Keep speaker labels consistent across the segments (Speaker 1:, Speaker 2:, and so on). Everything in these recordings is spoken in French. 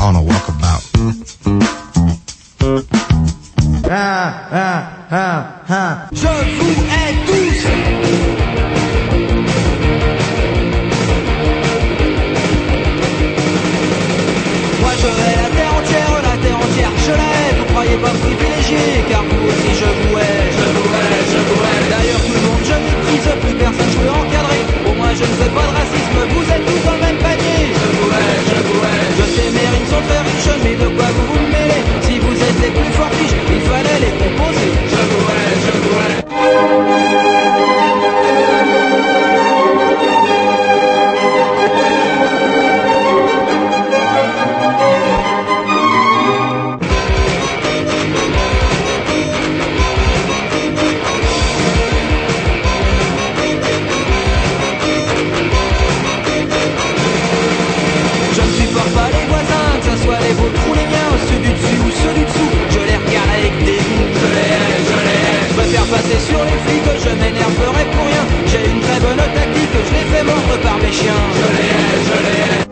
Speaker 1: on a walkabout.
Speaker 2: Je vous ai tous Moi je hais la terre entière, la terre entière, je la hais Vous croyez pas privilégié, car vous aussi je vous hais Je vous hais, je vous hais D'ailleurs tout le monde je maîtrise, plus personne je peux encadrer Au moins je ne fais pas de racisme, vous êtes tous dans le même panier Je vous hais, je vous hais Je sais mes rimes sont très riches, mais de quoi vous vous mêlez Si vous êtes les plus forts riches, il fallait les composer Je vous hais, je vous hais Je ne supporte pas les voisins, que ce soit les vôtres ou les miens, ceux du dessus ou ceux du dessous. Je les regarde avec dégoût. Je les hais, je les hais. Je préfère passer sur les flics, je m'énerverai pour rien. J'ai une très bonne tactique, je les fais mordre par mes chiens. Je les hais, je les hais.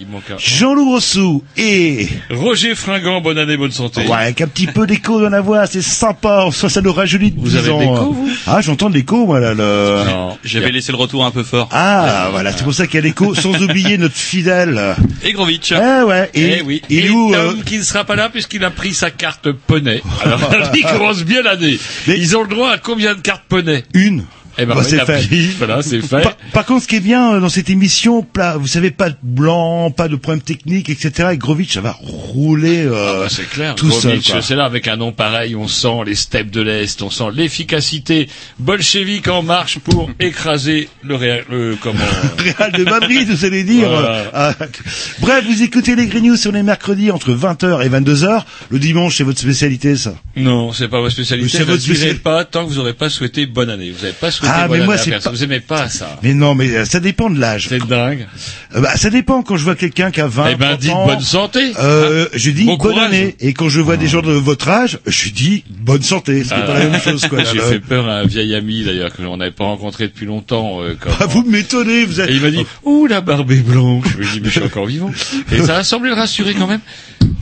Speaker 3: Il manque un.
Speaker 4: Jean-Loup Rossou et
Speaker 3: Roger Fringant, bonne année, bonne santé.
Speaker 4: ouais, avec un petit peu d'écho dans la voix, c'est sympa. Ça, ça nous rajeunit de
Speaker 3: Vous
Speaker 4: 10
Speaker 3: avez de
Speaker 4: ans,
Speaker 3: l'écho,
Speaker 4: hein.
Speaker 3: vous
Speaker 4: Ah, j'entends de l'écho, moi là. Le...
Speaker 3: Non.
Speaker 5: J'avais laissé le retour un peu fort.
Speaker 4: Ah, voilà, c'est pour ça qu'il y a l'écho. Sans oublier notre fidèle.
Speaker 5: Et Grovitch.
Speaker 4: Ah ouais.
Speaker 3: Eh
Speaker 4: Et,
Speaker 3: oui.
Speaker 4: il est où euh,
Speaker 3: Tom qui ne sera pas là puisqu'il a pris sa carte poney. Alors, il commence bien l'année.
Speaker 4: Mais-
Speaker 3: Ils ont le droit à combien de cartes poney
Speaker 4: Une.
Speaker 3: Eh ben,
Speaker 4: Bah,
Speaker 3: oui,
Speaker 4: c'est
Speaker 3: la
Speaker 4: fait. Bah,
Speaker 3: prise, voilà, c'est fait.
Speaker 4: Par, par contre, ce qui est bien euh, dans cette émission, plat, vous savez, pas de blanc, pas de problème technique, etc. Et Grovitch, ça va rouler. euh,
Speaker 3: Ah, c'est clair.
Speaker 4: tout seul,
Speaker 3: Grovitch,
Speaker 4: quoi.
Speaker 3: c'est là avec un nom pareil, on sent les steppes de l'Est, on sent l'efficacité bolchevique en marche pour écraser le réel, le comment.
Speaker 4: Real de Madrid, vous allez dire.
Speaker 3: Voilà.
Speaker 4: Euh, Bref, vous écoutez les Green News sur les mercredis entre 20h et 22h. Le dimanche, c'est votre spécialité, ça.
Speaker 3: Non, c'est pas votre spécialité.
Speaker 4: C'est
Speaker 3: je
Speaker 4: votre
Speaker 3: ne dirai
Speaker 4: spécialité.
Speaker 3: pas tant que vous n'aurez pas souhaité bonne année. Vous n'avez pas souhaité
Speaker 4: Ah, mais
Speaker 3: bonne
Speaker 4: moi,
Speaker 3: année à
Speaker 4: c'est
Speaker 3: personne.
Speaker 4: pas-
Speaker 3: Vous aimez pas ça.
Speaker 4: Mais non, mais euh, ça dépend de l'âge.
Speaker 3: C'est dingue.
Speaker 4: Euh, bah, ça dépend quand je vois quelqu'un qui a 20
Speaker 3: eh ben,
Speaker 4: 30
Speaker 3: dites
Speaker 4: ans.
Speaker 3: bonne santé.
Speaker 4: Euh, je dis
Speaker 3: Bon
Speaker 4: bonne
Speaker 3: courage.
Speaker 4: année et quand je vois des gens de votre âge, je dis bonne santé. C'est
Speaker 3: Ah.
Speaker 4: pas la même chose quoi. Euh,
Speaker 3: J'ai
Speaker 4: là.
Speaker 3: fait peur à un vieil ami d'ailleurs que l'on n'avait pas rencontré depuis longtemps. euh, comment-
Speaker 4: Ah, vous m'étonnez, vous êtes.
Speaker 3: Et il m'a dit Ouh la barbe est blanche. Je lui ai dit mais je suis encore vivant. Et ça a semblé le rassurer quand même.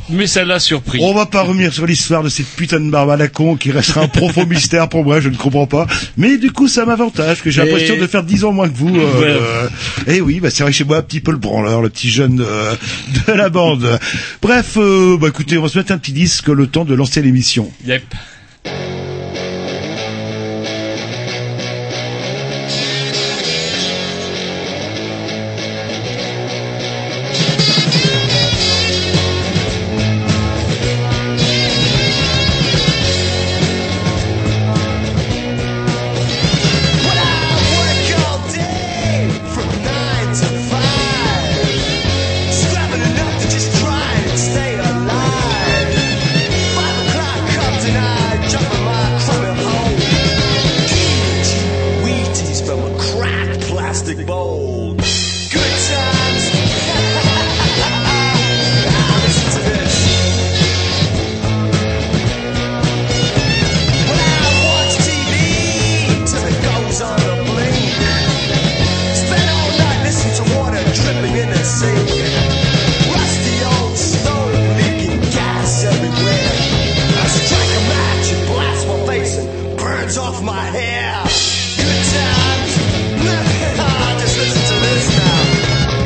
Speaker 3: Mais ça l'a surpris.
Speaker 4: On va pas revenir sur l'histoire de cette putain de barbe à la con qui restera un profond mystère pour moi, je ne comprends pas. Mais du coup, ça m'avantage, que j'ai
Speaker 3: Mais-
Speaker 4: l'impression de faire 10 ans moins que vous. euh,
Speaker 3: Ouais.
Speaker 4: euh, et oui, bah, c'est vrai que chez moi, un petit peu le branleur, le petit jeune euh, de la bande. Bref, euh, bah, écoutez, on va se mettre un petit disque, le temps de lancer l'émission.
Speaker 3: Yep.
Speaker 6: Plastic bowl. Good times. Now listen to this. When I watch TV till it goes on the blink. Spend all night listening to water dripping in the sink. Rusty old stove leaking gas everywhere. I strike a match and blast my face and burns off my hair. Good times. Just listen to this now.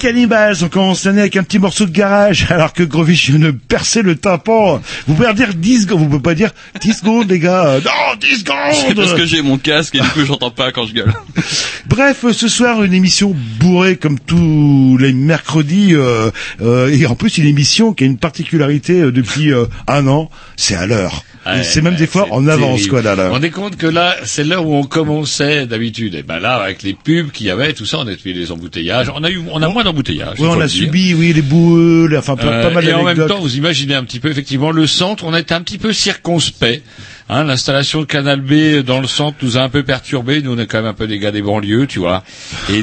Speaker 4: Cannibals ont commencé l'année avec un petit morceau de garage, alors que Grovich vient de percer le tympan. Vous pouvez dire 10 secondes, vous pouvez pas dire 10 secondes, les gars. Non, 10
Speaker 5: C'est
Speaker 4: secondes!
Speaker 5: parce que j'ai mon casque et du coup j'entends pas quand je gueule.
Speaker 4: Bref, ce soir une émission bourrée comme tous les mercredis euh, euh, et en plus une émission qui a une particularité euh, depuis euh, un an, c'est à l'heure. Et
Speaker 3: Ouais,
Speaker 4: c'est même
Speaker 3: Ah, ouais,
Speaker 4: des fois
Speaker 3: c'est
Speaker 4: en avance
Speaker 3: terrible.
Speaker 4: quoi là.
Speaker 3: Vous vous
Speaker 4: là.
Speaker 3: rendez compte que là, c'est l'heure où on commençait d'habitude. Et ben là, avec les pubs qu'il y avait, tout ça, on a fait des embouteillages. On a eu, on a moins d'embouteillages.
Speaker 4: Oui,
Speaker 3: il
Speaker 4: Oh.
Speaker 3: faut
Speaker 4: on
Speaker 3: le
Speaker 4: a
Speaker 3: dire.
Speaker 4: subi, oui, les boueux, les- enfin plein-
Speaker 3: Euh,
Speaker 4: pas mal
Speaker 3: et en même
Speaker 4: d'anecdotes.
Speaker 3: temps, vous imaginez un petit peu, effectivement, le centre, on a été un petit peu circonspect. Hein, L'installation de Canal B dans le centre nous a un peu perturbé. Nous, on est quand même un peu des gars des banlieues, tu vois. Et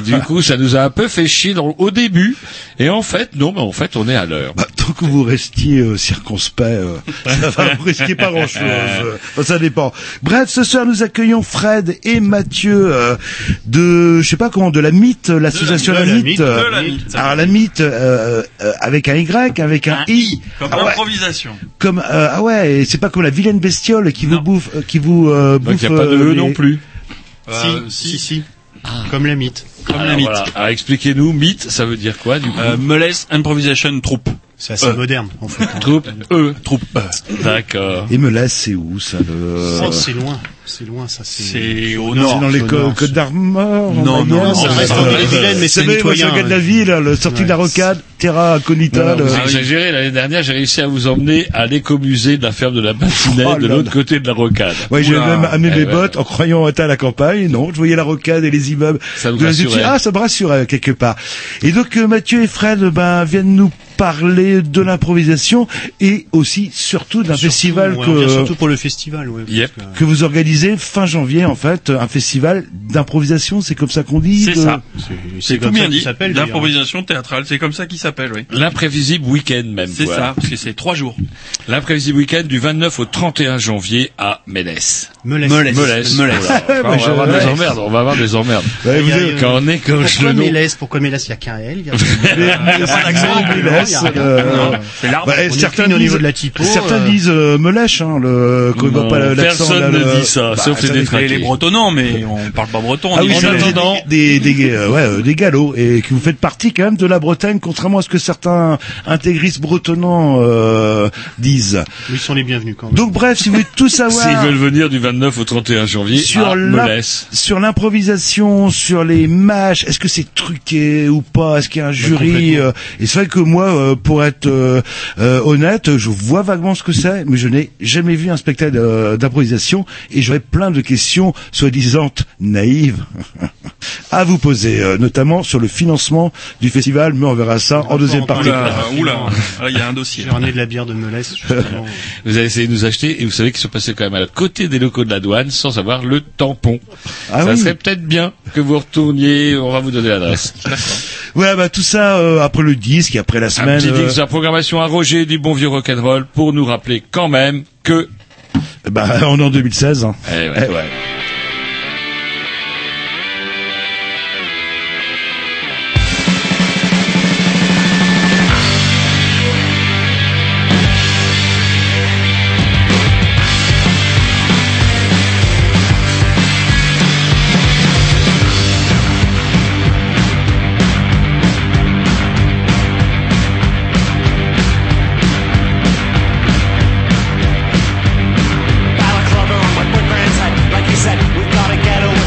Speaker 3: du coup, ça nous a un peu fait chier dans- au début. Et en fait, non, mais en fait, on est à l'heure.
Speaker 4: Bah, tant que vous restiez euh, circonspect, euh, ça va, vous risquez pas grand-chose. Euh, enfin, ça dépend. Bref, ce soir, nous accueillons Fred et Mathieu euh, de, je sais pas comment, de la mythe, l'association
Speaker 5: de
Speaker 4: la,
Speaker 5: la
Speaker 4: mythe.
Speaker 5: Mythe, de la
Speaker 4: euh,
Speaker 5: Mythe.
Speaker 4: Alors la mythe euh, euh, avec un y, avec un,
Speaker 5: Un
Speaker 4: i,
Speaker 5: Comme
Speaker 4: ah ouais,
Speaker 5: improvisation.
Speaker 4: comme euh, ah ouais, et c'est pas comme la vilaine bestiole qui vous
Speaker 5: Non.
Speaker 4: bouffe, euh, qui vous euh,
Speaker 3: Donc,
Speaker 4: bouffe.
Speaker 3: il n'y a pas de
Speaker 4: euh,
Speaker 3: E
Speaker 4: les-
Speaker 3: non plus.
Speaker 5: Euh, si,
Speaker 7: si. Comme la mythe.
Speaker 5: Comme la
Speaker 3: Alors,
Speaker 5: mythe.
Speaker 3: voilà. Alors, expliquez-nous, mythe, ça veut dire quoi, du coup
Speaker 5: Euh, Meles Improvisation Troupe.
Speaker 7: C'est assez
Speaker 5: Euh.
Speaker 7: moderne, en fait. hein. Euh.
Speaker 3: Troupe E. Troupe E. D'accord.
Speaker 4: Et me laisse, c'est où ça le
Speaker 7: Oh, c'est loin. C'est loin, ça. C'est
Speaker 5: C'est au
Speaker 4: Non,
Speaker 5: nord.
Speaker 4: c'est dans les
Speaker 7: au
Speaker 4: co-
Speaker 7: nord.
Speaker 4: Côtes d'Armor.
Speaker 5: Non,
Speaker 4: en
Speaker 5: non,
Speaker 4: Mayenne,
Speaker 5: non,
Speaker 4: ça
Speaker 5: ça
Speaker 4: reste
Speaker 5: reste
Speaker 4: dans
Speaker 5: dans
Speaker 4: la
Speaker 5: les
Speaker 7: Vilaines, mais c'est
Speaker 4: Vous savez, moi, je suis un
Speaker 7: citoyen,
Speaker 4: gars de la
Speaker 7: euh.
Speaker 4: ville, là, le sorti de la
Speaker 7: Ouais.
Speaker 4: rocade, Terra Incognita.
Speaker 3: Non, non,
Speaker 4: le-
Speaker 3: vous
Speaker 5: Ah oui.
Speaker 3: exagérez, l'année dernière, j'ai réussi à vous emmener à l'écomusée de la ferme de la Bâtinette,
Speaker 4: Oh là
Speaker 3: de l'autre
Speaker 4: là.
Speaker 3: côté de la rocade.
Speaker 4: Ouais, j'ai
Speaker 5: Oula.
Speaker 4: même amené
Speaker 3: Eh
Speaker 4: mes
Speaker 3: ouais.
Speaker 4: bottes en croyant être à la campagne. Non, je voyais la rocade et les immeubles.
Speaker 3: Ça vous
Speaker 4: de la
Speaker 3: rassurait.
Speaker 4: Zuti- Ah, ça me rassurait quelque part. Et donc euh, Mathieu et Fred ben, viennent nous parler de l'improvisation et aussi surtout d'un
Speaker 7: surtout,
Speaker 4: festival
Speaker 7: ouais, on vient
Speaker 4: que,
Speaker 7: surtout pour le festival, ouais. parce
Speaker 3: Yep.
Speaker 7: que-
Speaker 4: que vous organisez fin janvier en fait, un festival d'improvisation, c'est comme ça qu'on dit
Speaker 5: C'est
Speaker 4: de-
Speaker 5: ça.
Speaker 7: C'est
Speaker 5: C'est
Speaker 7: comme
Speaker 5: tout
Speaker 7: ça
Speaker 5: bien
Speaker 7: qu'il
Speaker 5: dit.
Speaker 7: s'appelle, d'ailleurs.
Speaker 5: L'improvisation théâtrale. C'est comme ça qu'il s'appelle, oui.
Speaker 3: L'imprévisible week-end même.
Speaker 5: C'est
Speaker 3: voilà.
Speaker 5: ça, Ah, parce que c'est trois jours.
Speaker 3: L'imprévisible week-end du 29 au 31 janvier à Ménès.
Speaker 7: Me laisse.
Speaker 5: Melès.
Speaker 3: Melès.
Speaker 5: Melès.
Speaker 3: Oh là là.
Speaker 4: Ouais,
Speaker 3: on
Speaker 4: mais
Speaker 3: va
Speaker 4: je-
Speaker 3: avoir des
Speaker 4: ouais.
Speaker 3: emmerdes, on va avoir des emmerdes.
Speaker 4: Ouais, vous
Speaker 7: Il y a-
Speaker 4: êtes-
Speaker 3: Quand on est comme je
Speaker 7: Pourquoi
Speaker 3: le nom.
Speaker 7: Mélès Pourquoi Mélès Il y a qu'un L. il y a-
Speaker 4: Il y a pas d'accent,
Speaker 7: Non,
Speaker 4: il
Speaker 7: non,
Speaker 4: laisse,
Speaker 7: il y a rien.
Speaker 4: Ah, euh,
Speaker 7: Non.
Speaker 5: C'est l'arbre.
Speaker 4: bah,
Speaker 7: On est
Speaker 4: certains
Speaker 7: clean au
Speaker 4: disent-
Speaker 7: niveau de la typo,
Speaker 4: Certains
Speaker 7: euh.
Speaker 4: disent euh, me lèche, hein, le, quand ils voient
Speaker 3: Non,
Speaker 4: pas le- l'accent,
Speaker 3: personne
Speaker 4: là,
Speaker 3: ne
Speaker 4: le-
Speaker 3: dit ça,
Speaker 4: Bah,
Speaker 3: sauf les
Speaker 4: ça dépend.
Speaker 5: Et
Speaker 3: détraqués.
Speaker 5: les Bretons, non, mais on parle pas breton. on
Speaker 4: Ah
Speaker 5: dit
Speaker 4: oui,
Speaker 5: breton.
Speaker 4: c'est
Speaker 3: en
Speaker 4: des-
Speaker 3: attendant-
Speaker 4: des, des, des- euh, ouais, euh, des galos et que vous faites partie quand même de la Bretagne, contrairement à ce que certains intégristes bretonnants euh, disent.
Speaker 7: Oui, ils sont les bienvenus quand même.
Speaker 4: Donc bref, si vous voulez tout
Speaker 3: S'ils
Speaker 4: savoir
Speaker 3: veulent venir du 29 au 31 janvier
Speaker 4: sur
Speaker 3: à
Speaker 4: l'im-
Speaker 3: Melès.
Speaker 4: sur l'improvisation, sur les matchs, est-ce que c'est truqué ou pas Est-ce
Speaker 3: Bah,
Speaker 4: qu'il y a un jury
Speaker 7: complètement.
Speaker 4: euh, Et c'est vrai que moi, euh, pour être euh, euh, honnête, je vois vaguement ce que c'est, mais je n'ai jamais vu un spectacle euh, d'improvisation et j'aurais plein de questions soi-disant naïves. à vous poser, euh, notamment sur le financement du festival, mais on verra ça en deuxième partie.
Speaker 5: Oula, oula. Ah, Il y a un dossier.
Speaker 7: J'ai ramené de la bière de Melès, justement.
Speaker 3: Vous avez essayé de nous acheter et vous savez qu'ils sont passés quand même à côté des locaux de la douane sans avoir le tampon.
Speaker 4: Ah
Speaker 3: ça
Speaker 4: oui.
Speaker 3: serait peut-être bien que vous retourniez, on va vous donner l'adresse.
Speaker 4: Voilà, bah tout ça euh, après le disque, et après la
Speaker 3: Un
Speaker 4: semaine.
Speaker 3: petit
Speaker 4: euh,
Speaker 3: dix la programmation à Roger du bon vieux rock'n'roll pour nous rappeler quand même que...
Speaker 4: bah, on est en 2016. hein.
Speaker 3: Eh ouais,
Speaker 4: Eh.
Speaker 3: ouais.
Speaker 6: Got a club on my boyfriend's head, like you said,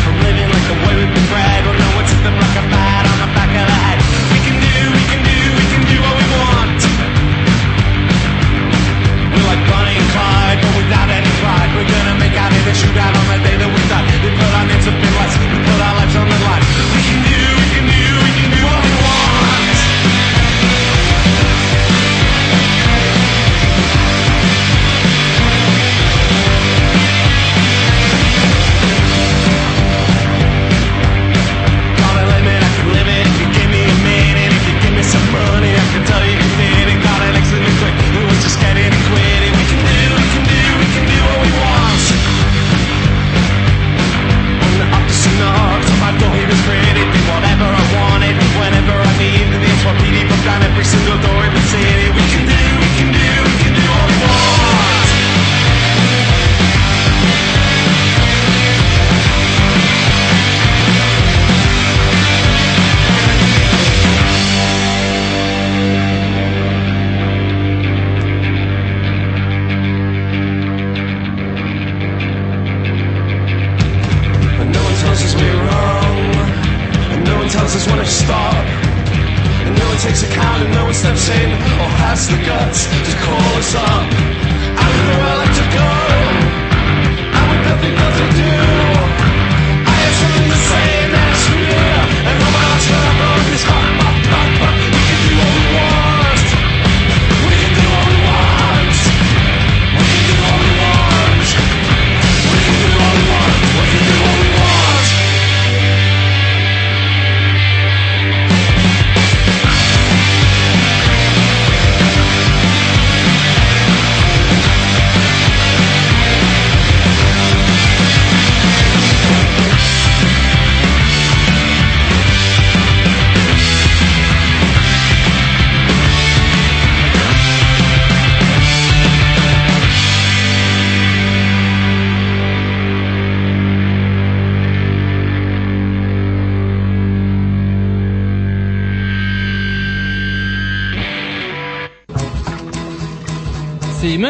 Speaker 7: and no one steps in or has the guts to call us up. I don't know where I like to go. I would nothing else to do. I have something the same as you, and all my trouble is hot, hot, hot, hot. We can do what we want. We can do what we want. We can do what we want. We can do what we want. We can do what we want.
Speaker 5: C'est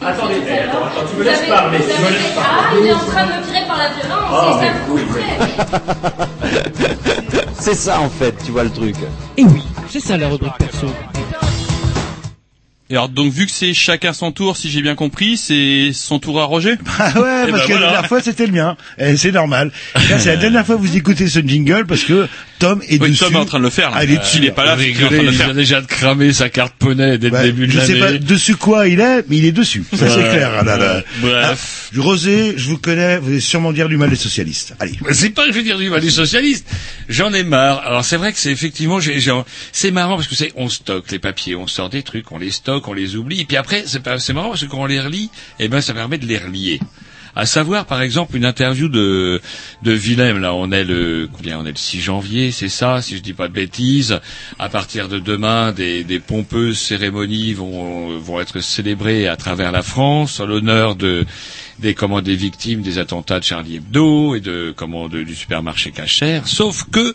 Speaker 8: Vous avez- vous avez- Ah, il est en train de me tirer par la violence, et ça me couperait.
Speaker 9: C'est ça en fait, tu vois le truc.
Speaker 5: Et Eh oui, c'est ça la rubrique perso.
Speaker 2: Et alors, donc, vu que c'est chacun son tour, si j'ai bien compris, c'est son tour à Roger
Speaker 4: Ah ouais, parce que
Speaker 2: Eh ben
Speaker 4: la
Speaker 2: voilà.
Speaker 4: dernière fois c'était le mien. Et c'est normal. Et Là, c'est la dernière fois que vous écoutez ce jingle parce que Tom est
Speaker 2: Oui,
Speaker 4: dessus.
Speaker 2: Tom est en train de le faire, là.
Speaker 4: Ah, il est
Speaker 2: Euh,
Speaker 4: dessus.
Speaker 2: il est pas là,
Speaker 4: Ouais,
Speaker 2: il est en train de le
Speaker 3: Il
Speaker 2: faire.
Speaker 3: vient déjà de cramer sa carte poney dès
Speaker 4: bah,
Speaker 3: le début de
Speaker 4: je sais pas
Speaker 3: l'année.
Speaker 4: dessus quoi il est, mais il est dessus. Ça c'est
Speaker 3: Ouais.
Speaker 4: clair. ah là là.
Speaker 3: Bref.
Speaker 4: Ah, Rosé, je vous connais, vous allez sûrement dire du mal des socialistes. Allez.
Speaker 3: C'est pas que je veux dire du mal du socialiste. J'en ai marre. Alors c'est vrai que c'est effectivement, j'ai- j'ai- c'est marrant parce que c'est, on stocke les papiers, on sort des trucs, on les stocke, on les oublie. Et puis après, c'est pas- c'est marrant parce que quand on les relit, eh ben ça permet de les relier. À savoir, par exemple, une interview de de Willem. Là, on est le combien On est le 6 janvier, c'est ça, si je dis pas de bêtises. À partir de demain, des, des pompeuses cérémonies vont vont être célébrées à travers la France, à l'honneur de des comment des victimes des attentats de Charlie Hebdo et de comment de- du supermarché Cachère. Sauf que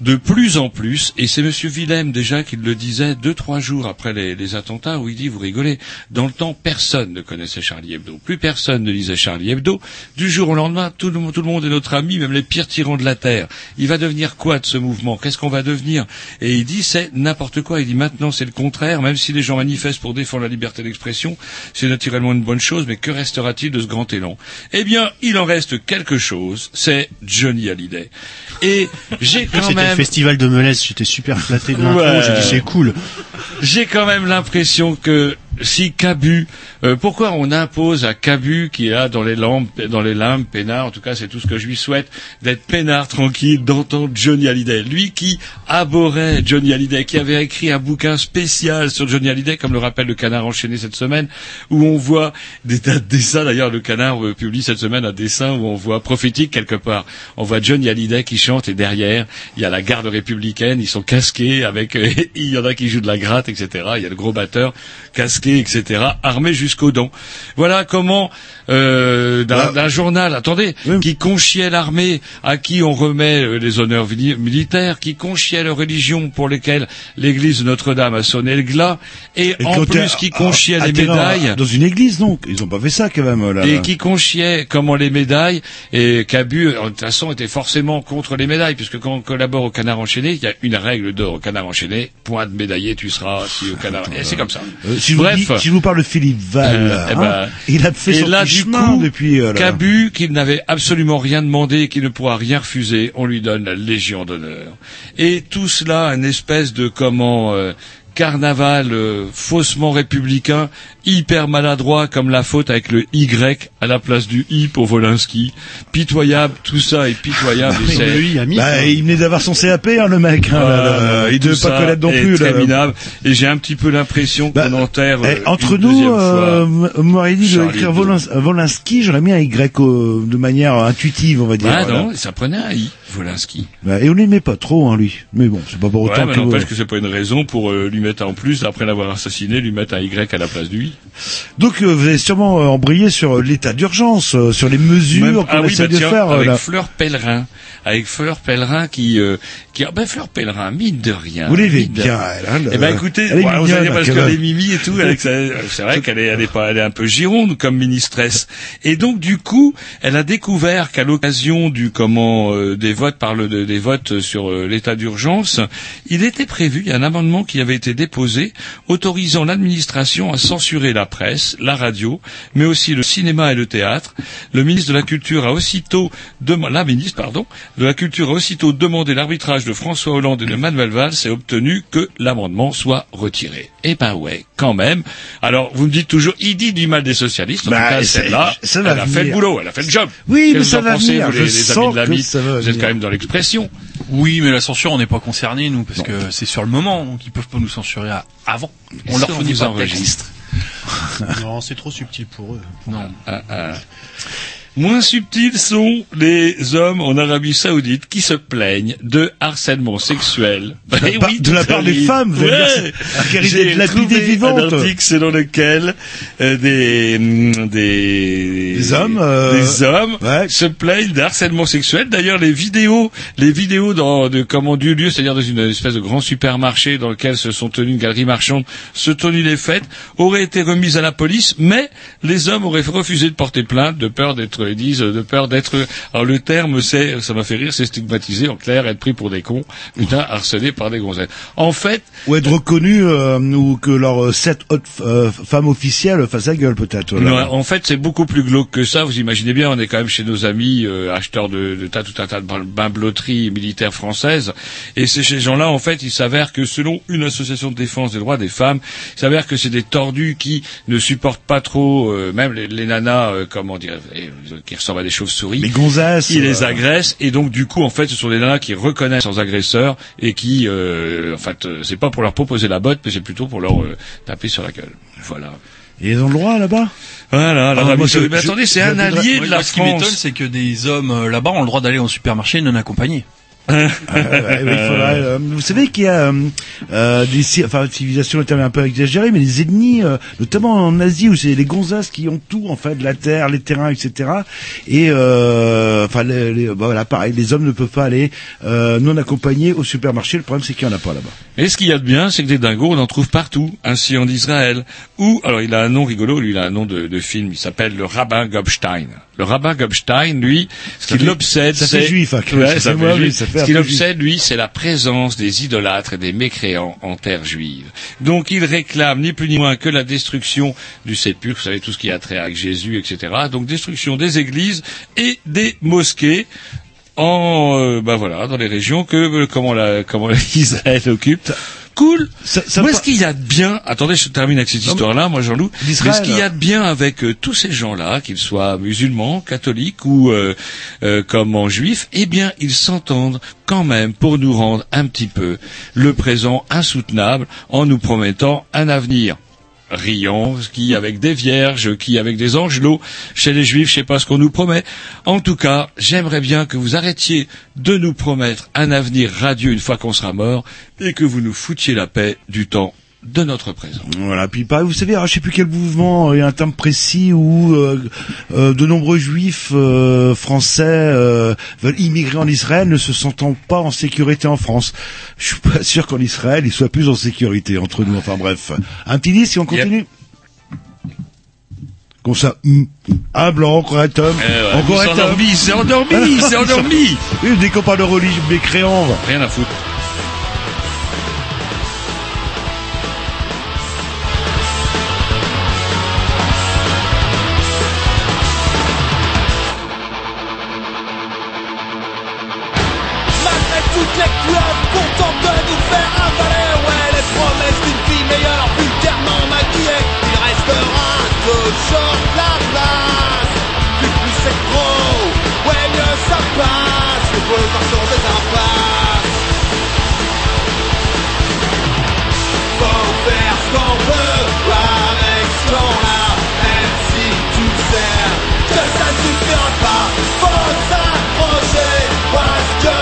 Speaker 3: de plus en plus, et c'est Monsieur Willem déjà qui le disait deux trois jours après les, les attentats où il dit vous rigolez, dans le temps personne ne connaissait Charlie Hebdo, plus personne ne lisait Charlie Hebdo. Du jour au lendemain, tout le, monde- tout le monde est notre ami, même les pires tyrans de la terre. Il va devenir quoi de ce mouvement Qu'est-ce qu'on va devenir Et il dit c'est n'importe quoi. Il dit maintenant c'est le contraire. Même si les gens manifestent pour défendre la liberté d'expression, c'est naturellement une bonne chose, mais que restera-t-il de ce grand élan Eh bien, il en reste quelque chose. C'est Johnny Hallyday. Et j'ai quand
Speaker 10: C'était le
Speaker 3: même
Speaker 10: festival de Melès, j'étais super flatté de l'info,
Speaker 3: Ouais.
Speaker 10: j'ai dit c'est cool.
Speaker 3: j'ai quand même l'impression que si Cabu, euh, pourquoi on impose à Cabu qui a dans les lampes, dans les limbes, peinard, en tout cas c'est tout ce que je lui souhaite, d'être peinard tranquille, d'entendre Johnny Hallyday, lui qui abhorrait Johnny Hallyday, qui avait écrit un bouquin spécial sur Johnny Hallyday, comme le rappelle le Canard enchaîné cette semaine, où on voit des tas de dessins. D'ailleurs, le Canard euh, publie cette semaine un dessin où on voit prophétique quelque part. On voit Johnny Hallyday qui chante et derrière il y a la garde républicaine, ils sont casqués avec, euh, il y en a qui jouent de la gratte, etc. Il y a le gros batteur casqué, etc. Armé jusqu'aux dents. Voilà comment euh, d'un
Speaker 4: Bah,
Speaker 3: d'un journal, attendez,
Speaker 4: Oui.
Speaker 3: qui conchiait l'armée, à qui on remet euh, les honneurs vili- militaires, qui conchiait les religions pour lesquelles l'Église de Notre-Dame a sonné le glas, et,
Speaker 4: Et
Speaker 3: en
Speaker 4: quand
Speaker 3: plus
Speaker 4: t'es-
Speaker 3: qui
Speaker 4: ah,
Speaker 3: conchiait les
Speaker 4: atterrant,
Speaker 3: médailles.
Speaker 4: Dans une église donc, ils ont pas fait ça quand même Oh là.
Speaker 3: Et qui conchiait comment les médailles et Cabu euh, de toute façon était forcément contre les médailles puisque quand on collabore au Canard enchaîné, il y a une règle d'or au Canard enchaîné, point de médaillé, tu seras si au Canard. Et c'est comme ça.
Speaker 4: Euh, si je
Speaker 3: Bref.
Speaker 4: vous dis- si je vous parle de Philippe Val,
Speaker 3: Euh,
Speaker 4: là,
Speaker 3: eh
Speaker 4: hein,
Speaker 3: ben,
Speaker 4: il a fait
Speaker 3: et
Speaker 4: son
Speaker 3: là,
Speaker 4: petit
Speaker 3: du
Speaker 4: chemin
Speaker 3: coup,
Speaker 4: depuis. euh, là.
Speaker 3: Cabu, qui n'avait absolument rien demandé et qui ne pourra rien refuser, on lui donne la Légion d'honneur. Et tout cela, un espèce de comment euh, carnaval euh, faussement républicain, hyper maladroit comme la faute avec le Y à la place du I pour Volinsky. Pitoyable, tout ça est pitoyable. et
Speaker 10: Mais
Speaker 3: c'est-
Speaker 10: lui, il a mis.
Speaker 4: Bah,
Speaker 10: quoi.
Speaker 4: il venait d'avoir son CAP, hein, le mec. Hein, là, là, il
Speaker 3: Voilà, hein. Euh, tout
Speaker 4: devait pas
Speaker 3: ça
Speaker 4: connaître non
Speaker 3: est
Speaker 4: plus.
Speaker 3: très
Speaker 4: là.
Speaker 3: minable. Et j'ai un petit peu l'impression
Speaker 4: Bah,
Speaker 3: qu'on enterre.
Speaker 4: Eh,
Speaker 3: euh,
Speaker 4: entre
Speaker 3: une deuxième
Speaker 4: nous,
Speaker 3: fois.
Speaker 4: euh, m- m'aurait dit de
Speaker 3: Charlie
Speaker 4: écrire
Speaker 3: Hebdo.
Speaker 4: Volins- Volinsky, j'aurais mis un Y euh, de manière euh, intuitive, on va dire.
Speaker 3: Ah
Speaker 4: voilà.
Speaker 3: non, ça prenait un I. Volinsky.
Speaker 4: Ouais, Et on l'aimait pas trop, hein, lui. Mais bon, c'est pas pour
Speaker 3: Ouais,
Speaker 4: autant
Speaker 3: mais
Speaker 4: que... euh,
Speaker 3: n'empêche que c'est pas une raison pour euh, lui mettre en plus, après l'avoir assassiné, lui mettre un Y à la place du I.
Speaker 4: Donc euh, vous avez sûrement euh, embrayé sur euh, l'état d'urgence, euh, sur les mesures
Speaker 3: Même-
Speaker 4: qu'on
Speaker 3: ah oui,
Speaker 4: essaie
Speaker 3: bah
Speaker 4: de
Speaker 3: tiens,
Speaker 4: faire. euh,
Speaker 3: avec
Speaker 4: là.
Speaker 3: Fleur Pellerin, avec Fleur Pellerin qui, euh, qui, ah ben Fleur Pellerin, mine de rien.
Speaker 4: Vous l'aimez
Speaker 3: mine de-
Speaker 4: bien, elle, hein,
Speaker 3: eh ben
Speaker 4: le-
Speaker 3: écoutez,
Speaker 4: elle est
Speaker 3: bon, alors, vous allez
Speaker 4: mignonne,
Speaker 3: parce
Speaker 4: hein,
Speaker 3: que
Speaker 4: quand
Speaker 3: les
Speaker 4: même.
Speaker 3: Mimi et tout, elle est- c'est vrai qu'elle est, elle est pas, elle est un peu gironde comme ministresse. Et donc du coup, elle a découvert qu'à l'occasion du comment euh, des votes par le des votes sur euh, l'état d'urgence, il était prévu il y a un amendement qui avait été déposé autorisant l'administration à censurer la presse, la radio, mais aussi le cinéma et le théâtre. Le ministre de la Culture a aussitôt dema- la ministre pardon, de la Culture a aussitôt demandé l'arbitrage de François Hollande et de Manuel Valls et obtenu que l'amendement soit retiré. Eh ben ouais, quand même. Alors vous me dites toujours, il dit du mal des socialistes. En
Speaker 4: Bah,
Speaker 3: tout cas,
Speaker 4: c'est-
Speaker 3: celle-là,
Speaker 4: ça
Speaker 3: elle
Speaker 4: va
Speaker 3: a fait le
Speaker 4: venir.
Speaker 3: boulot, elle a fait le job.
Speaker 4: Oui,
Speaker 3: Qu'est-ce
Speaker 4: mais
Speaker 3: que
Speaker 4: ça
Speaker 3: vous en
Speaker 4: va
Speaker 3: pensez,
Speaker 4: venir,
Speaker 3: vous, les,
Speaker 4: je
Speaker 3: les amis
Speaker 4: sens
Speaker 3: de la
Speaker 4: que
Speaker 3: bite
Speaker 4: ça va
Speaker 3: Vous êtes
Speaker 4: venir.
Speaker 3: quand même dans l'expression.
Speaker 7: Oui, mais la censure, on n'est pas concerné nous, parce que c'est sur le moment, donc ils peuvent pas nous censurer à- avant.
Speaker 3: Et
Speaker 7: On
Speaker 3: si
Speaker 7: leur
Speaker 3: on
Speaker 7: fournit
Speaker 3: vous
Speaker 7: pas de
Speaker 3: enregistre
Speaker 7: texte. non, c'est trop subtil pour eux. Non.
Speaker 3: Ah, ah. Moins subtils sont les hommes en Arabie Saoudite qui se plaignent de harcèlement sexuel.
Speaker 4: De la
Speaker 3: Eh
Speaker 4: part- de la part des
Speaker 3: David.
Speaker 4: femmes, vous allez dire,
Speaker 3: Ouais.
Speaker 4: c'est- qui risquent
Speaker 3: J'ai
Speaker 4: d'être lapidées
Speaker 3: trouvé
Speaker 4: vivantes.
Speaker 3: Un article selon lequel euh, des, mm, des
Speaker 4: Des hommes, euh,
Speaker 3: des hommes se plaignent d'harcèlement sexuel. D'ailleurs, les vidéos, les vidéos dans de comment du lieu, c'est-à-dire dans une espèce de grand supermarché dans lequel se sont tenues une galerie marchande, se tenues les fêtes, auraient été remises à la police, mais les hommes auraient refusé de porter plainte de peur d'être, ils disent, de peur d'être. Alors le terme, c'est, ça m'a fait rire, c'est stigmatisé en clair, être pris pour des cons, putain, harcelé par des gonzesses. En fait,
Speaker 4: Ou être reconnu, euh, ou que leurs euh, sept autres euh, femmes officielles fassent la gueule, peut-être. là.
Speaker 3: Non, en fait, c'est beaucoup plus glauque que ça. Vous imaginez bien, on est quand même chez nos amis euh, acheteurs de, de tas, tout un tas de bain- bain-blotteries militaires françaises. Et c'est ces gens-là, en fait, il s'avère que selon une association de défense des droits des femmes, il s'avère que c'est des tordus qui ne supportent pas trop, euh, même les, les nanas, euh, comment dire, euh, qui ressemblent à des chauves-souris.
Speaker 4: Les gonzesses,
Speaker 3: Ils les
Speaker 4: euh,
Speaker 3: agressent. Et donc, du coup, en fait, ce sont des nanas qui reconnaissent leurs agresseurs et qui, euh, en fait, euh, c'est pas pour leur proposer la botte, mais c'est plutôt pour leur euh, taper sur la gueule. Voilà.
Speaker 4: Ils ont le droit, là-bas
Speaker 3: Voilà,
Speaker 4: Ah, moi, je-
Speaker 3: Mais
Speaker 4: je-
Speaker 3: attendez, c'est
Speaker 4: je-
Speaker 3: un allié
Speaker 7: Moi,
Speaker 3: de la
Speaker 7: Ce qui m'étonne,
Speaker 3: France.
Speaker 7: c'est que des hommes euh, là-bas ont le droit d'aller au supermarché non accompagnés.
Speaker 4: Ouais, ouais, il faudra, euh, vous savez qu'il y a euh, euh, des ci- enfin civilisation le terme est un peu exagéré mais des ethnies euh, notamment en Asie où c'est les gonzasses qui ont tout en fait la terre les terrains etc et euh, enfin les, les- bah, voilà pareil les hommes ne peuvent pas aller euh, non accompagnés au supermarché le problème c'est qu'il y en a pas là-bas
Speaker 3: Et ce qu'il y a de bien, c'est que des dingos, on en trouve partout, ainsi en Israël. Ou, alors il a un nom rigolo, lui il a un nom de, de film, il s'appelle le rabbin Gobstein. Le rabbin Gobstein, lui, ce qui
Speaker 4: fait-
Speaker 3: l'obsède,
Speaker 4: ça
Speaker 3: c'est...
Speaker 4: fait juif, hein, que-
Speaker 3: Ouais, ça
Speaker 4: excusez-moi,
Speaker 3: fait
Speaker 4: oui,
Speaker 3: juif.
Speaker 4: ça fait
Speaker 3: Ce
Speaker 4: un
Speaker 3: qui
Speaker 4: peu
Speaker 3: l'obsède, lui, c'est la présence des idolâtres et des mécréants en terre juive. Donc il réclame ni plus ni moins que la destruction du sépulcre, vous savez, tout ce qui a trait avec Jésus, etc. Donc destruction des églises et des mosquées. en euh, bah voilà dans les régions que euh, comment la comment Israël occupe. Cool. Où est-ce qu'il y a de bien Attendez, je termine avec cette histoire-là, moi Jean-Loup. Mais
Speaker 4: D'Israël.
Speaker 3: ce qu'il y a de bien avec euh, tous ces gens-là, qu'ils soient musulmans, catholiques ou euh, euh, comment juifs, eh bien ils s'entendent quand même pour nous rendre un petit peu le présent insoutenable en nous promettant un avenir riant, qui avec des vierges, qui avec des angelots. Chez les juifs, je sais pas ce qu'on nous promet. En tout cas, j'aimerais bien que vous arrêtiez de nous promettre un avenir radieux une fois qu'on sera mort et que vous nous foutiez la paix du temps de notre présent.
Speaker 4: Voilà, puis pareil, vous savez, alors, je sais plus quel mouvement, euh, il y a un terme précis où euh, euh, de nombreux juifs euh, français euh, veulent immigrer en Israël, ne se sentant pas en sécurité en France. Je suis pas sûr qu'en Israël, ils soient plus en sécurité entre nous. Enfin bref, un petit 10 si on continue. Comme ça, hum, un blanc, encore un tome,
Speaker 3: Eh ouais,
Speaker 4: encore
Speaker 3: il
Speaker 4: un tome.
Speaker 3: s'est endormi, il s'est endormi, il s'est endormi.
Speaker 4: Oui, Dès qu'on parle de religion, mécréant, va.
Speaker 3: Rien à foutre.
Speaker 6: Malgré toutes les couleurs, pourtant de nous faire avaler Ouais, les promesses d'une fille meilleure, vulgairement maquillée Il restera toujours la place Plus plus c'est trop, ouais mieux ça passe Les boulevards sont des impasses Faut faire ce qu'on veut, avec ce qu'on a Même si tu sais que ça suffira pas Faut s'accrocher, parce que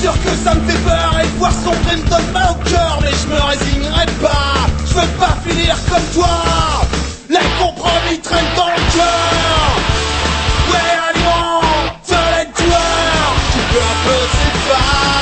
Speaker 6: sûr que ça me fait peur et de voir sombrer me donne mal au cœur, mais je me résignerai pas. Je veux pas finir comme toi. Les compromis traînent dans le cœur. Ouais, aliment, seul les tueurs. Tu peux un peu s'effacer.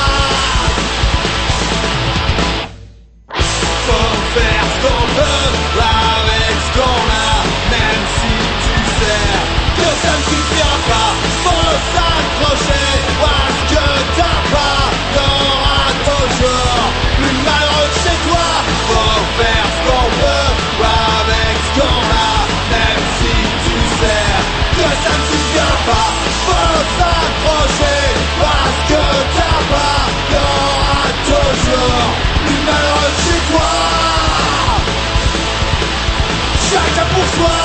Speaker 6: Faut faire ce qu'on veut avec ce qu'on a, même si tu sais que ça ne suffira pas. Faut s'accrocher à ce que t'as pas. T'auras toujours plus malheureux que chez toi. Faut faire ce qu'on veut avec ce qu'on a, même si tu sais que ça ne suffira pas. Faut s'accrocher à ce que t'as pas. T'auras toujours plus malheureux que chez toi. Chacun pour soi.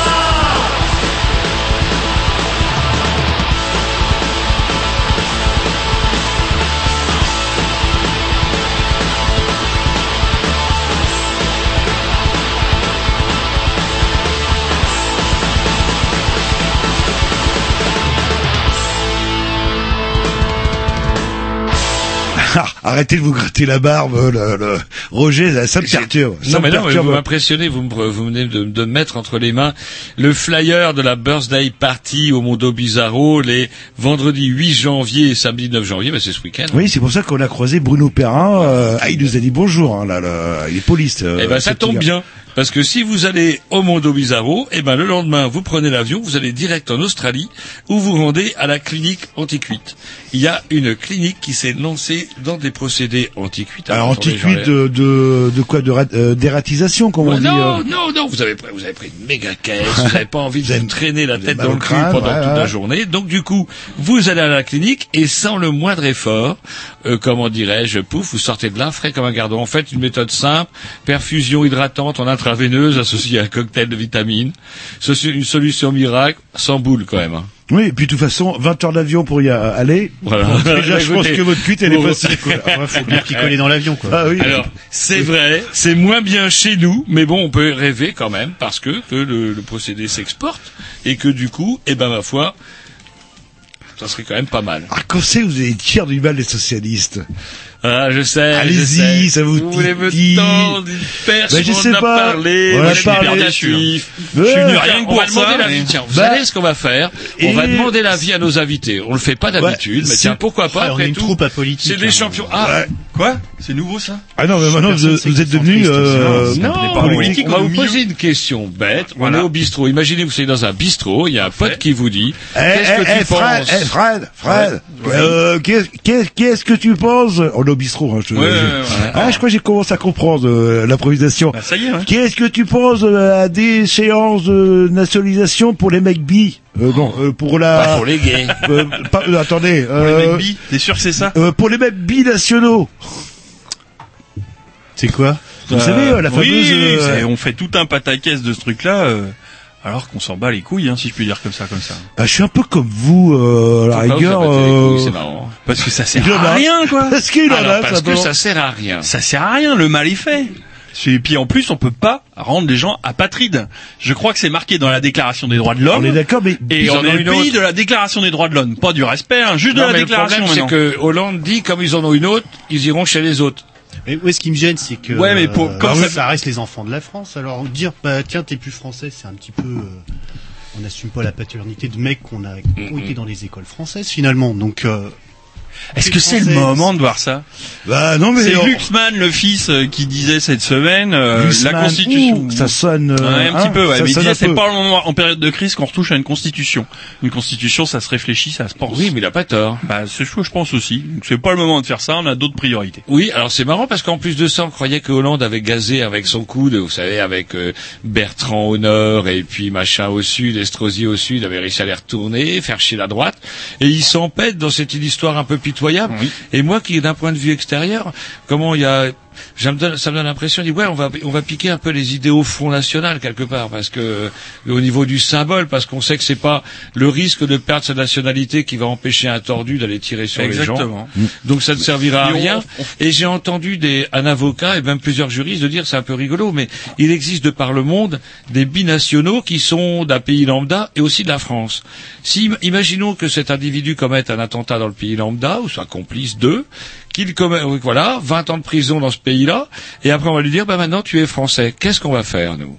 Speaker 4: Ah, arrêtez de vous gratter la barbe, le, le- Roger, ça, ça me perturbe. Ça
Speaker 3: Non,
Speaker 4: me
Speaker 3: mais non, mais
Speaker 4: perturbe.
Speaker 3: vous m'impressionnez, vous, me- vous venez de, de me mettre entre les mains le flyer de la birthday party au Mondo Bizarro, les vendredis 8 janvier et samedi 9 janvier, mais c'est ce week-end.
Speaker 4: Oui, c'est pour ça qu'on a croisé Bruno Perrin. euh, ah, il nous a dit bonjour. hein, là, là, il est poliste. euh,
Speaker 3: Eh ben,
Speaker 4: ce
Speaker 3: ça
Speaker 4: petit
Speaker 3: tombe
Speaker 4: gars.
Speaker 3: bien. Parce que si vous allez au Mondo Bizarro, eh ben, le lendemain, vous prenez l'avion, vous allez direct en Australie, où vous rendez à la clinique anticuite. Il y a une clinique qui s'est lancée dans des procédés anticuites.
Speaker 4: Alors,
Speaker 3: Attendez, j'en ai-
Speaker 4: anticuite de, de, de quoi De ra- euh, d'ératisation, comme
Speaker 3: Ouais,
Speaker 4: on dit.
Speaker 3: Oh, non,
Speaker 4: euh.
Speaker 3: non, non, vous avez, pr- vous avez pris une méga caisse, vous n'avez pas envie de vous traîner la tête
Speaker 4: mal
Speaker 3: dans
Speaker 4: au
Speaker 3: le cul
Speaker 4: crâne,
Speaker 3: pendant
Speaker 4: ouais,
Speaker 3: toute
Speaker 4: ouais.
Speaker 3: la journée. Donc du coup, vous allez à la clinique et sans le moindre effort, euh, comment dirais-je, pouf, vous sortez de là frais comme un gardon. En fait, une méthode simple, perfusion hydratante en intraveineuse associée à un cocktail de vitamines. Ce- Une solution miracle, sans boule quand même. hein.
Speaker 4: Oui, et puis de toute façon, 20 heures d'avion pour y a- aller.
Speaker 3: Voilà.
Speaker 4: Bon, Déjà, je pense
Speaker 3: Écoutez,
Speaker 4: que votre cuite, elle est
Speaker 3: bon,
Speaker 4: passée. quoi. Ouais, faut bien picoler dans l'avion, quoi. Ah oui.
Speaker 3: Alors, c'est vrai, c'est moins bien chez nous, mais bon, on peut rêver quand même parce que, que le, le procédé s'exporte et que du coup, eh ben ma foi, ça serait quand même pas mal.
Speaker 4: Ah, quand c'est que vous allez tirer du mal des socialistes
Speaker 3: Ah, je sais.
Speaker 4: Allez-y,
Speaker 3: je sais.
Speaker 4: ça vous
Speaker 3: Vous voulez me
Speaker 4: titille.
Speaker 3: tendre une perche
Speaker 4: Ben, je
Speaker 3: on
Speaker 4: sais
Speaker 3: en a
Speaker 4: pas.
Speaker 3: parlé,
Speaker 4: On
Speaker 3: moi,
Speaker 4: a
Speaker 3: je suis
Speaker 4: parlé.
Speaker 3: persuasif.
Speaker 4: Ouais.
Speaker 3: Je suis
Speaker 4: Tiens,
Speaker 3: rien que
Speaker 4: on
Speaker 3: pour
Speaker 4: va demander
Speaker 3: ça.
Speaker 4: l'avis.
Speaker 3: Tiens, vous
Speaker 4: Bah,
Speaker 3: savez ce qu'on va faire
Speaker 4: et-
Speaker 3: On va demander l'avis à nos invités. On le fait pas d'habitude, mais tiens, pourquoi pas après tout. C'est des champions. Ah,
Speaker 5: Quoi C'est nouveau ça
Speaker 4: Ah non, mais maintenant, vous, vous êtes devenu... Euh,
Speaker 3: non,
Speaker 4: politique
Speaker 3: on va
Speaker 4: au
Speaker 3: vous
Speaker 4: milieu.
Speaker 3: poser une question bête.
Speaker 4: Voilà.
Speaker 3: On est au bistrot. Imaginez, vous êtes dans un bistrot, il y a un pote qui vous dit,
Speaker 4: Eh,
Speaker 3: qu'est-ce
Speaker 4: eh,
Speaker 3: que tu
Speaker 4: eh, Fred,
Speaker 3: penses
Speaker 4: eh, Fred, Fred,
Speaker 3: Ouais.
Speaker 4: euh, qu'est-ce- qu'est-ce qu'est-ce que tu penses On est au bistrot, hein, je,
Speaker 3: Ouais,
Speaker 4: je-
Speaker 3: ouais, ouais.
Speaker 4: Ah, je crois que j'ai commencé à comprendre euh, l'improvisation.
Speaker 5: Bah, ça y est, ouais.
Speaker 4: Qu'est-ce que tu penses euh, à des séances de nationalisation pour les mecs bi euh, Non, euh, pour la...
Speaker 5: Oh. Pas pour les gays.
Speaker 4: Euh, pas- euh, attendez.
Speaker 5: Pour les
Speaker 4: euh,
Speaker 5: mecs bi, t'es sûr que c'est ça
Speaker 4: euh, Pour les mecs binationaux. C'est quoi Vous
Speaker 5: Euh,
Speaker 4: savez, euh, la fameuse...
Speaker 5: oui, oui,
Speaker 4: euh,
Speaker 5: c'est- on fait tout un pataquès de ce truc-là, euh, alors qu'on s'en bat les couilles, hein, si je puis dire comme ça, comme ça.
Speaker 4: bah, je suis un peu comme vous, euh, à la
Speaker 5: Faut pas vous
Speaker 4: rigueur...
Speaker 5: abattre les couilles,
Speaker 4: euh,
Speaker 5: c'est marrant. hein. Parce que ça sert
Speaker 4: Il y en
Speaker 5: à
Speaker 4: a.
Speaker 5: rien, quoi.
Speaker 4: Parce qu'il en
Speaker 5: Alors,
Speaker 4: a,
Speaker 5: parce que
Speaker 4: simplement.
Speaker 5: ça
Speaker 3: sert à rien.
Speaker 5: Ça sert à rien, le mal est fait. Et puis en plus, on peut pas rendre les gens apatrides. Je crois que c'est marqué dans la Déclaration des droits de l'homme.
Speaker 4: On est d'accord, mais
Speaker 5: Ah et
Speaker 3: Ils en
Speaker 5: on
Speaker 3: ont
Speaker 5: est le
Speaker 3: une
Speaker 5: pays
Speaker 3: autre.
Speaker 5: de la Déclaration des droits de l'homme, pas du respect, hein, juste
Speaker 3: Non,
Speaker 5: de la
Speaker 3: mais le
Speaker 5: Déclaration.
Speaker 3: problème, c'est
Speaker 5: maintenant.
Speaker 3: que Hollande dit, comme ils en ont une autre, ils iront chez les autres.
Speaker 10: Mais où est-ce qui me gêne, c'est que
Speaker 3: Ouais, mais pour-
Speaker 10: euh,
Speaker 3: comme
Speaker 10: ça,
Speaker 3: ça-
Speaker 10: reste les enfants de la France. Alors dire bah tiens t'es plus français, c'est un petit peu euh, on n'assume pas la paternité de mecs qu'on a qui ont été dans les écoles françaises finalement. Donc euh,
Speaker 5: Est-ce
Speaker 10: t'es
Speaker 5: que c'est le
Speaker 10: français,
Speaker 5: moment de voir ça
Speaker 4: Bah non, mais
Speaker 5: c'est
Speaker 4: on-
Speaker 5: Glucksmann, le fils, euh, qui disait cette semaine euh, la
Speaker 4: Glucksmann,
Speaker 5: Constitution.
Speaker 4: ouh, ça sonne, euh,
Speaker 5: Ouais, un
Speaker 4: hein,
Speaker 5: petit peu. Ouais,
Speaker 4: ça
Speaker 5: mais il
Speaker 4: sonne un
Speaker 5: disait c'est
Speaker 4: peu.
Speaker 5: pas le moment en période de crise qu'on retouche à une Constitution. Une Constitution, ça se réfléchit, ça se pense. Oui,
Speaker 3: mais il a pas tort.
Speaker 5: Bah c'est ce que je pense aussi. Donc, C'est pas le moment de faire ça. On a d'autres priorités.
Speaker 3: Oui, alors c'est marrant parce qu'en plus de ça, on croyait que Hollande avait gazé avec son coude, vous savez, avec euh, Bertrand au nord et puis machin au sud, Estrosi au sud, avait réussi à les retourner, faire chier la droite, et il s'empête dans cette histoire un peu pitoyable. Et moi, qui d'un point de vue extérieur, comment il y a, ça me donne, ça me donne l'impression, il dit ouais, on va, on va piquer un peu les idées au Front National quelque part, parce que euh, au niveau du symbole, parce qu'on sait que c'est pas le risque de perdre sa nationalité qui va empêcher un tordu d'aller tirer sur les gens. Mm.
Speaker 5: Exactement.
Speaker 3: Donc ça ne servira à
Speaker 5: Mais on-
Speaker 3: rien. Et j'ai entendu des, un avocat et même plusieurs juristes de dire c'est un peu rigolo, mais il existe de par le monde des binationaux qui sont d'un pays lambda et aussi de la France. Si imaginons que cet individu commette un attentat dans le pays lambda ou soit complice d'eux, qu'il commet, oui, voilà, 20 ans de prison dans ce pays-là, et après on va lui dire, bah maintenant tu es français, qu'est-ce qu'on va faire nous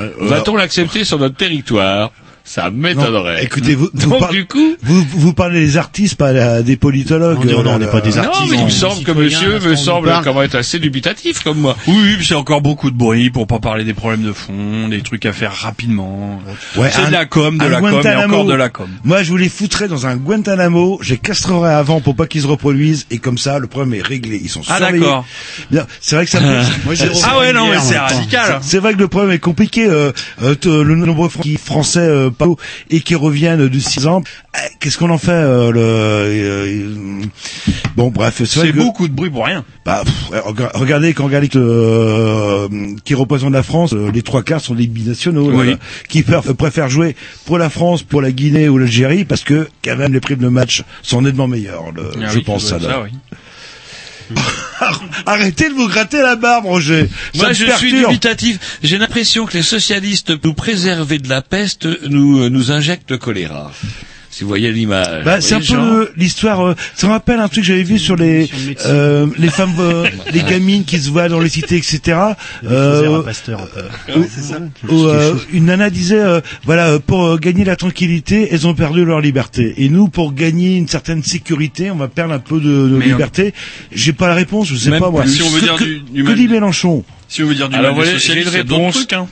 Speaker 5: euh,
Speaker 3: Va-t-on l'accepter sur notre territoire Ça m'étonnerait.
Speaker 4: Écoutez, vous, vous
Speaker 3: Donc,
Speaker 4: parlez-
Speaker 3: du coup,
Speaker 4: vous, vous parlez des artistes, pas la- des politologues.
Speaker 3: on oh
Speaker 4: euh, là, là.
Speaker 3: Non, mais il me semble que monsieur me semble comment être assez dubitatif comme moi.
Speaker 5: Oui, oui, puis c'est encore beaucoup de bruit pour pas parler des problèmes de fond, des trucs à faire rapidement.
Speaker 4: Ouais,
Speaker 5: c'est
Speaker 4: un-
Speaker 5: de la com, de
Speaker 4: un
Speaker 5: la com et
Speaker 4: Guantanamo.
Speaker 5: encore de la com.
Speaker 4: Moi, je vous les foutrais dans un Guantanamo, je les castrerais avant pour pas qu'ils se reproduisent, et comme ça, le problème est réglé. Ils sont
Speaker 5: Ah,
Speaker 4: surveillés.
Speaker 5: d'accord.
Speaker 4: Bien, C'est vrai que ça me...
Speaker 5: Ah. Moi, j'ai Ah ouais, non, mais c'est radical.
Speaker 4: C'est c'est vrai que le problème est compliqué. euh, euh, t- le nombre fran- qui- français euh, pas haut et qui reviennent de 6 ans, euh, qu'est-ce qu'on en fait euh, le, euh, euh, Bon, bref, c'est vrai
Speaker 5: C'est
Speaker 4: que-
Speaker 5: beaucoup de bruit pour rien.
Speaker 4: bah, pff, ouais, rega- regardez quand regardez que, euh, qui représente la France, euh, les trois quarts sont des binationaux là,
Speaker 5: Oui.
Speaker 4: là, qui préf- préfèrent jouer pour la France, pour la Guinée ou l'Algérie parce que quand même les primes de match sont nettement meilleures. le-
Speaker 5: Ah
Speaker 4: je
Speaker 5: oui,
Speaker 4: pense
Speaker 5: ça
Speaker 3: bah,
Speaker 4: ça.
Speaker 5: doit
Speaker 4: là.
Speaker 5: être
Speaker 4: Arrêtez de vous gratter la barbe, Roger. Ça
Speaker 3: Moi,
Speaker 4: me
Speaker 3: je suis
Speaker 4: perturbe.
Speaker 3: dubitatif. J'ai l'impression que les socialistes, pour nous préserver de la peste, nous, euh, nous injectent le choléra. Si vous voyez l'image.
Speaker 4: Bah,
Speaker 3: Vous
Speaker 4: c'est un
Speaker 3: voyez,
Speaker 4: peu
Speaker 3: Jean
Speaker 4: le- l'histoire. euh, ça me rappelle un truc que j'avais vu sur les euh, les femmes, euh, les gamines qui se voient dans les cités, etc.
Speaker 10: Faussaire
Speaker 4: Euh,
Speaker 10: à Pasteur, un peu.
Speaker 4: où-
Speaker 10: Ouais, c'est ça.
Speaker 4: où, euh, une nana disait, euh, voilà, euh, pour euh, gagner la tranquillité, elles ont perdu leur liberté. Et nous, pour gagner une certaine sécurité, on va perdre un peu de, de
Speaker 5: Mais, euh,
Speaker 4: liberté. J'ai pas la réponse, je sais
Speaker 5: même
Speaker 4: pas moi.
Speaker 5: plus, si on veut
Speaker 4: Que-
Speaker 5: dire
Speaker 4: que,
Speaker 5: du- du
Speaker 4: que
Speaker 5: mal-
Speaker 4: dit Mélenchon
Speaker 5: Si on veut dire du
Speaker 3: Alors,
Speaker 5: mal des
Speaker 3: voilà, j'ai
Speaker 5: socialistes,
Speaker 3: une
Speaker 5: il y a d'autres
Speaker 3: réponse.
Speaker 5: trucs, hein.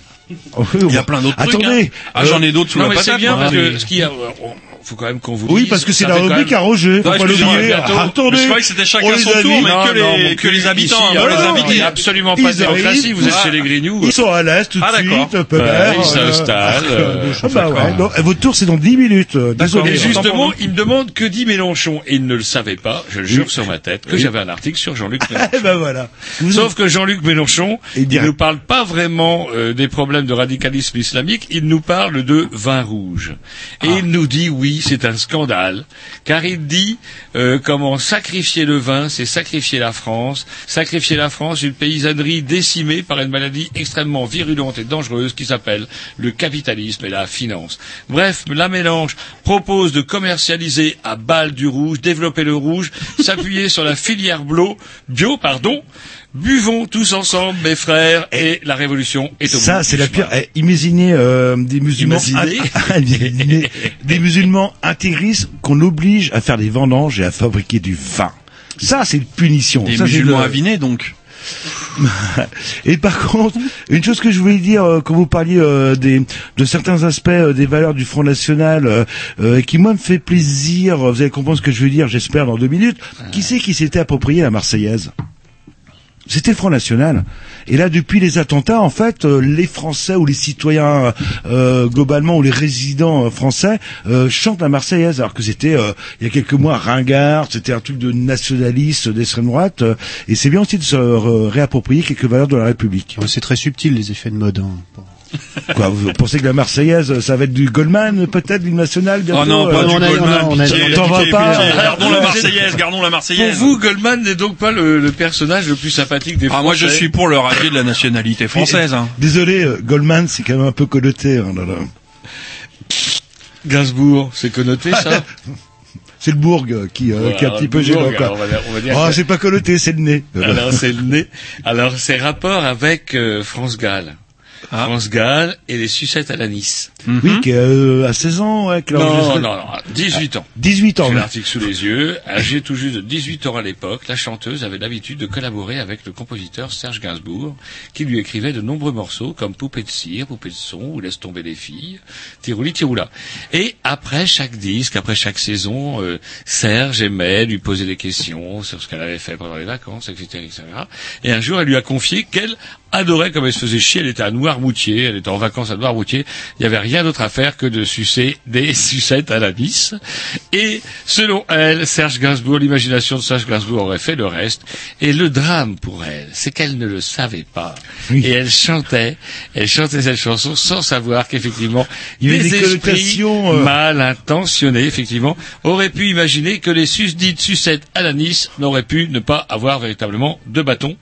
Speaker 5: Il y a plein d'autres trucs,
Speaker 4: Attendez.
Speaker 5: hein. Ah, j'en ai d'autres sous
Speaker 3: non,
Speaker 5: la
Speaker 3: mais
Speaker 5: patate,
Speaker 3: c'est bien
Speaker 5: moi,
Speaker 3: parce
Speaker 5: hein,
Speaker 3: que
Speaker 5: mais-
Speaker 3: ce qu'il y a, euh, on- faut quand même qu'on vous
Speaker 4: Ah, Oui,
Speaker 3: dise,
Speaker 4: parce que c'est
Speaker 3: ça
Speaker 4: la
Speaker 3: fait quand
Speaker 4: rubrique
Speaker 3: même-
Speaker 4: à Roger. Faut
Speaker 3: Non,
Speaker 4: pas
Speaker 3: excusez-moi,
Speaker 4: l'oublier. Ah,
Speaker 3: bientôt.
Speaker 4: Attendez.
Speaker 3: Mais je croyais que c'était chacun
Speaker 4: On
Speaker 3: son
Speaker 4: les a
Speaker 3: tour,
Speaker 4: dit.
Speaker 3: mais que les-
Speaker 4: mon
Speaker 3: que
Speaker 4: cul,
Speaker 3: les habitants,
Speaker 4: ici,
Speaker 3: hein,
Speaker 4: alors,
Speaker 3: les
Speaker 4: non,
Speaker 3: invités.
Speaker 4: il y a
Speaker 3: Absolument pas de
Speaker 4: Ils arrivent. Ah.
Speaker 3: démocratie, vous êtes chez les Grignoux.
Speaker 4: Ils sont à l'aise tout de
Speaker 3: Ah, d'accord.
Speaker 4: suite, pépère,
Speaker 3: Ouais, ils
Speaker 4: euh,
Speaker 3: s'installent, euh,
Speaker 4: Ah, bah ouais.
Speaker 3: d'accord.
Speaker 4: Donc, votre tour, c'est dans 10 minutes. euh,
Speaker 3: D'accord.
Speaker 4: Désolé.
Speaker 3: Et justement, il me demande que dit Mélenchon. Et il ne le savait pas, je le jure sur ma tête, que
Speaker 4: Oui.
Speaker 3: j'avais un article sur Jean-Luc Mélenchon.
Speaker 4: Eh ben voilà.
Speaker 3: Sauf que Jean-Luc Mélenchon, il
Speaker 4: dirait-
Speaker 3: nous parle pas vraiment euh, des problèmes de radicalisme islamique, il nous parle de vin rouge. Et il nous dit, oui, c'est un scandale, car il dit euh, comment sacrifier le vin, c'est sacrifier la France, sacrifier la France, une paysannerie décimée par une maladie extrêmement virulente et dangereuse qui s'appelle le capitalisme et la finance. Bref, la mélange propose de commercialiser à balle du rouge, développer le rouge, s'appuyer sur la filière bio, bio, pardon, Buvons tous ensemble, mes frères, et la révolution est au bout
Speaker 4: Ça, c'est
Speaker 3: du
Speaker 4: la
Speaker 3: chemin.
Speaker 4: pire. eh, imaginez euh, des musulmans,
Speaker 3: Imaginez.
Speaker 4: in- imaginez des musulmans intégristes qu'on oblige à faire des vendanges et à fabriquer du vin. Ça, c'est une punition.
Speaker 5: Des
Speaker 4: Ça, c'est
Speaker 5: musulmans
Speaker 4: le-
Speaker 5: avinés, donc.
Speaker 4: Et par contre, une chose que je voulais dire euh, quand vous parliez euh, des de certains aspects euh, des valeurs du Front National, euh, euh, qui moi me fait plaisir. euh, Vous allez comprendre ce que je veux dire, j'espère dans deux minutes. Qui c'est qui s'était approprié la Marseillaise c'était le Front National. Et là, depuis les attentats, en fait, euh, les Français ou les citoyens euh, globalement ou les résidents euh, français euh, chantent la Marseillaise, alors que c'était euh, il y a quelques mois ringard, c'était un truc de nationaliste euh, d'extrême droite. euh, et c'est bien aussi de se euh, réapproprier quelques valeurs de la République.
Speaker 10: C'est très subtil les effets de mode. hein. Bon.
Speaker 4: Quoi, vous pensez que la Marseillaise, euh, ça va être du Goldman, peut-être d'une nationale bientôt
Speaker 5: Oh non, pas
Speaker 4: euh,
Speaker 5: du
Speaker 4: on a-
Speaker 5: Goldman,
Speaker 4: on a-
Speaker 5: pitié,
Speaker 4: on t'en va
Speaker 5: pitié,
Speaker 4: pas.
Speaker 5: pitié. Gardons la
Speaker 4: Ouais,
Speaker 5: Marseillaise, gardons la
Speaker 3: Pour
Speaker 5: Marseillaise.
Speaker 3: vous, Goldman n'est donc pas le, le personnage le plus sympathique des
Speaker 5: Ah,
Speaker 3: Français.
Speaker 5: moi, je suis pour le radier de la nationalité française, hein.
Speaker 4: Désolé, euh, Goldman, c'est quand même un peu connoté. hein, là, là.
Speaker 3: Gainsbourg, c'est connoté ça
Speaker 4: C'est le Bourg euh, qui, euh,
Speaker 3: Voilà,
Speaker 4: qui est un petit peu
Speaker 3: le Bourg,
Speaker 4: gênant. quoi.
Speaker 3: alors, on va dire- on va dire
Speaker 4: Ah,
Speaker 3: que-
Speaker 4: c'est pas connoté, c'est le nez.
Speaker 5: Ah,
Speaker 3: Alors c'est le nez. Alors c'est rapport avec euh, France Gall.
Speaker 4: Ah.
Speaker 3: France Gall et les sucettes à l'anis.
Speaker 4: Oui, qui est, euh, à 16 ans, ouais. qui l'a
Speaker 3: Hein Non,
Speaker 4: enregistré.
Speaker 3: non, non, 18 ans.
Speaker 4: 18 ans,
Speaker 3: J'ai
Speaker 4: ouais.
Speaker 3: l'article sous les yeux. Âgée tout juste de 18 ans à l'époque, la chanteuse avait l'habitude de collaborer avec le compositeur Serge Gainsbourg, qui lui écrivait de nombreux morceaux comme Poupée de cire, Poupée de son ou Laisse tomber les filles, Tirouli, Tiroula. Et après chaque disque, après chaque saison, euh, Serge aimait lui poser des questions sur ce qu'elle avait fait pendant les vacances, etc., etc. Et un jour, elle lui a confié qu'elle adorait comme elle se faisait chier. Elle était à Noirmoutier, elle était en vacances à Noirmoutier. Il n'y avait rien d'autre à faire que de sucer des sucettes à la bis. Et selon elle, Serge Gainsbourg, l'imagination de Serge Gainsbourg aurait fait le reste. Et le drame pour elle, c'est qu'elle ne le savait pas. Et elle chantait, elle chantait cette chanson sans savoir qu'effectivement,
Speaker 4: Il y avait
Speaker 3: des,
Speaker 4: des
Speaker 3: esprits
Speaker 4: connotations, euh,
Speaker 3: mal intentionnés, effectivement, auraient pu imaginer que les susdites sucettes à la Nice n'auraient pu ne pas avoir véritablement de bâton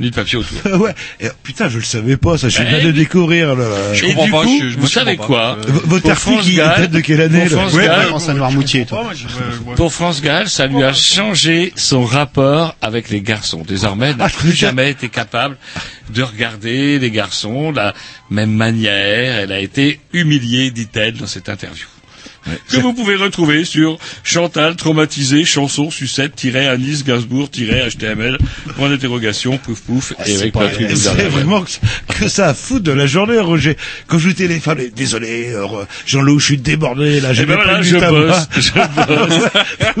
Speaker 3: Ni de papier autour.
Speaker 4: ouais. Et, oh, putain, je le savais pas, ça. Je
Speaker 3: Bah,
Speaker 4: viens de découvrir. Là.
Speaker 3: Je comprends pas, je- je me comprends pas. Euh,
Speaker 4: V- Votre
Speaker 3: pour
Speaker 4: article,
Speaker 3: France
Speaker 4: il
Speaker 3: Gall-
Speaker 4: date de quelle année
Speaker 3: pour
Speaker 4: là
Speaker 3: France Gall- Ouais,
Speaker 10: Pense à Noirmoutier, toi.
Speaker 3: Pour France Gall, ça lui a changé son rapport avec les garçons. Désormais,
Speaker 4: Ah,
Speaker 3: elle n'a plus jamais été capable de regarder les garçons de la même manière. Elle a été humiliée, dit-elle, dans cette interview. Que vous pouvez retrouver sur Chantal traumatisée chanson sucette Anis Gainsbourg HTML point d'interrogation pouf pouf
Speaker 4: Ah,
Speaker 3: et
Speaker 4: c'est
Speaker 3: avec
Speaker 4: pas-
Speaker 3: la truc
Speaker 4: c'est
Speaker 3: derrière.
Speaker 4: vraiment que, que ça à foutre de la journée, Roger. Quand je vous téléphone, et désolé, euh, Re- Jean-Loup, je suis débordé, là,
Speaker 3: Eh
Speaker 4: j'ai
Speaker 3: ben
Speaker 4: même
Speaker 3: voilà,
Speaker 4: pas eu
Speaker 3: je
Speaker 4: du tabac.
Speaker 3: bosse, je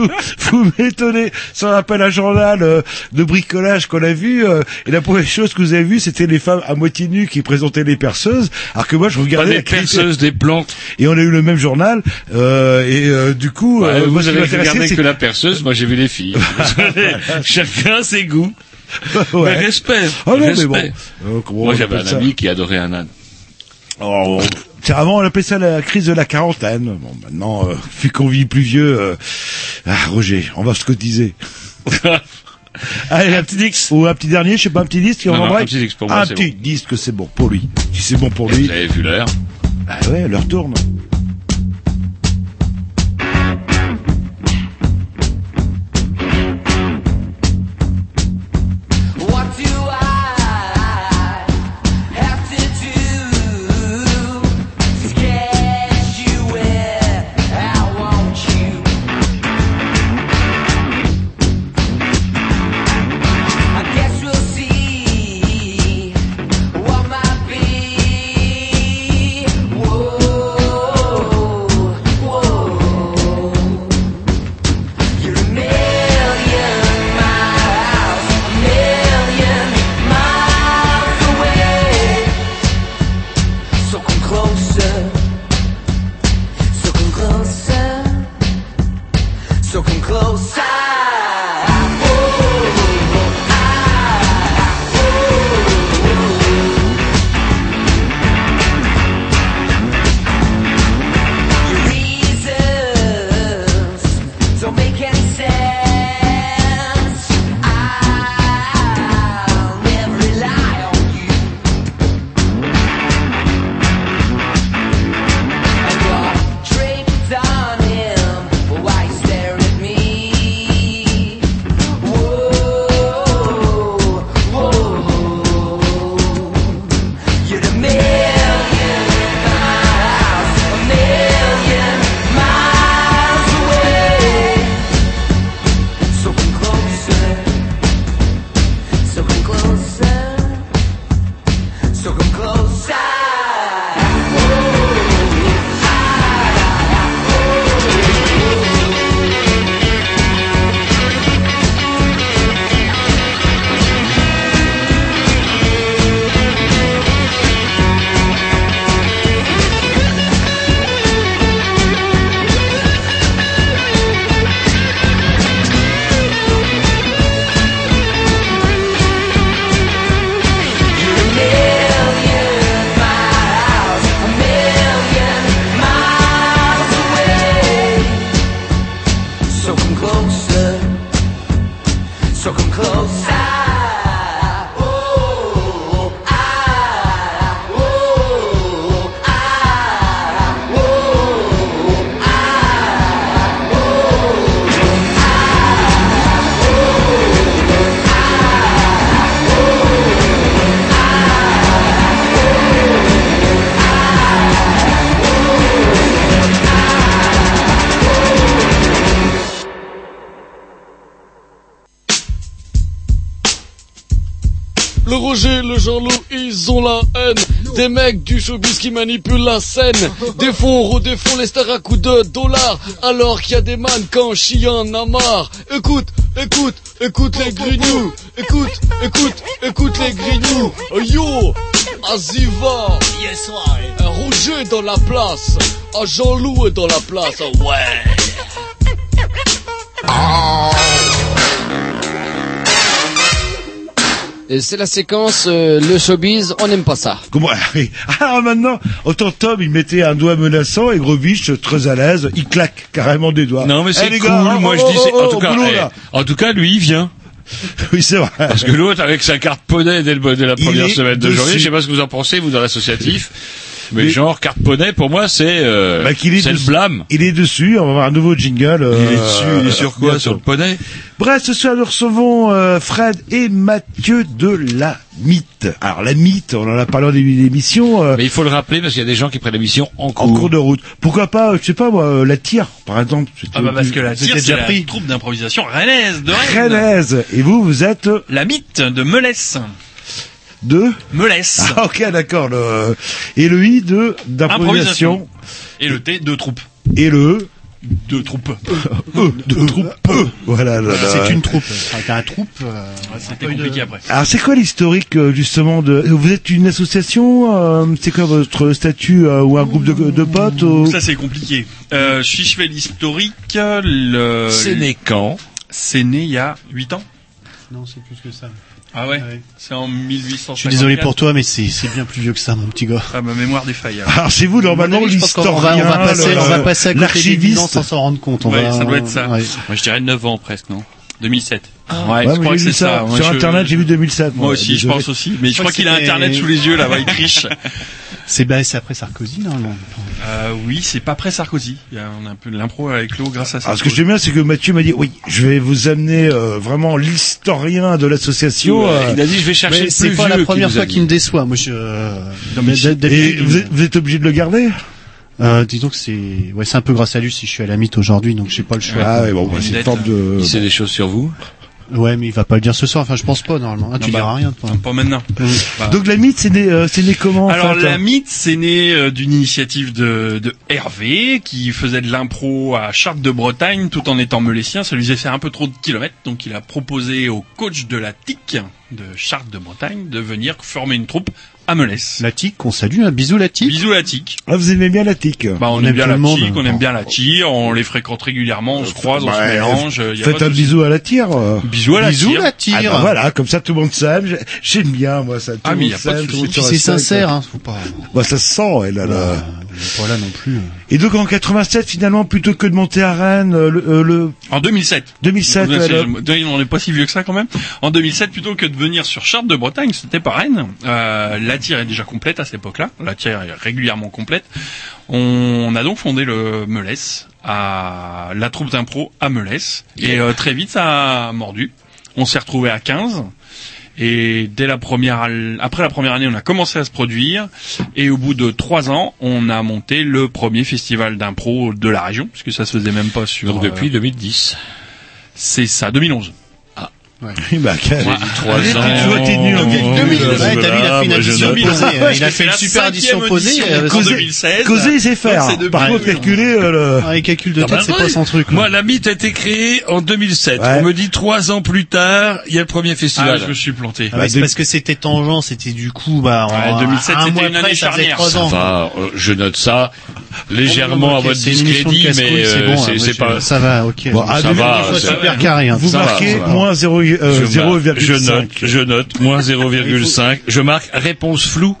Speaker 4: vous vous m'étonnez, sans appel à journal euh, de bricolage qu'on a vu, euh, et la première chose que vous avez vue, c'était les femmes à moitié nues qui présentaient les perceuses, alors que moi, je regardais
Speaker 3: des
Speaker 4: la qualité.
Speaker 3: perceuses, des plantes.
Speaker 4: Et on a eu le même journal, euh, et euh, du coup,
Speaker 3: Ouais,
Speaker 4: euh, moi,
Speaker 3: vous
Speaker 4: ce qui
Speaker 3: avez
Speaker 4: m'intéressait,
Speaker 3: regardé
Speaker 4: c'est
Speaker 3: que la perceuse, moi j'ai vu les filles. Chacun ses goûts.
Speaker 4: Ouais.
Speaker 3: Mais respect.
Speaker 4: Ah non, mais
Speaker 3: respect.
Speaker 4: bon. Euh, comment
Speaker 3: moi
Speaker 4: on
Speaker 3: j'avais un
Speaker 4: appelle ça
Speaker 3: ami qui adorait un âne. Oh.
Speaker 4: Tiens, avant, on appelait ça la crise de la quarantaine. Bon, maintenant, euh, vu qu'on vit plus vieux, euh, ah, Roger, on va se cotiser. Allez, un petit disque. Ou un petit dernier, je sais pas, un petit disque. et on
Speaker 3: Non, non,
Speaker 4: embraye
Speaker 3: un petit disque pour moi,
Speaker 4: Un
Speaker 3: c'est
Speaker 4: petit disque, c'est bon pour lui. Si c'est bon pour lui.
Speaker 3: Vous avez vu l'heure
Speaker 4: Ah ouais, l'heure tourne.
Speaker 2: What do I have to do? Scared you where I want you. I guess we'll see what might be. Whoa, whoa. You're a million miles. Million miles away, so come closer, so come closer, so come closer. Oh, ah. Your reasons don't make any sense. I'll never rely on you. And you're draped on him. Why you stare at me? Whoa, whoa. You're a million miles, a million miles away. So come closer, so come closer, so come closer. So come closer. So come closer. Oh, ah, oh, ah, oh, ah, oh.
Speaker 5: Le Roger, le Jean-Loup, ils ont la haine. Des mecs du showbiz qui manipulent la scène. Des fonds redéfont les stars à coups de dollars. Alors qu'il y a des man quand chi en a marre. Écoute, écoute, écoute les grignoux. Écoute, écoute, écoute les grignoux. Oh, Yo, Aziva. Yes, Roger est dans la place. Ah, Jean-Loup est dans la place. Ah, Ouais.
Speaker 11: Et C'est la séquence euh, le showbiz, on n'aime pas ça.
Speaker 4: Comment ah, oui. Alors maintenant, autant Tom, il mettait un doigt menaçant et Grovitch, très à l'aise, il claque carrément des doigts.
Speaker 3: Non mais
Speaker 4: Eh,
Speaker 3: c'est
Speaker 4: les
Speaker 3: cool.
Speaker 4: gars, hein,
Speaker 3: Moi
Speaker 4: oh,
Speaker 3: je dis,
Speaker 4: oh,
Speaker 3: c'est- en
Speaker 4: oh,
Speaker 3: tout cas,
Speaker 4: boulot,
Speaker 3: eh,
Speaker 4: là.
Speaker 3: en tout cas, lui il vient.
Speaker 4: Oui, c'est vrai.
Speaker 3: Parce que l'autre, avec sa carte poney dès, le- dès la
Speaker 4: Il
Speaker 3: première
Speaker 4: est
Speaker 3: semaine de janvier,
Speaker 4: dessus.
Speaker 3: je sais pas ce que vous en pensez, vous, dans l'associatif. Mais, genre, carte poney, pour moi, c'est, euh,
Speaker 4: Bah, qu'il est
Speaker 3: c'est le
Speaker 4: dessus-
Speaker 3: blâme.
Speaker 4: Il est dessus, on va avoir un nouveau jingle. euh,
Speaker 3: Il est dessus, il est sur quoi Sur le poney
Speaker 4: Bref, ce soir, nous recevons euh, Fred et Mathieu de la Mythe. Alors, la Mythe, on en a parlé au début de l'émission, euh,
Speaker 3: Mais il faut le rappeler parce qu'il y a des gens qui prennent l'émission en cours.
Speaker 4: en cours de route. Pourquoi pas, euh, je sais pas moi, euh, la tire, par exemple. c'était
Speaker 5: Ah bah
Speaker 4: au
Speaker 5: parce
Speaker 4: début-
Speaker 5: que la
Speaker 4: c'était
Speaker 5: tire, c'est
Speaker 4: déjà
Speaker 5: la
Speaker 4: pris.
Speaker 5: troupe d'improvisation rennaise de Rennes.
Speaker 4: Rennaise. Et vous, vous êtes euh,
Speaker 5: La mythe de Melès.
Speaker 4: de
Speaker 5: Melès.
Speaker 4: Ah, ok, d'accord. Le... Et le I de d'improvisation.
Speaker 5: Et le T de troupe.
Speaker 4: Et le E.
Speaker 5: De troupe.
Speaker 4: E, de troupe. E. Voilà. là, là.
Speaker 10: C'est une troupe. Enfin, t'as un troupe. euh,
Speaker 5: C'était compliqué après.
Speaker 4: Alors c'est quoi l'historique euh, justement de vous êtes une association euh, c'est quoi votre statut euh, ou un groupe de, de potes ou-
Speaker 5: Ça c'est compliqué. Euh, si je fais l'historique, le...
Speaker 3: C'est né quand
Speaker 5: C'est né il y a 8 ans.
Speaker 10: Non, c'est plus que ça.
Speaker 5: Ah ouais, C'est en 1800.
Speaker 10: Je suis désolé pour toi, mais c'est c'est bien plus vieux que ça, mon petit gars.
Speaker 5: Ah, ma mémoire défaille.
Speaker 4: Alors c'est vous normalement
Speaker 10: Je pense qu'on va- on va,
Speaker 4: l'historien,
Speaker 10: passer,
Speaker 4: le-
Speaker 10: on va passer à côté des
Speaker 4: l'archiviste.
Speaker 10: bilans sans s'en rendre compte. On
Speaker 5: Ouais,
Speaker 10: va-
Speaker 5: ça doit être ça.
Speaker 10: ouais.
Speaker 7: Moi, je dirais 9 ans presque, non 2007.
Speaker 5: Ah.
Speaker 4: Ouais, moi, j'ai vu ça,
Speaker 7: Moi,
Speaker 4: sur
Speaker 7: je-
Speaker 4: internet j'ai vu 2007.
Speaker 7: Moi aussi, je
Speaker 4: désolé.
Speaker 7: pense aussi, mais je crois
Speaker 10: que
Speaker 7: qu'il a
Speaker 10: c'était-
Speaker 7: Internet sous les yeux, là-bas, il triche.
Speaker 10: C'est bah, c'est après Sarkozy, normalement.
Speaker 5: Euh, oui, c'est pas après Sarkozy. Il y a- on a un peu de l'impro avec l'eau grâce à ça.
Speaker 4: Alors ce Ah, que j'aime bien c'est que Mathieu m'a dit oui je vais vous amener euh, vraiment l'historien de l'association. euh,
Speaker 3: Il a dit, je vais chercher
Speaker 10: Mais
Speaker 3: le
Speaker 10: c'est
Speaker 3: plus
Speaker 10: pas la
Speaker 3: vieux
Speaker 10: première
Speaker 3: qui nous a
Speaker 10: fois
Speaker 3: dit.
Speaker 10: qu'il me déçoit. Moi, je.
Speaker 4: et vous êtes, vous êtes obligé de le garder
Speaker 10: Euh, disons que c'est ouais c'est un peu grâce à lui si je suis à la mythe aujourd'hui donc j'ai pas le choix. Ah,
Speaker 4: Ah ouais, bon, bah, c'est une forme de.
Speaker 3: Il sait des choses sur vous.
Speaker 10: Ouais mais il va pas le dire ce soir enfin je pense pas normalement. Ah, tu
Speaker 5: bah,
Speaker 10: diras rien toi.
Speaker 5: Pas maintenant. Bah,
Speaker 4: Donc la mythe c'est né, euh, c'est né comment en
Speaker 5: Alors
Speaker 4: fait,
Speaker 5: la
Speaker 4: hein
Speaker 5: mythe, c'est né euh, d'une initiative de, de Hervé qui faisait de l'impro à Chartres de Bretagne tout en étant meulessien. Ça lui faisait faire un peu trop de kilomètres, donc il a proposé au coach de la TIC de Chartres de Bretagne de venir former une troupe à Melès.
Speaker 10: La tique qu'on salue hein. un bisou la tique.
Speaker 5: Bisous la TIC.
Speaker 4: Ah, vous aimez bien la tique
Speaker 5: Bah, on,
Speaker 10: On
Speaker 5: aime
Speaker 10: aime
Speaker 5: bien
Speaker 10: tout
Speaker 5: la
Speaker 10: le monde. Euh,
Speaker 5: TIC, on aime bien la TIR, on les fréquente régulièrement, on se croise, on se
Speaker 4: Ouais,
Speaker 5: mélange. euh, y a
Speaker 4: Faites
Speaker 5: pas
Speaker 4: un
Speaker 5: de souci. Ah,
Speaker 4: bisou à la tire. euh.
Speaker 5: Bisous à la
Speaker 10: Bisous
Speaker 5: tire.
Speaker 10: la tire.
Speaker 4: Ah bah voilà, comme ça tout le monde s'aime. J'ai- J'aime bien moi ça. Tout
Speaker 5: Ah,
Speaker 4: le
Speaker 5: mais
Speaker 4: monde
Speaker 5: y a pas de
Speaker 4: s'aime, tout le
Speaker 5: souci.
Speaker 4: monde se
Speaker 10: Puis c'est
Speaker 4: respecte.
Speaker 10: sincère hein faut pas
Speaker 4: Bah ça se sent elle là. là.
Speaker 10: faut pas là non plus.
Speaker 4: Et donc en 87 finalement plutôt que de monter à Rennes euh, le, euh, le
Speaker 5: En 2007.
Speaker 4: 2007,
Speaker 5: Vous-
Speaker 4: alors.
Speaker 5: je- je- on n'est pas si vieux que ça quand même. En 2007, plutôt que de venir sur Chartres de Bretagne, c'était pas Rennes. Euh, la tire est déjà complète à cette époque-là. La tire est régulièrement complète. On a donc fondé le Melès à la troupe d'impro à Melès. Et euh, très vite, ça a mordu. On s'est retrouvé à 15. Et dès la première, al- après la première année, on a commencé à se produire. Et au bout de trois ans, on a monté le premier festival d'impro de la région, puisque ça se faisait même pas sur. euh,
Speaker 3: Donc depuis 2010.
Speaker 5: C'est ça, 2011.
Speaker 4: Oui, bah, quel-
Speaker 3: J'ai dit trois
Speaker 4: tu
Speaker 3: ans.
Speaker 4: vois, t'es nul. hein.
Speaker 3: Donc,
Speaker 4: en-
Speaker 10: Deux minutes.
Speaker 4: en-
Speaker 10: Ouais, t'as vu, il a fait une
Speaker 4: moi, je
Speaker 10: addition
Speaker 4: note.
Speaker 10: posée. euh, Il a
Speaker 5: J'ai fait
Speaker 10: fait une
Speaker 5: la
Speaker 10: super addition
Speaker 5: cinquième
Speaker 10: posée.
Speaker 5: audition
Speaker 10: euh,
Speaker 5: en
Speaker 10: c'est-
Speaker 5: 2016.
Speaker 4: Causer et c'est faire.
Speaker 5: Donc, c'est depuis-
Speaker 4: Par contre, calculer euh, le.
Speaker 10: Ah, les calculs de
Speaker 3: Ah bah
Speaker 10: tête, c'est
Speaker 3: non,
Speaker 10: pas
Speaker 3: il-
Speaker 10: son truc.
Speaker 3: Moi, la mythe a été créée en 2007.
Speaker 4: Ouais.
Speaker 3: On me dit trois ans plus tard, il y a le premier
Speaker 5: Ah,
Speaker 3: festival.
Speaker 5: je me suis planté.
Speaker 10: Ah, mais c'est parce que c'était tangent, c'était du coup, bah, en
Speaker 5: Ouais, 2007,
Speaker 10: un
Speaker 5: c'était
Speaker 10: mois
Speaker 5: une
Speaker 10: après,
Speaker 5: année
Speaker 10: ça faisait
Speaker 5: charnière,
Speaker 10: trois
Speaker 5: ça
Speaker 10: ans.
Speaker 3: Enfin, euh, je note ça légèrement
Speaker 10: Bon, ok,
Speaker 3: à
Speaker 10: Oh,
Speaker 3: votre
Speaker 10: c'est une émission de
Speaker 3: discrédit,
Speaker 10: casse-couilles,
Speaker 3: mais
Speaker 10: c'est
Speaker 3: euh,
Speaker 10: bon,
Speaker 3: c'est
Speaker 10: hein,
Speaker 3: c'est
Speaker 10: moi,
Speaker 3: pas.
Speaker 10: je- ça va, ok.
Speaker 4: Bon, ah,
Speaker 3: Ça
Speaker 4: deux-
Speaker 3: va,
Speaker 10: Fois
Speaker 3: ça
Speaker 10: super
Speaker 3: va.
Speaker 10: carré, hein.
Speaker 4: Vous
Speaker 3: Ça va,
Speaker 4: marquez
Speaker 3: ça va.
Speaker 4: moins 0,
Speaker 3: Je
Speaker 4: euh,
Speaker 3: marque- je note,
Speaker 4: 0,5.
Speaker 3: je note, moins 0,5. Je marque réponse floue,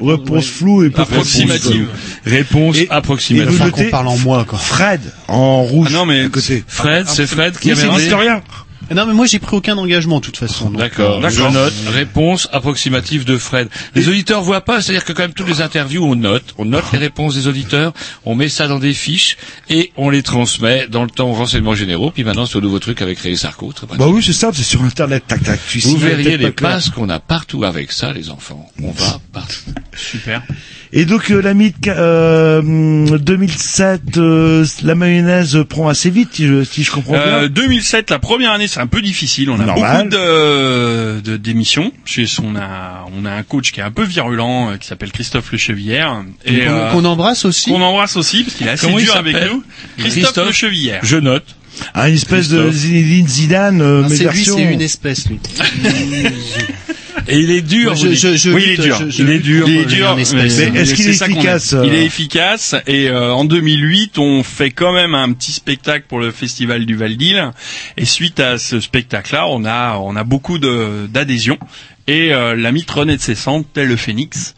Speaker 4: Réponse floue et peu
Speaker 3: approximative. Réponse
Speaker 4: Et- Et
Speaker 3: approximative.
Speaker 4: vous
Speaker 10: Enfin, qu'on
Speaker 4: notez
Speaker 10: parle en moi, quoi.
Speaker 4: Fred en rouge.
Speaker 5: Ah non, mais-
Speaker 4: à côté.
Speaker 3: Fred, c'est Fred qui
Speaker 4: Oui,
Speaker 3: a
Speaker 4: c'est
Speaker 3: merdé.
Speaker 4: l'historien.
Speaker 10: Non, mais moi, j'ai pris aucun engagement, de toute façon. donc,
Speaker 3: D'accord,
Speaker 10: euh,
Speaker 3: je note réponse approximative de Fred. Les auditeurs voient pas, c'est-à-dire que quand même toutes les interviews on note, on note les réponses des auditeurs, on met ça dans des fiches et on les transmet dans le temps aux renseignements généraux. Puis maintenant c'est au nouveau truc avec Ray Sarko. très pratique.
Speaker 4: Bah oui, c'est simple, c'est sur internet, tac tac. Tu
Speaker 3: Vous
Speaker 4: signes,
Speaker 3: verriez
Speaker 4: peut-être
Speaker 3: les
Speaker 4: pas clair.
Speaker 3: passes qu'on a partout avec ça, les enfants. On va partout.
Speaker 5: Super.
Speaker 4: Et donc euh, la mythe euh, hum, 2007, euh, la mayonnaise prend assez vite, si je, si je comprends
Speaker 5: Euh,
Speaker 4: bien.
Speaker 5: 2007, la première année, c'est un peu difficile. On a
Speaker 4: Normal.
Speaker 5: beaucoup de, de démissions. Chez on a, on a un coach qui est un peu virulent, euh, qui s'appelle Christophe Lechevière. Et,
Speaker 10: qu'on-
Speaker 5: euh,
Speaker 10: qu'on embrasse aussi.
Speaker 5: qu'on embrasse aussi, parce qu'il est assez
Speaker 3: Comment il
Speaker 5: dur avec
Speaker 3: s'appelle
Speaker 5: nous. Christophe,
Speaker 3: Christophe
Speaker 5: Lechevière.
Speaker 3: Je note.
Speaker 4: Un espèce de
Speaker 3: Christophe.
Speaker 4: Zinedine Zidane, euh,
Speaker 10: Ah,
Speaker 4: mais
Speaker 10: c'est lui,
Speaker 4: version.
Speaker 10: c'est une espèce, lui.
Speaker 3: Et il est dur. vous
Speaker 10: Je,
Speaker 3: dites.
Speaker 10: je, je
Speaker 5: Oui, il
Speaker 10: lutte,
Speaker 5: est dur.
Speaker 10: je- je
Speaker 5: Il est
Speaker 10: lutte
Speaker 5: dur.
Speaker 10: contre
Speaker 5: Il est
Speaker 10: le
Speaker 5: dur,
Speaker 10: lien d'espèce.
Speaker 4: mais- est-ce qu'il
Speaker 5: C'est
Speaker 4: est
Speaker 5: ça qu'on aime.
Speaker 4: efficace, euh
Speaker 5: Il est efficace et euh, en 2008, on fait quand même un petit spectacle pour le festival du Val d'Île et suite à ce spectacle-là, on a on a beaucoup de d'adhésions et euh, la mythe renaît de ses cendres tel le phénix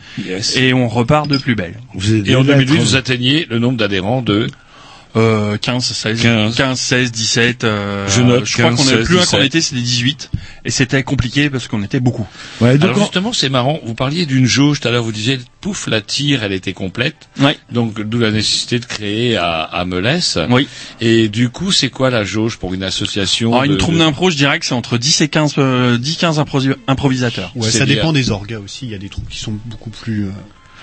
Speaker 5: et on repart de plus belle.
Speaker 4: Vous êtes
Speaker 3: Et en
Speaker 4: des
Speaker 3: 2008,
Speaker 4: lettres.
Speaker 3: vous atteignez le nombre d'adhérents de
Speaker 5: euh, 15, 16, 15, 16, 17. euh,
Speaker 3: Je note
Speaker 5: crois
Speaker 3: 15,
Speaker 5: qu'on avait
Speaker 3: 16,
Speaker 5: plus un qu'on
Speaker 3: 17.
Speaker 5: était, c'était 18. Et c'était compliqué parce qu'on était beaucoup.
Speaker 3: Alors justement, c'est marrant. Vous parliez d'une jauge tout à l'heure. Vous disiez, pouf, la tire, elle était complète. Donc d'où la nécessité de créer à, à Melès. Et du coup, c'est quoi la jauge pour Ah, une association
Speaker 5: Alors,
Speaker 3: de-
Speaker 5: une troupe
Speaker 3: de-
Speaker 5: d'impro, je dirais que c'est entre 10 et 15, euh, 10, 15 improvis- improvisateurs.
Speaker 3: Ouais, C'est ça lié dépend à-
Speaker 10: des orgas aussi, il y a des troupes qui sont beaucoup plus... euh,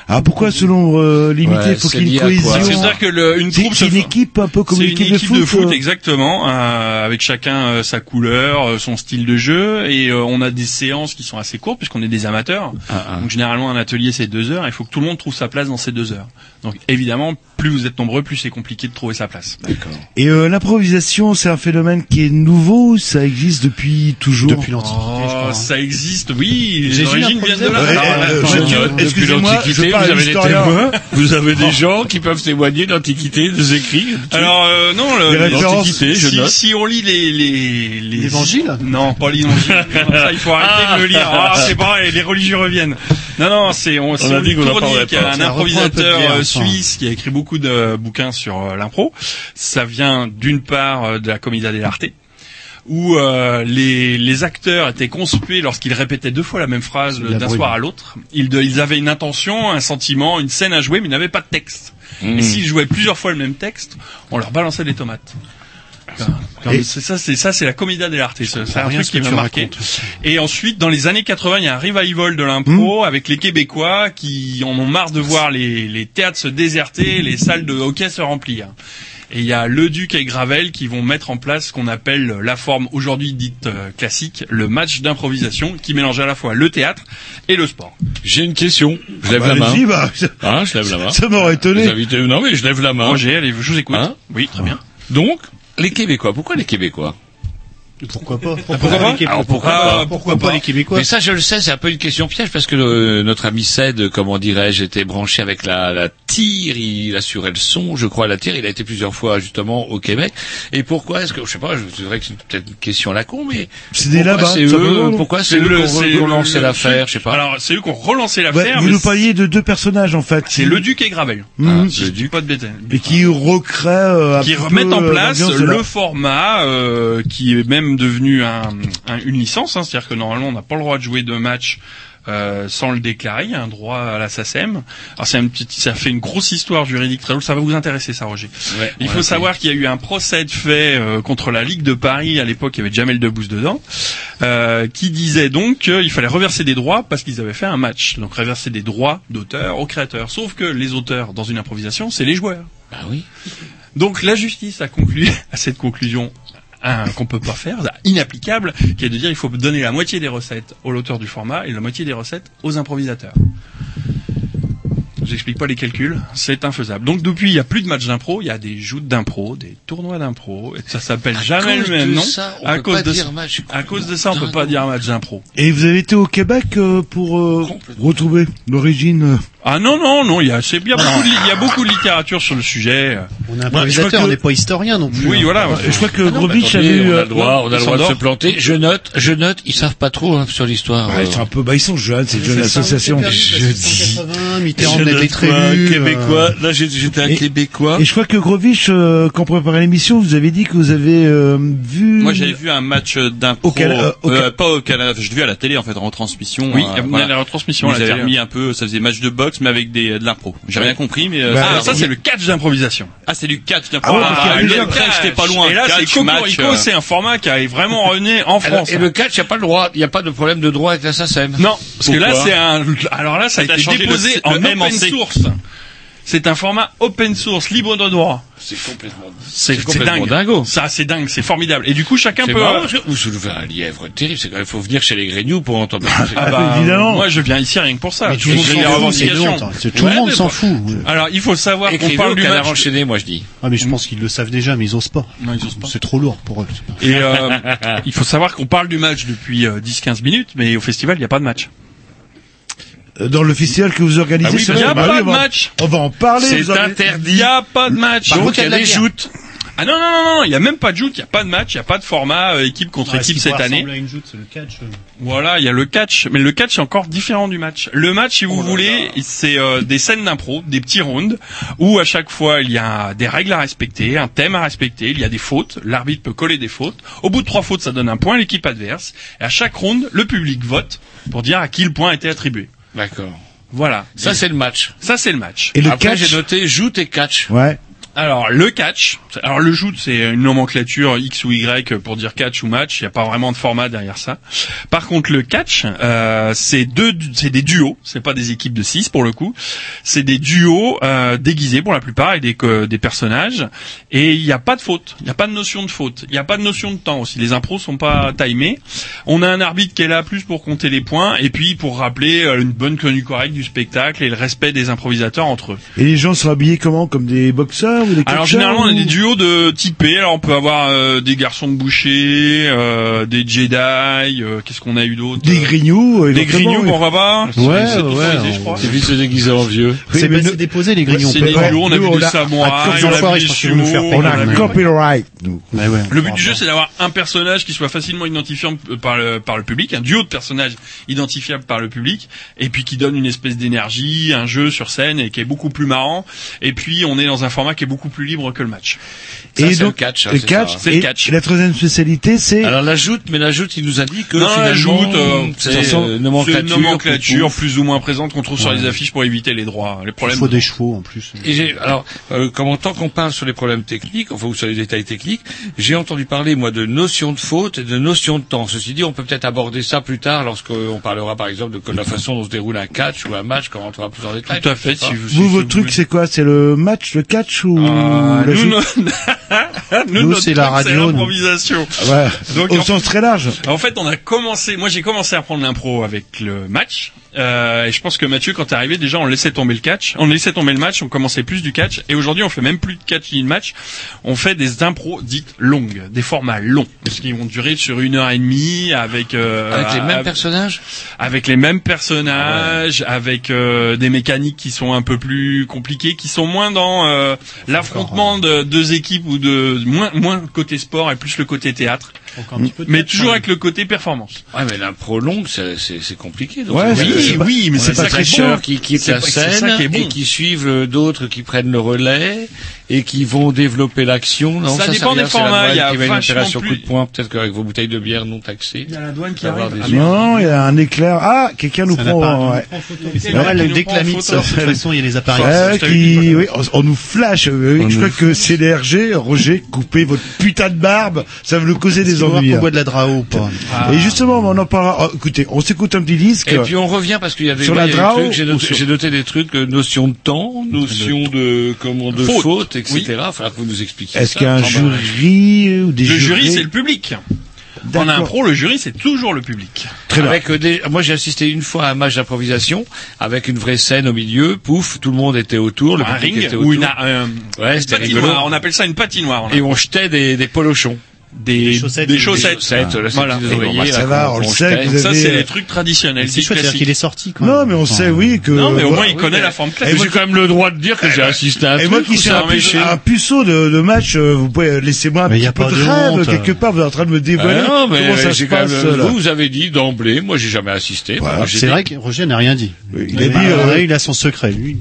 Speaker 4: Ah pourquoi ce nombre euh, limité
Speaker 10: Ouais,
Speaker 4: Faut
Speaker 10: c'est
Speaker 4: qu'il y ait
Speaker 10: lié
Speaker 4: une
Speaker 10: à quoi
Speaker 4: cohésion.
Speaker 5: C'est-à-dire que le- une
Speaker 4: C'est-
Speaker 5: troupe
Speaker 4: c'est
Speaker 5: se
Speaker 4: une
Speaker 5: fa-
Speaker 4: équipe un peu comme
Speaker 5: C'est
Speaker 4: une
Speaker 5: une
Speaker 4: équipe,
Speaker 5: équipe de foot,
Speaker 4: euh.
Speaker 5: exactement, euh, avec chacun euh, sa couleur, euh, son style de jeu, et euh, on a des séances qui sont assez courtes puisqu'on est des amateurs. Donc généralement un atelier c'est deux heures, il faut que tout le monde trouve sa place dans ces deux heures. Donc évidemment, plus vous êtes nombreux, plus c'est compliqué de trouver sa place. D'accord.
Speaker 4: Et euh, l'improvisation, c'est un phénomène qui est nouveau, ou ça existe depuis toujours. Depuis
Speaker 5: Oh,
Speaker 10: hein.
Speaker 5: ça existe, oui. Les
Speaker 4: Jésus
Speaker 5: origines viennent de là.
Speaker 4: improvisait. Ouais, euh,
Speaker 5: Alors, Ah, attends,
Speaker 4: je-
Speaker 5: attends,
Speaker 4: euh,
Speaker 5: depuis
Speaker 4: excusez-moi,
Speaker 5: l'Antiquité,
Speaker 4: je parle
Speaker 5: vous avez hein. des
Speaker 4: historien.
Speaker 5: témoins,
Speaker 3: vous avez des gens qui peuvent témoigner de l'antiquité, des écrits.
Speaker 5: Alors euh, non, le-
Speaker 3: Les références.
Speaker 5: l'Antiquité, je
Speaker 3: Si-
Speaker 5: note. si on lit les les les
Speaker 10: l'évangile
Speaker 5: Non, pas l'évangile. Comme ça, il faut arrêter de le lire. Ah, c'est pareil, les religieux reviennent. Non non, c'est on,
Speaker 3: On
Speaker 5: c'est
Speaker 3: a dit
Speaker 5: une
Speaker 3: qu'on en
Speaker 5: tournée
Speaker 3: parlerait
Speaker 5: qui a
Speaker 3: pas.
Speaker 5: un
Speaker 3: Ça reprend un peu de
Speaker 5: improvisateur
Speaker 3: bière,
Speaker 5: euh,
Speaker 3: enfin.
Speaker 5: suisse qui a écrit beaucoup de euh, bouquins sur euh, l'impro. Ça vient d'une part euh, de la Commedia dell'arte où euh, les, les acteurs étaient conspués lorsqu'ils répétaient deux fois la même phrase
Speaker 7: de la
Speaker 5: d'un
Speaker 7: brume.
Speaker 5: soir à l'autre. Ils, de- ils avaient une intention, un sentiment, une scène à jouer, mais ils n'avaient pas de texte.
Speaker 7: Mm.
Speaker 10: Hmm.
Speaker 5: Et s'ils jouaient plusieurs fois le même texte, on leur balançait des tomates. Quand-
Speaker 7: Et-
Speaker 5: C'est ça, c'est ça, c'est la comédie dell'arte. C'est c'est un
Speaker 10: rien
Speaker 5: truc
Speaker 10: ce
Speaker 5: qui
Speaker 10: que
Speaker 5: m'a
Speaker 10: tu
Speaker 5: marqué. Et ensuite, dans les années 80, il y a un revival de l'impro
Speaker 10: Hmm.
Speaker 5: avec les Québécois qui en ont marre de voir les, les théâtres se déserter, les salles de hockey se remplir. Et il y a Le Duc et Gravel qui vont mettre en place ce qu'on appelle la forme aujourd'hui dite euh, classique, le match d'improvisation, qui mélange à la fois le théâtre et le sport.
Speaker 3: J'ai une question. Je
Speaker 5: Ah
Speaker 3: lève
Speaker 5: bah,
Speaker 3: la main.
Speaker 5: allez-y, bah.
Speaker 3: Hein, je lève la main.
Speaker 5: Ça m'aurait étonné.
Speaker 3: Les invités- Non mais je lève la main.
Speaker 5: Roger, allez, je vous écoute.
Speaker 3: Hein oui, très bien. Donc, les Québécois. Pourquoi les Québécois
Speaker 10: Pourquoi pas
Speaker 3: Pourquoi pas
Speaker 10: les Québécois
Speaker 3: Alors, pourquoi
Speaker 10: Ah,
Speaker 3: pas
Speaker 10: pourquoi pas les Québécois
Speaker 3: Mais ça, je le sais, c'est un peu une question piège parce que le- notre ami Ced, comment dirais-je, était branché avec la, la tire, il assurait le son, je crois, à la tire. Il a été plusieurs fois justement au Québec. Et pourquoi est-ce que, je sais pas, je c'est vrai que c'est peut-être une question à la con, mais
Speaker 4: C'est des
Speaker 3: pourquoi
Speaker 4: là-bas,
Speaker 3: c'est
Speaker 4: ça
Speaker 3: eux,
Speaker 4: peut-
Speaker 3: pourquoi c'est
Speaker 5: C'est
Speaker 3: eux
Speaker 5: le-
Speaker 3: qu'on
Speaker 5: c'est
Speaker 3: re- qu'on
Speaker 5: le-
Speaker 3: lançait
Speaker 5: le-
Speaker 3: l'affaire, je sais pas.
Speaker 5: Alors, c'est eux qui ont relancé
Speaker 4: Ouais,
Speaker 5: l'affaire.
Speaker 4: vous
Speaker 5: mais
Speaker 4: nous parliez de deux personnages en fait.
Speaker 5: C'est le duc et Gravel.
Speaker 4: Mhm.
Speaker 5: Si je dis pas de bêtises.
Speaker 4: Et qui recréent. euh, un
Speaker 5: qui
Speaker 4: petit
Speaker 5: remettent
Speaker 4: peu,
Speaker 5: en
Speaker 4: euh,
Speaker 5: place
Speaker 4: l'ambiance de la-
Speaker 5: le format euh, qui est même devenu un, un- une licence, hein. c'est-à-dire que normalement on n'a pas le droit de jouer deux matchs. euh, sans le déclarer, il y a un droit à la SACEM. Alors c'est un petit, ça fait une grosse histoire juridique très lourde. Ça va vous intéresser, ça, Roger.
Speaker 3: Ouais,
Speaker 5: il
Speaker 3: ouais,
Speaker 5: faut
Speaker 3: ouais.
Speaker 5: savoir qu'il y a eu un procès de fait euh, contre la Ligue de Paris à l'époque. Il y avait Jamel Debbouze dedans, euh, qui disait donc qu'il fallait reverser des droits parce qu'ils avaient fait un match. Donc reverser des droits d'auteur aux créateurs. Sauf que les auteurs dans une improvisation, c'est les joueurs.
Speaker 3: Bah oui.
Speaker 5: Donc la justice a conclu à cette conclusion hein, qu'on peut pas faire, inapplicable, qui est de dire il faut donner la moitié des recettes aux l'auteur du format et la moitié des recettes aux improvisateurs. Je n'explique pas les calculs, c'est infaisable. Donc depuis, il y a plus de matchs d'impro, il y a des joutes d'impro, des tournois d'impro, et ça s'appelle jamais
Speaker 3: cause
Speaker 5: le même
Speaker 3: de
Speaker 5: nom.
Speaker 3: ça, on
Speaker 5: à
Speaker 3: peut
Speaker 5: cause
Speaker 3: pas
Speaker 5: de
Speaker 3: dire
Speaker 5: ça,
Speaker 3: match.
Speaker 5: à cause de ça,
Speaker 3: Ah,
Speaker 5: on peut pas dire match d'impro.
Speaker 4: Et vous avez été au Québec euh, pour euh, retrouver l'origine. euh,
Speaker 5: Ah non non non, il y a c'est bien beaucoup de, li- il y a beaucoup de littérature sur le sujet. euh,
Speaker 10: On est improvisateur, on n'est pas historien non plus.
Speaker 5: Oui,
Speaker 10: hein.
Speaker 5: voilà. ouais.
Speaker 4: Je crois que
Speaker 3: Ah non, mais
Speaker 4: Grovitch
Speaker 3: attendez,
Speaker 4: avait eu,
Speaker 3: On a
Speaker 4: euh,
Speaker 3: le droit,
Speaker 4: non,
Speaker 3: on a
Speaker 4: il
Speaker 3: le droit de se
Speaker 4: s'endort.
Speaker 3: planter. Je note, je note, ils savent pas trop hein, sur l'histoire.
Speaker 4: Ouais, ils sont un peu, bah, ils sont jeunes, c'est une jeune association. Je dis.
Speaker 10: 80, Mitterrand
Speaker 4: Je
Speaker 10: venait
Speaker 4: ne
Speaker 10: d'être
Speaker 4: crois
Speaker 10: élu,
Speaker 4: québécois.
Speaker 3: Là, j'ai- j'étais un
Speaker 4: Et-
Speaker 3: Québécois.
Speaker 4: Et je crois que Grovitch, euh, quand on préparait l'émission, vous avez dit que vous avez euh, vu.
Speaker 12: Moi, j'avais vu un match d'impro,
Speaker 4: Au Cana- euh, au
Speaker 12: euh, pas au Canada, je l'ai vu à la télé en fait, en retransmission. euh,
Speaker 5: Oui, il y a la retransmission à la
Speaker 12: Ils avaient
Speaker 5: télé.
Speaker 12: remis un peu, ça faisait match de boxe mais avec des, de l'impro. J'ai rien compris, mais euh,
Speaker 5: Bah, ah,
Speaker 12: c'était-
Speaker 5: ça c'est le catch d'improvisation.
Speaker 12: Ah, c'est du catch d'impro.
Speaker 5: Ah,
Speaker 12: Ah,
Speaker 5: le
Speaker 12: le catch, j'étais pas loin.
Speaker 5: Et là, c'est
Speaker 12: Catch, match,
Speaker 5: Cocorico,
Speaker 12: euh,
Speaker 5: c'est un format qui est vraiment revenu en
Speaker 3: Alors,
Speaker 5: France. hein.
Speaker 3: et le catch, il n'y a pas le droit, il n'y a pas de problème de droit avec la SACEM.
Speaker 5: Non, Parce que là, c'est un. hein. Alors là, ça a
Speaker 3: T'as
Speaker 5: été
Speaker 3: changé le-
Speaker 5: déposé
Speaker 3: le
Speaker 5: en
Speaker 3: M en
Speaker 5: open
Speaker 3: C.
Speaker 5: source. C'est un format open source, libre de droit.
Speaker 3: C'est complètement,
Speaker 5: C'est
Speaker 3: complètement
Speaker 5: dingue.
Speaker 3: dingo.
Speaker 5: Ça, c'est dingue, c'est formidable. Et du coup, chacun
Speaker 3: C'est
Speaker 5: peut.
Speaker 3: marrant, parce que vous soulevez un lièvre terrible. C'est quand même, faut venir chez les Grignoux pour entendre. parler.
Speaker 5: Ah bah, Moi, je viens ici rien que pour ça.
Speaker 3: Mais tout
Speaker 5: Je
Speaker 3: le monde
Speaker 5: fais
Speaker 3: s'en
Speaker 5: des
Speaker 3: fout,
Speaker 5: revendications.
Speaker 3: c'est honte, c'est- tout le monde
Speaker 5: mais
Speaker 3: s'en
Speaker 5: bon.
Speaker 10: fout, oui.
Speaker 5: Alors, il faut savoir qu'on
Speaker 3: Écrivez
Speaker 5: parle
Speaker 3: au
Speaker 5: du
Speaker 3: canard
Speaker 5: match.
Speaker 3: enchaîné, moi je dis.
Speaker 10: Ah, mais je pense qu'ils le savent déjà, mais ils osent pas.
Speaker 5: Non, ils osent pas.
Speaker 10: C'est trop lourd pour eux.
Speaker 5: Et euh, il faut savoir qu'on parle du match depuis euh, 10-15 minutes, mais au festival, il n'y a pas de match.
Speaker 4: Euh, Dans le festival que vous organisez,
Speaker 5: Ah oui,
Speaker 4: c'est
Speaker 5: bah, y
Speaker 4: vrai,
Speaker 5: a
Speaker 4: bah
Speaker 5: pas
Speaker 4: oui,
Speaker 5: de
Speaker 4: on va-
Speaker 5: match.
Speaker 4: On va en parler.
Speaker 5: C'est
Speaker 4: vous en-
Speaker 5: interdit. Il n'y a pas de match.
Speaker 4: Par
Speaker 5: Donc
Speaker 4: contre,
Speaker 5: il y a
Speaker 4: de la
Speaker 5: des
Speaker 4: guerre.
Speaker 5: joutes. Ah non, non, non, non, il n'y a même pas de joute, il n'y a pas de match, il n'y a pas de format euh, équipe contre
Speaker 10: Ah, est-ce
Speaker 5: équipe
Speaker 10: qu'il
Speaker 5: cette
Speaker 10: pourrait
Speaker 5: année.
Speaker 10: ressembler à une joute, c'est le catch. euh.
Speaker 5: Voilà, il y a le catch, mais le catch est encore différent du match. Le match, si vous voulez, c'est euh, des scènes d'impro, des petits rounds, où à chaque fois il y a des règles à respecter, un thème à respecter, il y a des fautes, l'arbitre peut coller des fautes. Au bout de trois fautes, ça donne un point à l'équipe adverse. Et à chaque round, le public vote pour dire à qui le point a été attribué.
Speaker 3: D'accord.
Speaker 5: Voilà.
Speaker 3: Ça, c'est le match.
Speaker 5: Ça, c'est le match.
Speaker 4: Et le
Speaker 5: Après,
Speaker 4: catch
Speaker 5: j'ai noté
Speaker 3: joute et catch.
Speaker 4: Ouais.
Speaker 5: Alors le catch, alors le shoot c'est une nomenclature X ou Y pour dire catch ou match, il n'y a pas vraiment de format derrière ça. Par contre le catch, euh, c'est deux, du- c'est des duos, c'est pas des équipes de 6 pour le coup, c'est des duos euh, déguisés pour la plupart et des, co- des personnages et il n'y a pas de faute, il n'y a pas de notion de faute, il n'y a pas de notion de temps aussi, les impros sont pas timés. On a un arbitre qui est là plus pour compter les points et puis pour rappeler euh, une bonne tenue correcte du spectacle et le respect des improvisateurs entre eux.
Speaker 4: Et les gens sont habillés comment Comme des boxeurs ou des catcheurs
Speaker 5: Alors généralement on a
Speaker 4: ou-
Speaker 5: des duos de typés. Alors on peut avoir euh, des garçons de boucher, euh, des Jedi. euh, Qu'est-ce qu'on a eu d'autre
Speaker 4: Des grignoux euh,
Speaker 5: Des
Speaker 4: éventuellement,
Speaker 5: grignoux
Speaker 4: oui.
Speaker 5: qu'on va voir.
Speaker 4: Ouais,
Speaker 5: C'est- c'est autorisé, je
Speaker 4: ouais.
Speaker 5: crois.
Speaker 3: C'est vite se déguiser en vieux.
Speaker 4: Oui,
Speaker 10: C'est
Speaker 4: mais
Speaker 10: passé
Speaker 4: nous-
Speaker 10: déposé les grillons.
Speaker 5: C'est des duos, on a vu des samourays, on a vu des
Speaker 10: qu'ils vont nous
Speaker 5: sumo,
Speaker 10: faire
Speaker 4: On a un
Speaker 5: vu-
Speaker 4: copyright, nous.
Speaker 5: Le but du jeu, c'est d'avoir un personnage qui soit facilement identifiable par le, par le public, un duo de personnages identifiables par le public, et puis qui donne une espèce d'énergie, un jeu sur scène, et qui est beaucoup plus marrant. Et puis, on est dans un format qui est beaucoup plus libre que le match. Ça,
Speaker 4: et
Speaker 5: c'est
Speaker 4: donc,
Speaker 5: le catch, hein,
Speaker 4: le
Speaker 5: c'est
Speaker 4: catch,
Speaker 5: ça. C'est le
Speaker 4: et
Speaker 5: catch.
Speaker 4: La troisième spécialité, c'est...
Speaker 3: Alors la joute, mais la joute, il nous a dit que
Speaker 5: non,
Speaker 3: finalement,
Speaker 5: la joute, euh,
Speaker 3: c'est
Speaker 5: c'est
Speaker 3: euh,
Speaker 5: c'est
Speaker 3: nomenclature,
Speaker 5: une nomenclature
Speaker 3: pouf, pouf.
Speaker 5: plus ou moins présente qu'on trouve sur
Speaker 3: Ouais.
Speaker 5: les affiches pour éviter les droits, les
Speaker 10: Il
Speaker 5: problèmes.
Speaker 10: faut des chevaux en plus.
Speaker 3: Et j'ai- alors, euh, comme en tant qu'on parle sur les problèmes techniques, enfin ou sur les détails techniques, j'ai entendu parler moi de notion de faute et de notion de temps. Ceci dit, on peut peut-être aborder ça plus tard lorsqu'on parlera par exemple de, la façon dont se déroule un catch ou un match, quand on rentrera plus en détail.
Speaker 5: Tout à fait, si vous-
Speaker 4: Vous, votre truc, c'est quoi C'est le match, le catch ou...
Speaker 5: Ah,
Speaker 4: la
Speaker 5: nous,
Speaker 4: joute
Speaker 5: non- Ah, nous,
Speaker 4: Nous,
Speaker 5: notre
Speaker 4: c'est la
Speaker 5: truc,
Speaker 4: radio, nous.
Speaker 5: l'improvisation.
Speaker 4: Ouais.
Speaker 5: Donc,
Speaker 4: Au
Speaker 5: en-
Speaker 4: sens très large.
Speaker 5: En fait, on a commencé. Moi, j'ai commencé à prendre l'impro avec le match. Euh, et je pense que Mathieu, quand t'es arrivé, déjà, on laissait tomber le catch. On laissait tomber le match. On commençait plus du catch. Et aujourd'hui, on fait même plus de catch ni de match. On fait des impros dites longues, des formats longs, qui vont durer sur une heure et demie avec euh,
Speaker 3: Avec les mêmes
Speaker 5: av-
Speaker 3: personnages
Speaker 5: avec les mêmes personnages, avec euh, des mécaniques qui sont un peu plus compliquées, qui sont moins dans euh, l'affrontement de deux équipes ou de moins moins le côté sport et plus le côté théâtre. mais toujours avec le côté performance.
Speaker 3: Ouais, mais l'impro longue, c'est- c'est c'est compliqué. donc
Speaker 5: Ouais,
Speaker 3: c'est-
Speaker 5: c'est- c'est pas- ouais, c'est pas très
Speaker 3: catcheurs
Speaker 5: bon.
Speaker 3: qui quittent
Speaker 5: C'est
Speaker 3: la
Speaker 5: pas- c'est ça
Speaker 3: scène
Speaker 5: qui est bon.
Speaker 3: et qui suivent euh, d'autres qui prennent le relais et qui vont développer l'action. Non,
Speaker 5: Ça
Speaker 3: ça
Speaker 5: dépend
Speaker 3: c'est
Speaker 5: des
Speaker 3: rien, c'est la
Speaker 5: formats,
Speaker 3: douane
Speaker 5: il y a
Speaker 3: qui va une
Speaker 5: vachement
Speaker 3: opération
Speaker 5: plus-
Speaker 3: coup de poing, peut-être qu'avec vos bouteilles de bière non taxées. Il y a
Speaker 5: la douane qui
Speaker 3: arrive.
Speaker 4: Non, il y a un éclair. Ah, quelqu'un nous
Speaker 10: Ça
Speaker 4: prend.
Speaker 10: n'a pas- on
Speaker 4: ouais. Eh,
Speaker 10: prend photo. Mais c'est normal, dès que la mythe sort, de toute façon, il y a les appareils.
Speaker 4: Ouais,
Speaker 10: Je t'avais dit,
Speaker 4: qui, oui, on, on nous flash. euh, je crois que CDRG, Roger, coupez votre putain de barbe. Ça va nous causer des
Speaker 10: voir
Speaker 4: ennuis. hein.
Speaker 10: qu'on boit de la drao ou pas.
Speaker 4: Et justement, on en parlera. oh, écoutez, on s'écoute un petit disque.
Speaker 3: Et puis on revient parce qu'il y avait
Speaker 4: Sur
Speaker 3: ouais,
Speaker 4: la
Speaker 3: il y a des
Speaker 4: Drao
Speaker 3: trucs, j'ai
Speaker 4: ou
Speaker 3: noté,
Speaker 4: sur-
Speaker 3: j'ai noté des trucs, euh, notion de temps, notion de comment de faute,
Speaker 5: Faute.
Speaker 3: etc. Faudra que vous nous expliquiez.
Speaker 4: Est-ce
Speaker 3: ça.
Speaker 4: qu'il y a un
Speaker 3: Ah, bah,
Speaker 4: jury euh, ou des
Speaker 5: Le jury,
Speaker 4: jurés
Speaker 5: c'est le public.
Speaker 4: D'accord.
Speaker 5: En impro, le jury, c'est toujours le public.
Speaker 3: Avec euh, des- moi j'ai assisté une fois à un match d'improvisation avec une vraie scène au milieu, pouf, tout le monde était autour, le
Speaker 5: un
Speaker 3: public
Speaker 5: ring
Speaker 3: était autour.
Speaker 5: ou une, a- un-
Speaker 3: Ouais, c'était rigolo.
Speaker 5: patinoire. On appelle ça une patinoire. on
Speaker 3: Et on jetait des, des polochons.
Speaker 5: Des,
Speaker 3: chaussettes.
Speaker 5: des chaussettes.
Speaker 3: là, c'est
Speaker 5: Voilà.
Speaker 3: des oreillers,
Speaker 5: Bon, bah,
Speaker 3: là,
Speaker 5: ça
Speaker 3: qu'on-
Speaker 4: va, on
Speaker 3: qu'on
Speaker 4: le
Speaker 3: jetait.
Speaker 4: sait que vous
Speaker 5: Ça,
Speaker 4: avez-
Speaker 5: c'est les trucs traditionnels.
Speaker 10: C'est chouette, c'est-à-dire
Speaker 5: classique.
Speaker 10: qu'il est sorti quand même.
Speaker 4: Non, mais on sait, oui, que.
Speaker 5: Non, mais au moins, il
Speaker 4: Oui,
Speaker 5: connaît
Speaker 4: mais-
Speaker 5: la forme
Speaker 4: Et
Speaker 5: classique.
Speaker 4: moi,
Speaker 3: J'ai quand même le droit de dire que j'ai assisté à un
Speaker 4: Et
Speaker 3: truc
Speaker 4: moi qui
Speaker 3: où
Speaker 4: suis
Speaker 3: ça
Speaker 4: un,
Speaker 3: m'est-
Speaker 4: pu- un puceau de, de match, euh, vous pouvez euh, laissez-moi un
Speaker 10: Mais y
Speaker 4: petit
Speaker 10: a
Speaker 4: peu
Speaker 10: pas
Speaker 4: de
Speaker 10: de
Speaker 4: rêve
Speaker 10: honte.
Speaker 4: quelque part. Vous êtes en train de me
Speaker 3: Ah
Speaker 4: dévoiler
Speaker 3: non, mais
Speaker 4: ben, comment ça se
Speaker 3: j'ai quand
Speaker 4: passe.
Speaker 3: même-
Speaker 4: là.
Speaker 3: vous, vous avez dit d'emblée, moi j'ai jamais assisté.
Speaker 10: Voilà,
Speaker 3: Moi, j'ai
Speaker 10: c'est
Speaker 3: dit-
Speaker 10: vrai que Roger n'a rien dit.
Speaker 4: il a dit,
Speaker 10: Mais,
Speaker 4: euh,
Speaker 10: ouais, il a son secret, lui.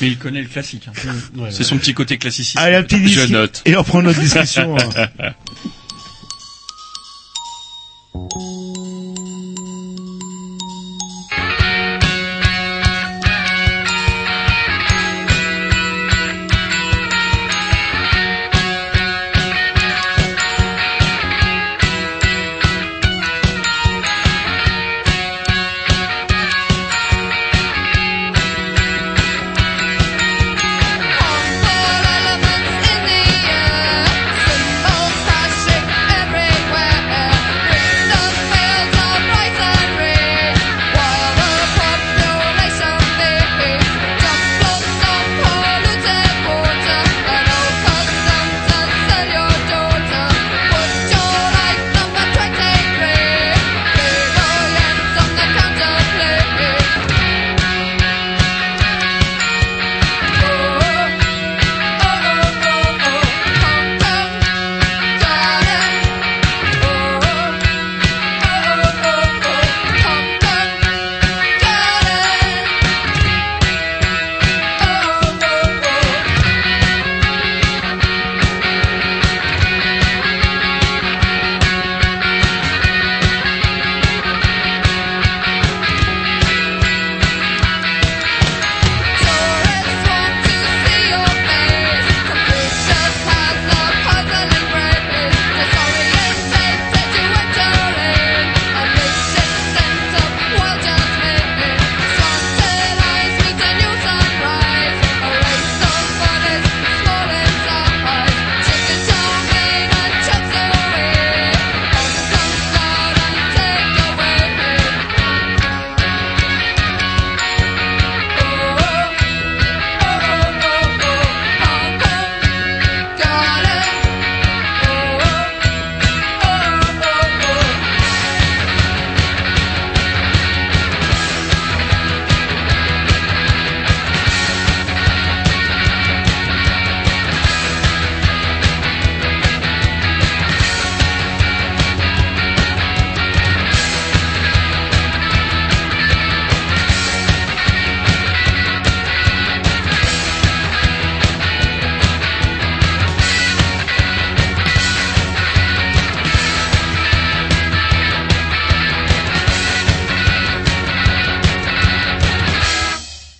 Speaker 5: Mais il connaît le classique. hein. C'est son petit côté classiciste.
Speaker 4: Allez, un petit disque.
Speaker 3: Je note.
Speaker 4: Et on prend notre discussion. hein.
Speaker 6: All elements in the air, same old style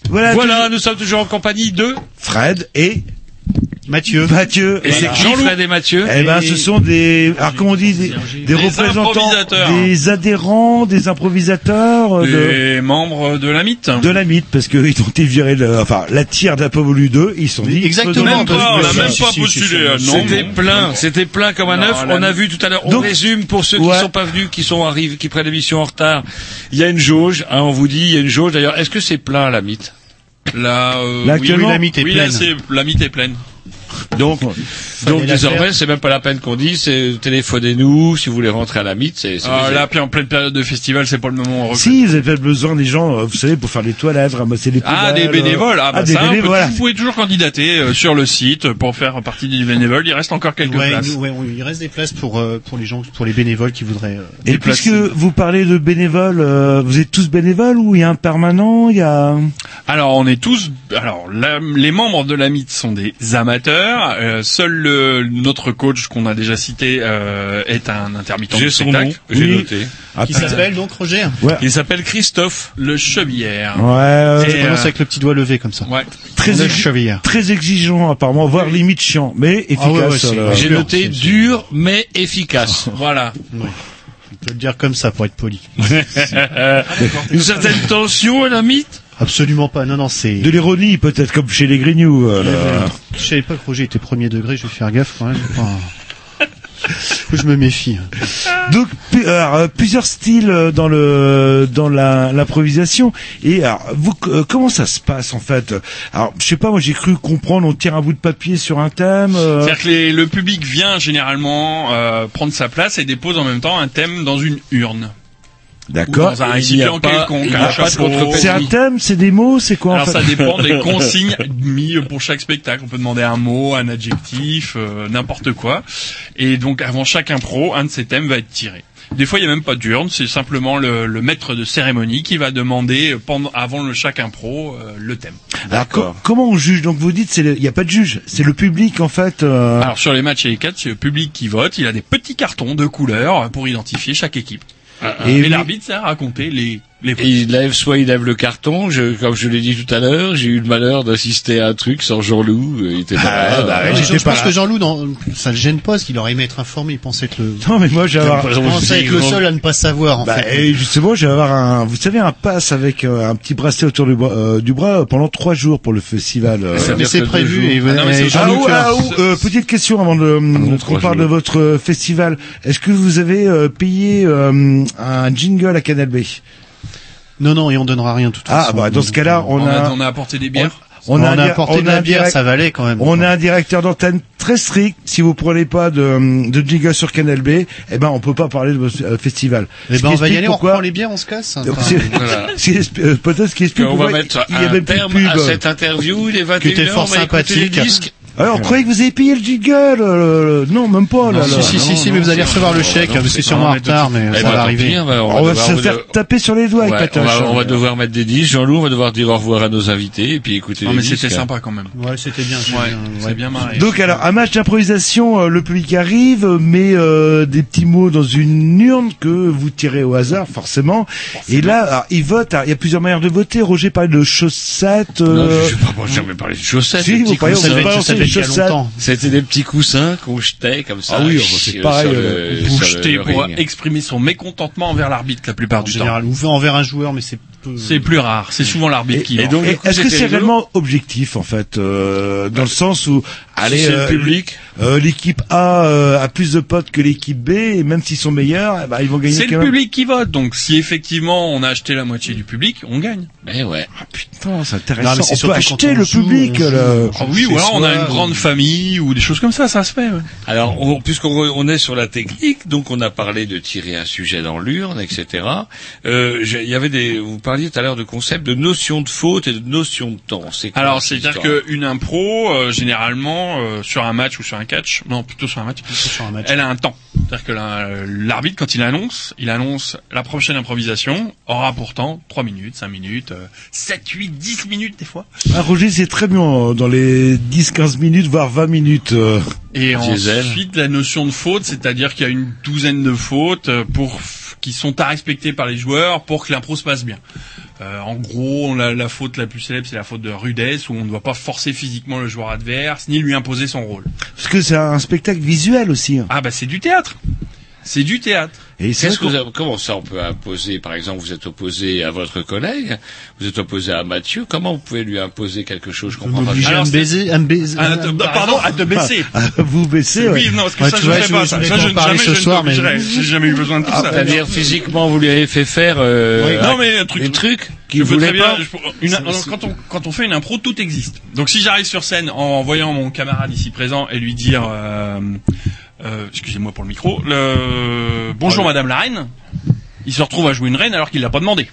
Speaker 4: Voilà,
Speaker 3: Voilà, nous sommes toujours en compagnie de
Speaker 4: Fred et
Speaker 10: Mathieu.
Speaker 4: Mathieu.
Speaker 3: Et c'est qui, Fred et Mathieu
Speaker 4: Eh ben, ce sont des, alors comment on dit, des, des représentants,
Speaker 5: improvisateurs.
Speaker 4: des adhérents, des improvisateurs euh, de,
Speaker 5: Des membres de la mythe.
Speaker 4: de la mythe, parce qu'ils ont été virés, de, enfin, la tire d'Apollo 2, ils se sont dit.
Speaker 10: Exactement,
Speaker 4: faisons-
Speaker 5: Même pas, on
Speaker 4: parce
Speaker 5: a
Speaker 4: que-
Speaker 5: même
Speaker 4: si,
Speaker 5: pas
Speaker 4: si, si,
Speaker 5: postulé.
Speaker 4: si,
Speaker 5: euh,
Speaker 4: si,
Speaker 5: Non,
Speaker 3: C'était
Speaker 5: non.
Speaker 3: plein, c'était plein comme un
Speaker 5: Non,
Speaker 3: œuf.
Speaker 5: la
Speaker 3: On a vu
Speaker 5: nuit.
Speaker 3: tout à l'heure. On
Speaker 4: Donc-
Speaker 3: résume pour ceux
Speaker 4: Ouais.
Speaker 3: qui sont pas venus, qui sont arrivés, qui prennent l'émission en retard. Il y a une jauge. hein, on vous dit, il y a une jauge. D'ailleurs, est-ce que c'est plein à la mythe
Speaker 5: Là, euh,
Speaker 4: Là,
Speaker 5: oui,
Speaker 4: actuellement-
Speaker 5: oui,
Speaker 4: la mythe est
Speaker 5: oui, là,
Speaker 4: pleine.
Speaker 5: c'est- la mythe est pleine.
Speaker 4: Donc,
Speaker 3: Donc
Speaker 10: la
Speaker 3: désormais, c'est même pas la peine qu'on dit. C'est téléphonez-nous si vous voulez rentrer à la mythe. C'est c'est-
Speaker 5: Ah, là, puis en pleine période de festival, c'est pas le moment. où on recrute.
Speaker 4: si, vous avez peut-être besoin des gens, euh, vous savez, pour faire les toilettes, ramasser les
Speaker 5: Ah,
Speaker 4: poubelles,
Speaker 5: des
Speaker 4: euh,
Speaker 5: bénévoles. Ah, bah,
Speaker 4: des
Speaker 5: ça, on peut-
Speaker 4: bénévoles, voilà.
Speaker 5: vous pouvez toujours candidater euh, sur le site pour faire partie des bénévoles. Il reste encore quelques
Speaker 10: Ouais,
Speaker 5: places.
Speaker 10: nous, ouais, on- il reste des places pour, euh, pour les gens, pour les bénévoles qui voudraient. euh,
Speaker 4: Et puisque vous parlez de bénévoles, euh, vous êtes tous bénévoles ou il y a un permanent, il y a...
Speaker 5: Alors, on est tous. Alors, la- les membres de la mythe sont des amateurs. Euh, seul le- notre coach qu'on a déjà cité euh, est un intermittent
Speaker 3: J'ai
Speaker 5: du
Speaker 3: son nom.
Speaker 5: spectacle. Euh,
Speaker 3: J'ai
Speaker 4: Oui.
Speaker 3: noté.
Speaker 4: Ah,
Speaker 10: Qui
Speaker 4: putain.
Speaker 10: s'appelle donc Roger
Speaker 4: Ouais.
Speaker 5: Il s'appelle Christophe Le Chevière.
Speaker 4: Ouais, euh,
Speaker 10: Ça
Speaker 5: Et,
Speaker 10: commence
Speaker 5: euh,
Speaker 10: avec le petit doigt levé comme ça.
Speaker 5: Ouais.
Speaker 4: très,
Speaker 10: Le
Speaker 4: exi-
Speaker 10: chevillard.
Speaker 4: très exigeant apparemment, voire limite chiant, mais efficace.
Speaker 10: Ah ouais, ouais, c'est-
Speaker 4: alors.
Speaker 3: J'ai
Speaker 10: Dur,
Speaker 3: noté
Speaker 10: c'est-
Speaker 3: dur mais efficace.
Speaker 5: Voilà.
Speaker 10: Je peux le dire comme ça pour être poli.
Speaker 3: Une certaine tension à la mythe.
Speaker 10: Absolument pas. Non, non, c'est.
Speaker 4: De l'ironie peut-être, comme chez les Grignoux. alors.
Speaker 10: Je savais pas que Roger était premier degré. Je vais faire gaffe quand même. Oh. Faut que je me méfie.
Speaker 4: Donc pu- alors, euh, plusieurs styles euh, dans le dans la- l'improvisation et alors vous euh, comment ça se passe en fait Alors je sais pas moi j'ai cru comprendre on tire un bout de papier sur un thème euh,
Speaker 5: C'est-à-dire que les- le public vient généralement euh, prendre sa place et dépose en même temps un thème dans une urne. Ou
Speaker 4: d'accord
Speaker 5: dans un
Speaker 3: Il n'y a
Speaker 5: récipient
Speaker 3: pas- il
Speaker 5: quelconque,
Speaker 3: n'y
Speaker 5: un
Speaker 3: a pas de
Speaker 5: chapeau.
Speaker 3: contre-
Speaker 4: C'est un thème, c'est des mots, c'est quoi en
Speaker 5: Alors
Speaker 4: fait
Speaker 5: ça dépend des consignes mises pour chaque spectacle. On peut demander un mot, un adjectif, euh, n'importe quoi. Et donc avant chaque impro, un de ces thèmes va être tiré. Des fois, il n'y a même pas d'urne, c'est simplement le, le maître de cérémonie qui va demander euh, pendant, avant le chaque impro euh, le thème.
Speaker 4: Alors, co- comment on juge Donc vous dites c'est le- il n'y a pas de juge, c'est le public en fait. euh,
Speaker 5: Alors sur les matchs et les quatre, c'est le public qui vote. Il a des petits cartons de couleurs euh, pour identifier chaque équipe.
Speaker 4: et
Speaker 5: Et,
Speaker 4: oui.
Speaker 5: l'arbitre sert à raconter les les
Speaker 3: Et il lève, soit il lève le carton, je, comme je l'ai dit tout à l'heure, j'ai eu le malheur d'assister à un truc sans Jean-Loup, euh, il était pas là.
Speaker 4: bah, ouais,
Speaker 10: je
Speaker 4: j'étais
Speaker 10: je
Speaker 4: pas
Speaker 10: pense
Speaker 4: là.
Speaker 10: que Jean-Loup, dans- ça le gêne pas, parce qu'il aurait aimé être informé. Il pensait être le.
Speaker 4: Non mais moi j'ai avoir-
Speaker 10: Il pensait être le seul à ne pas savoir en
Speaker 4: Bah,
Speaker 10: fait.
Speaker 4: et justement, je vais avoir un, vous savez, un pass avec euh, un petit bracelet autour du bras, euh, du bras euh, pendant trois jours pour le festival. euh.
Speaker 3: Ça veut
Speaker 10: Mais
Speaker 3: dire
Speaker 10: c'est
Speaker 3: que deux
Speaker 10: prévu.
Speaker 3: jours.
Speaker 10: Et,
Speaker 5: non, mais
Speaker 10: et
Speaker 5: c'est-
Speaker 4: Ah,
Speaker 10: Jean-Loup,
Speaker 4: ou,
Speaker 10: tu vois.
Speaker 4: ah, ou, euh, petite question avant de
Speaker 3: non,
Speaker 4: qu'on
Speaker 3: trois
Speaker 4: parle de
Speaker 3: jours.
Speaker 4: votre euh, festival. Est-ce que vous avez euh, payé euh, un jingle à Canal B
Speaker 10: Non, non, et on donnera rien tout de
Speaker 4: Ah
Speaker 10: façon.
Speaker 4: bah dans ce cas-là, on,
Speaker 5: on, a,
Speaker 4: a,
Speaker 5: on a apporté des bières.
Speaker 10: on, a,
Speaker 4: un di-
Speaker 10: apporté
Speaker 4: on
Speaker 10: de
Speaker 4: a
Speaker 10: la
Speaker 4: un
Speaker 10: bière,
Speaker 4: direct-
Speaker 10: ça valait quand même.
Speaker 4: On a un directeur d'antenne très strict. Si vous prenez pas de, de jingle sur Canal B, eh ben on peut pas parler de votre euh, festival.
Speaker 10: Eh
Speaker 4: Ce
Speaker 10: ben
Speaker 4: qui
Speaker 10: on va y
Speaker 4: explique
Speaker 10: aller,
Speaker 4: pourquoi-
Speaker 10: on reprend les bières, on se casse.
Speaker 4: Donc,
Speaker 10: Enfin,
Speaker 4: c'est-
Speaker 3: Ah, Voilà.
Speaker 4: c'est- euh, Peut-être ce qui explique
Speaker 3: on va
Speaker 4: pourquoi
Speaker 3: mettre
Speaker 4: il y a
Speaker 3: un
Speaker 4: même plus de
Speaker 3: terme
Speaker 4: pub.
Speaker 3: à cette interview, il est 21h,
Speaker 10: t'es fort
Speaker 3: on va écouter les
Speaker 10: sympathique.
Speaker 3: disques.
Speaker 4: Alors, on croyait que vous avez payé le jingle euh, le- le- Non, même pas. là, là.
Speaker 10: si, si, si, si, mais vous allez recevoir le chèque, parce que c'est sûrement en retard, mais
Speaker 3: Eh
Speaker 10: ça
Speaker 3: ben,
Speaker 10: va
Speaker 3: tant
Speaker 10: arriver.
Speaker 3: pis, on va, on
Speaker 4: On,
Speaker 3: va
Speaker 4: va
Speaker 3: devoir
Speaker 4: se
Speaker 3: vous
Speaker 4: faire
Speaker 3: de-
Speaker 4: taper sur les doigts
Speaker 3: Ouais,
Speaker 4: avec
Speaker 3: on,
Speaker 4: Patoche. hein.
Speaker 3: va, on va devoir mettre des disques. Jean-Loup, on va devoir dire au revoir à nos invités et puis écouter
Speaker 5: Non
Speaker 3: les
Speaker 5: Ah, mais
Speaker 3: disques. hein.
Speaker 5: c'était sympa quand même.
Speaker 10: Ouais, c'était bien.
Speaker 5: Ouais, c'est bien marré.
Speaker 4: Donc alors, un match d'improvisation, euh, le public arrive, euh, met euh, des petits mots dans une urne que vous tirez au hasard, forcément. Et là, alors, ils votent. Alors, Il y a plusieurs manières de voter. Roger parlait de chaussettes.
Speaker 3: Non,
Speaker 4: euh,
Speaker 3: je sais pas, moi, j'ai jamais parlé de chaussettes.
Speaker 4: si,
Speaker 3: les petits
Speaker 4: vous parlez,
Speaker 3: coussins.
Speaker 4: vous
Speaker 10: ça devait être-
Speaker 4: balancez
Speaker 10: ça devait
Speaker 4: les
Speaker 10: être il y a
Speaker 4: chaussettes.
Speaker 10: longtemps.
Speaker 3: C'était des petits coussins qu'on jetait comme ça.
Speaker 4: Ah oui,
Speaker 3: euh,
Speaker 4: c'est
Speaker 3: sur
Speaker 4: pareil,
Speaker 3: le-
Speaker 4: euh,
Speaker 3: sur
Speaker 5: Vous
Speaker 3: le
Speaker 5: jetez pour
Speaker 3: ring.
Speaker 5: exprimer son mécontentement envers l'arbitre la plupart
Speaker 10: En
Speaker 5: du temps.
Speaker 10: général, ou envers un joueur, mais c'est peu.
Speaker 5: C'est plus rare, c'est souvent l'arbitre qui.
Speaker 3: et
Speaker 5: va.
Speaker 3: donc,
Speaker 4: Et
Speaker 3: du coup,
Speaker 4: Est-ce que
Speaker 3: c'était
Speaker 4: c'est
Speaker 3: rigolo
Speaker 4: réellement objectif en fait, euh, dans le sens où allez,
Speaker 3: Ah, c'est le
Speaker 4: euh,
Speaker 3: public.
Speaker 4: euh, l'équipe A euh, a plus de potes que l'équipe B, et même s'ils sont meilleurs, eh ben, ils vont gagner.
Speaker 5: c'est
Speaker 4: quand
Speaker 5: le
Speaker 4: même.
Speaker 5: public qui vote, donc si effectivement on a acheté la moitié du public, on gagne.
Speaker 3: Eh ouais.
Speaker 4: Ah putain, c'est
Speaker 10: Non,
Speaker 4: intéressant.
Speaker 10: mais c'est
Speaker 4: on peut
Speaker 10: surtout
Speaker 4: acheter
Speaker 10: quand on
Speaker 4: le
Speaker 10: joue,
Speaker 4: public.
Speaker 10: on joue,
Speaker 4: le-
Speaker 10: on joue.
Speaker 5: Ah oui,
Speaker 10: Chez
Speaker 5: ou alors on a
Speaker 10: soi,
Speaker 5: une grande
Speaker 10: ou-
Speaker 5: famille ou des choses comme ça, ça se fait. ouais.
Speaker 3: Alors, on- puisqu'on re- on est sur la technique, donc on a parlé de tirer un sujet dans l'urne, etc. Euh, j'ai- Il y avait des. Vous parliez tout à l'heure de concept, de notion de faute et de notion de temps. C'est quoi
Speaker 5: Alors
Speaker 3: cette
Speaker 5: c'est-à-dire
Speaker 3: histoire
Speaker 5: qu'une impro, euh, généralement euh, sur un match ou sur un catch, non plutôt sur un match,
Speaker 10: sur un match.
Speaker 5: elle a un temps. C'est-à-dire que la- euh, l'arbitre quand il annonce, il annonce la prochaine improvisation aura pourtant 3 minutes, 5 minutes, euh, 7, 8, 10 minutes des fois.
Speaker 4: Ah, Roger, c'est très bien euh, dans les 10-15 minutes, voire 20 minutes. euh.
Speaker 5: Et
Speaker 3: Diesel.
Speaker 5: ensuite, la notion de faute, c'est-à-dire qu'il y a une douzaine de fautes euh, pour qui sont à respecter par les joueurs pour que l'impro se passe bien. Euh, en gros, la, la faute la plus célèbre, c'est la faute de rudesse, où on ne doit pas forcer physiquement le joueur adverse, ni lui imposer son rôle.
Speaker 4: Parce que c'est un spectacle visuel aussi. hein.
Speaker 5: Ah bah c'est du théâtre. C'est du théâtre.
Speaker 4: Et c'est
Speaker 3: Qu'est-ce que
Speaker 4: vrai
Speaker 3: vous avez- comment ça on peut imposer Par exemple, vous êtes opposé à votre collègue, vous êtes opposé à Mathieu. Comment vous pouvez lui imposer quelque chose Je comprends pas.
Speaker 10: m'obliger à
Speaker 3: Alors,
Speaker 10: me
Speaker 3: c'est-
Speaker 10: baiser, à me baiser.
Speaker 3: Ah, te- pardon, à te baisser.
Speaker 4: À vous baisser.
Speaker 5: Oui,
Speaker 4: ouais.
Speaker 5: non, parce que
Speaker 4: Ouais,
Speaker 5: ça,
Speaker 4: tu
Speaker 5: je
Speaker 4: vois,
Speaker 5: ne ferai pas ça.
Speaker 4: voulais
Speaker 5: Ça,
Speaker 4: t'en
Speaker 5: je ne
Speaker 4: parler
Speaker 5: jamais,
Speaker 4: ce
Speaker 5: je ne
Speaker 4: soir, mais-
Speaker 5: t'obligerai. J'ai jamais eu besoin de tout ça.
Speaker 3: C'est-à-dire physiquement, vous lui avez fait faire euh,
Speaker 5: Oui. Non, mais un truc-
Speaker 3: des trucs
Speaker 5: Je
Speaker 3: qu'il
Speaker 5: peux
Speaker 3: voulait
Speaker 5: très bien-
Speaker 3: pas.
Speaker 5: je peux- une-
Speaker 3: Ça,
Speaker 5: non,
Speaker 3: c'est-
Speaker 5: quand, on, quand on fait une impro, tout existe. Donc si j'arrive sur scène en voyant mon camarade ici présent et lui dire, euh, euh, excusez-moi pour le micro, le, bonjour madame la reine, il se retrouve à jouer une reine alors qu'il l'a pas demandé.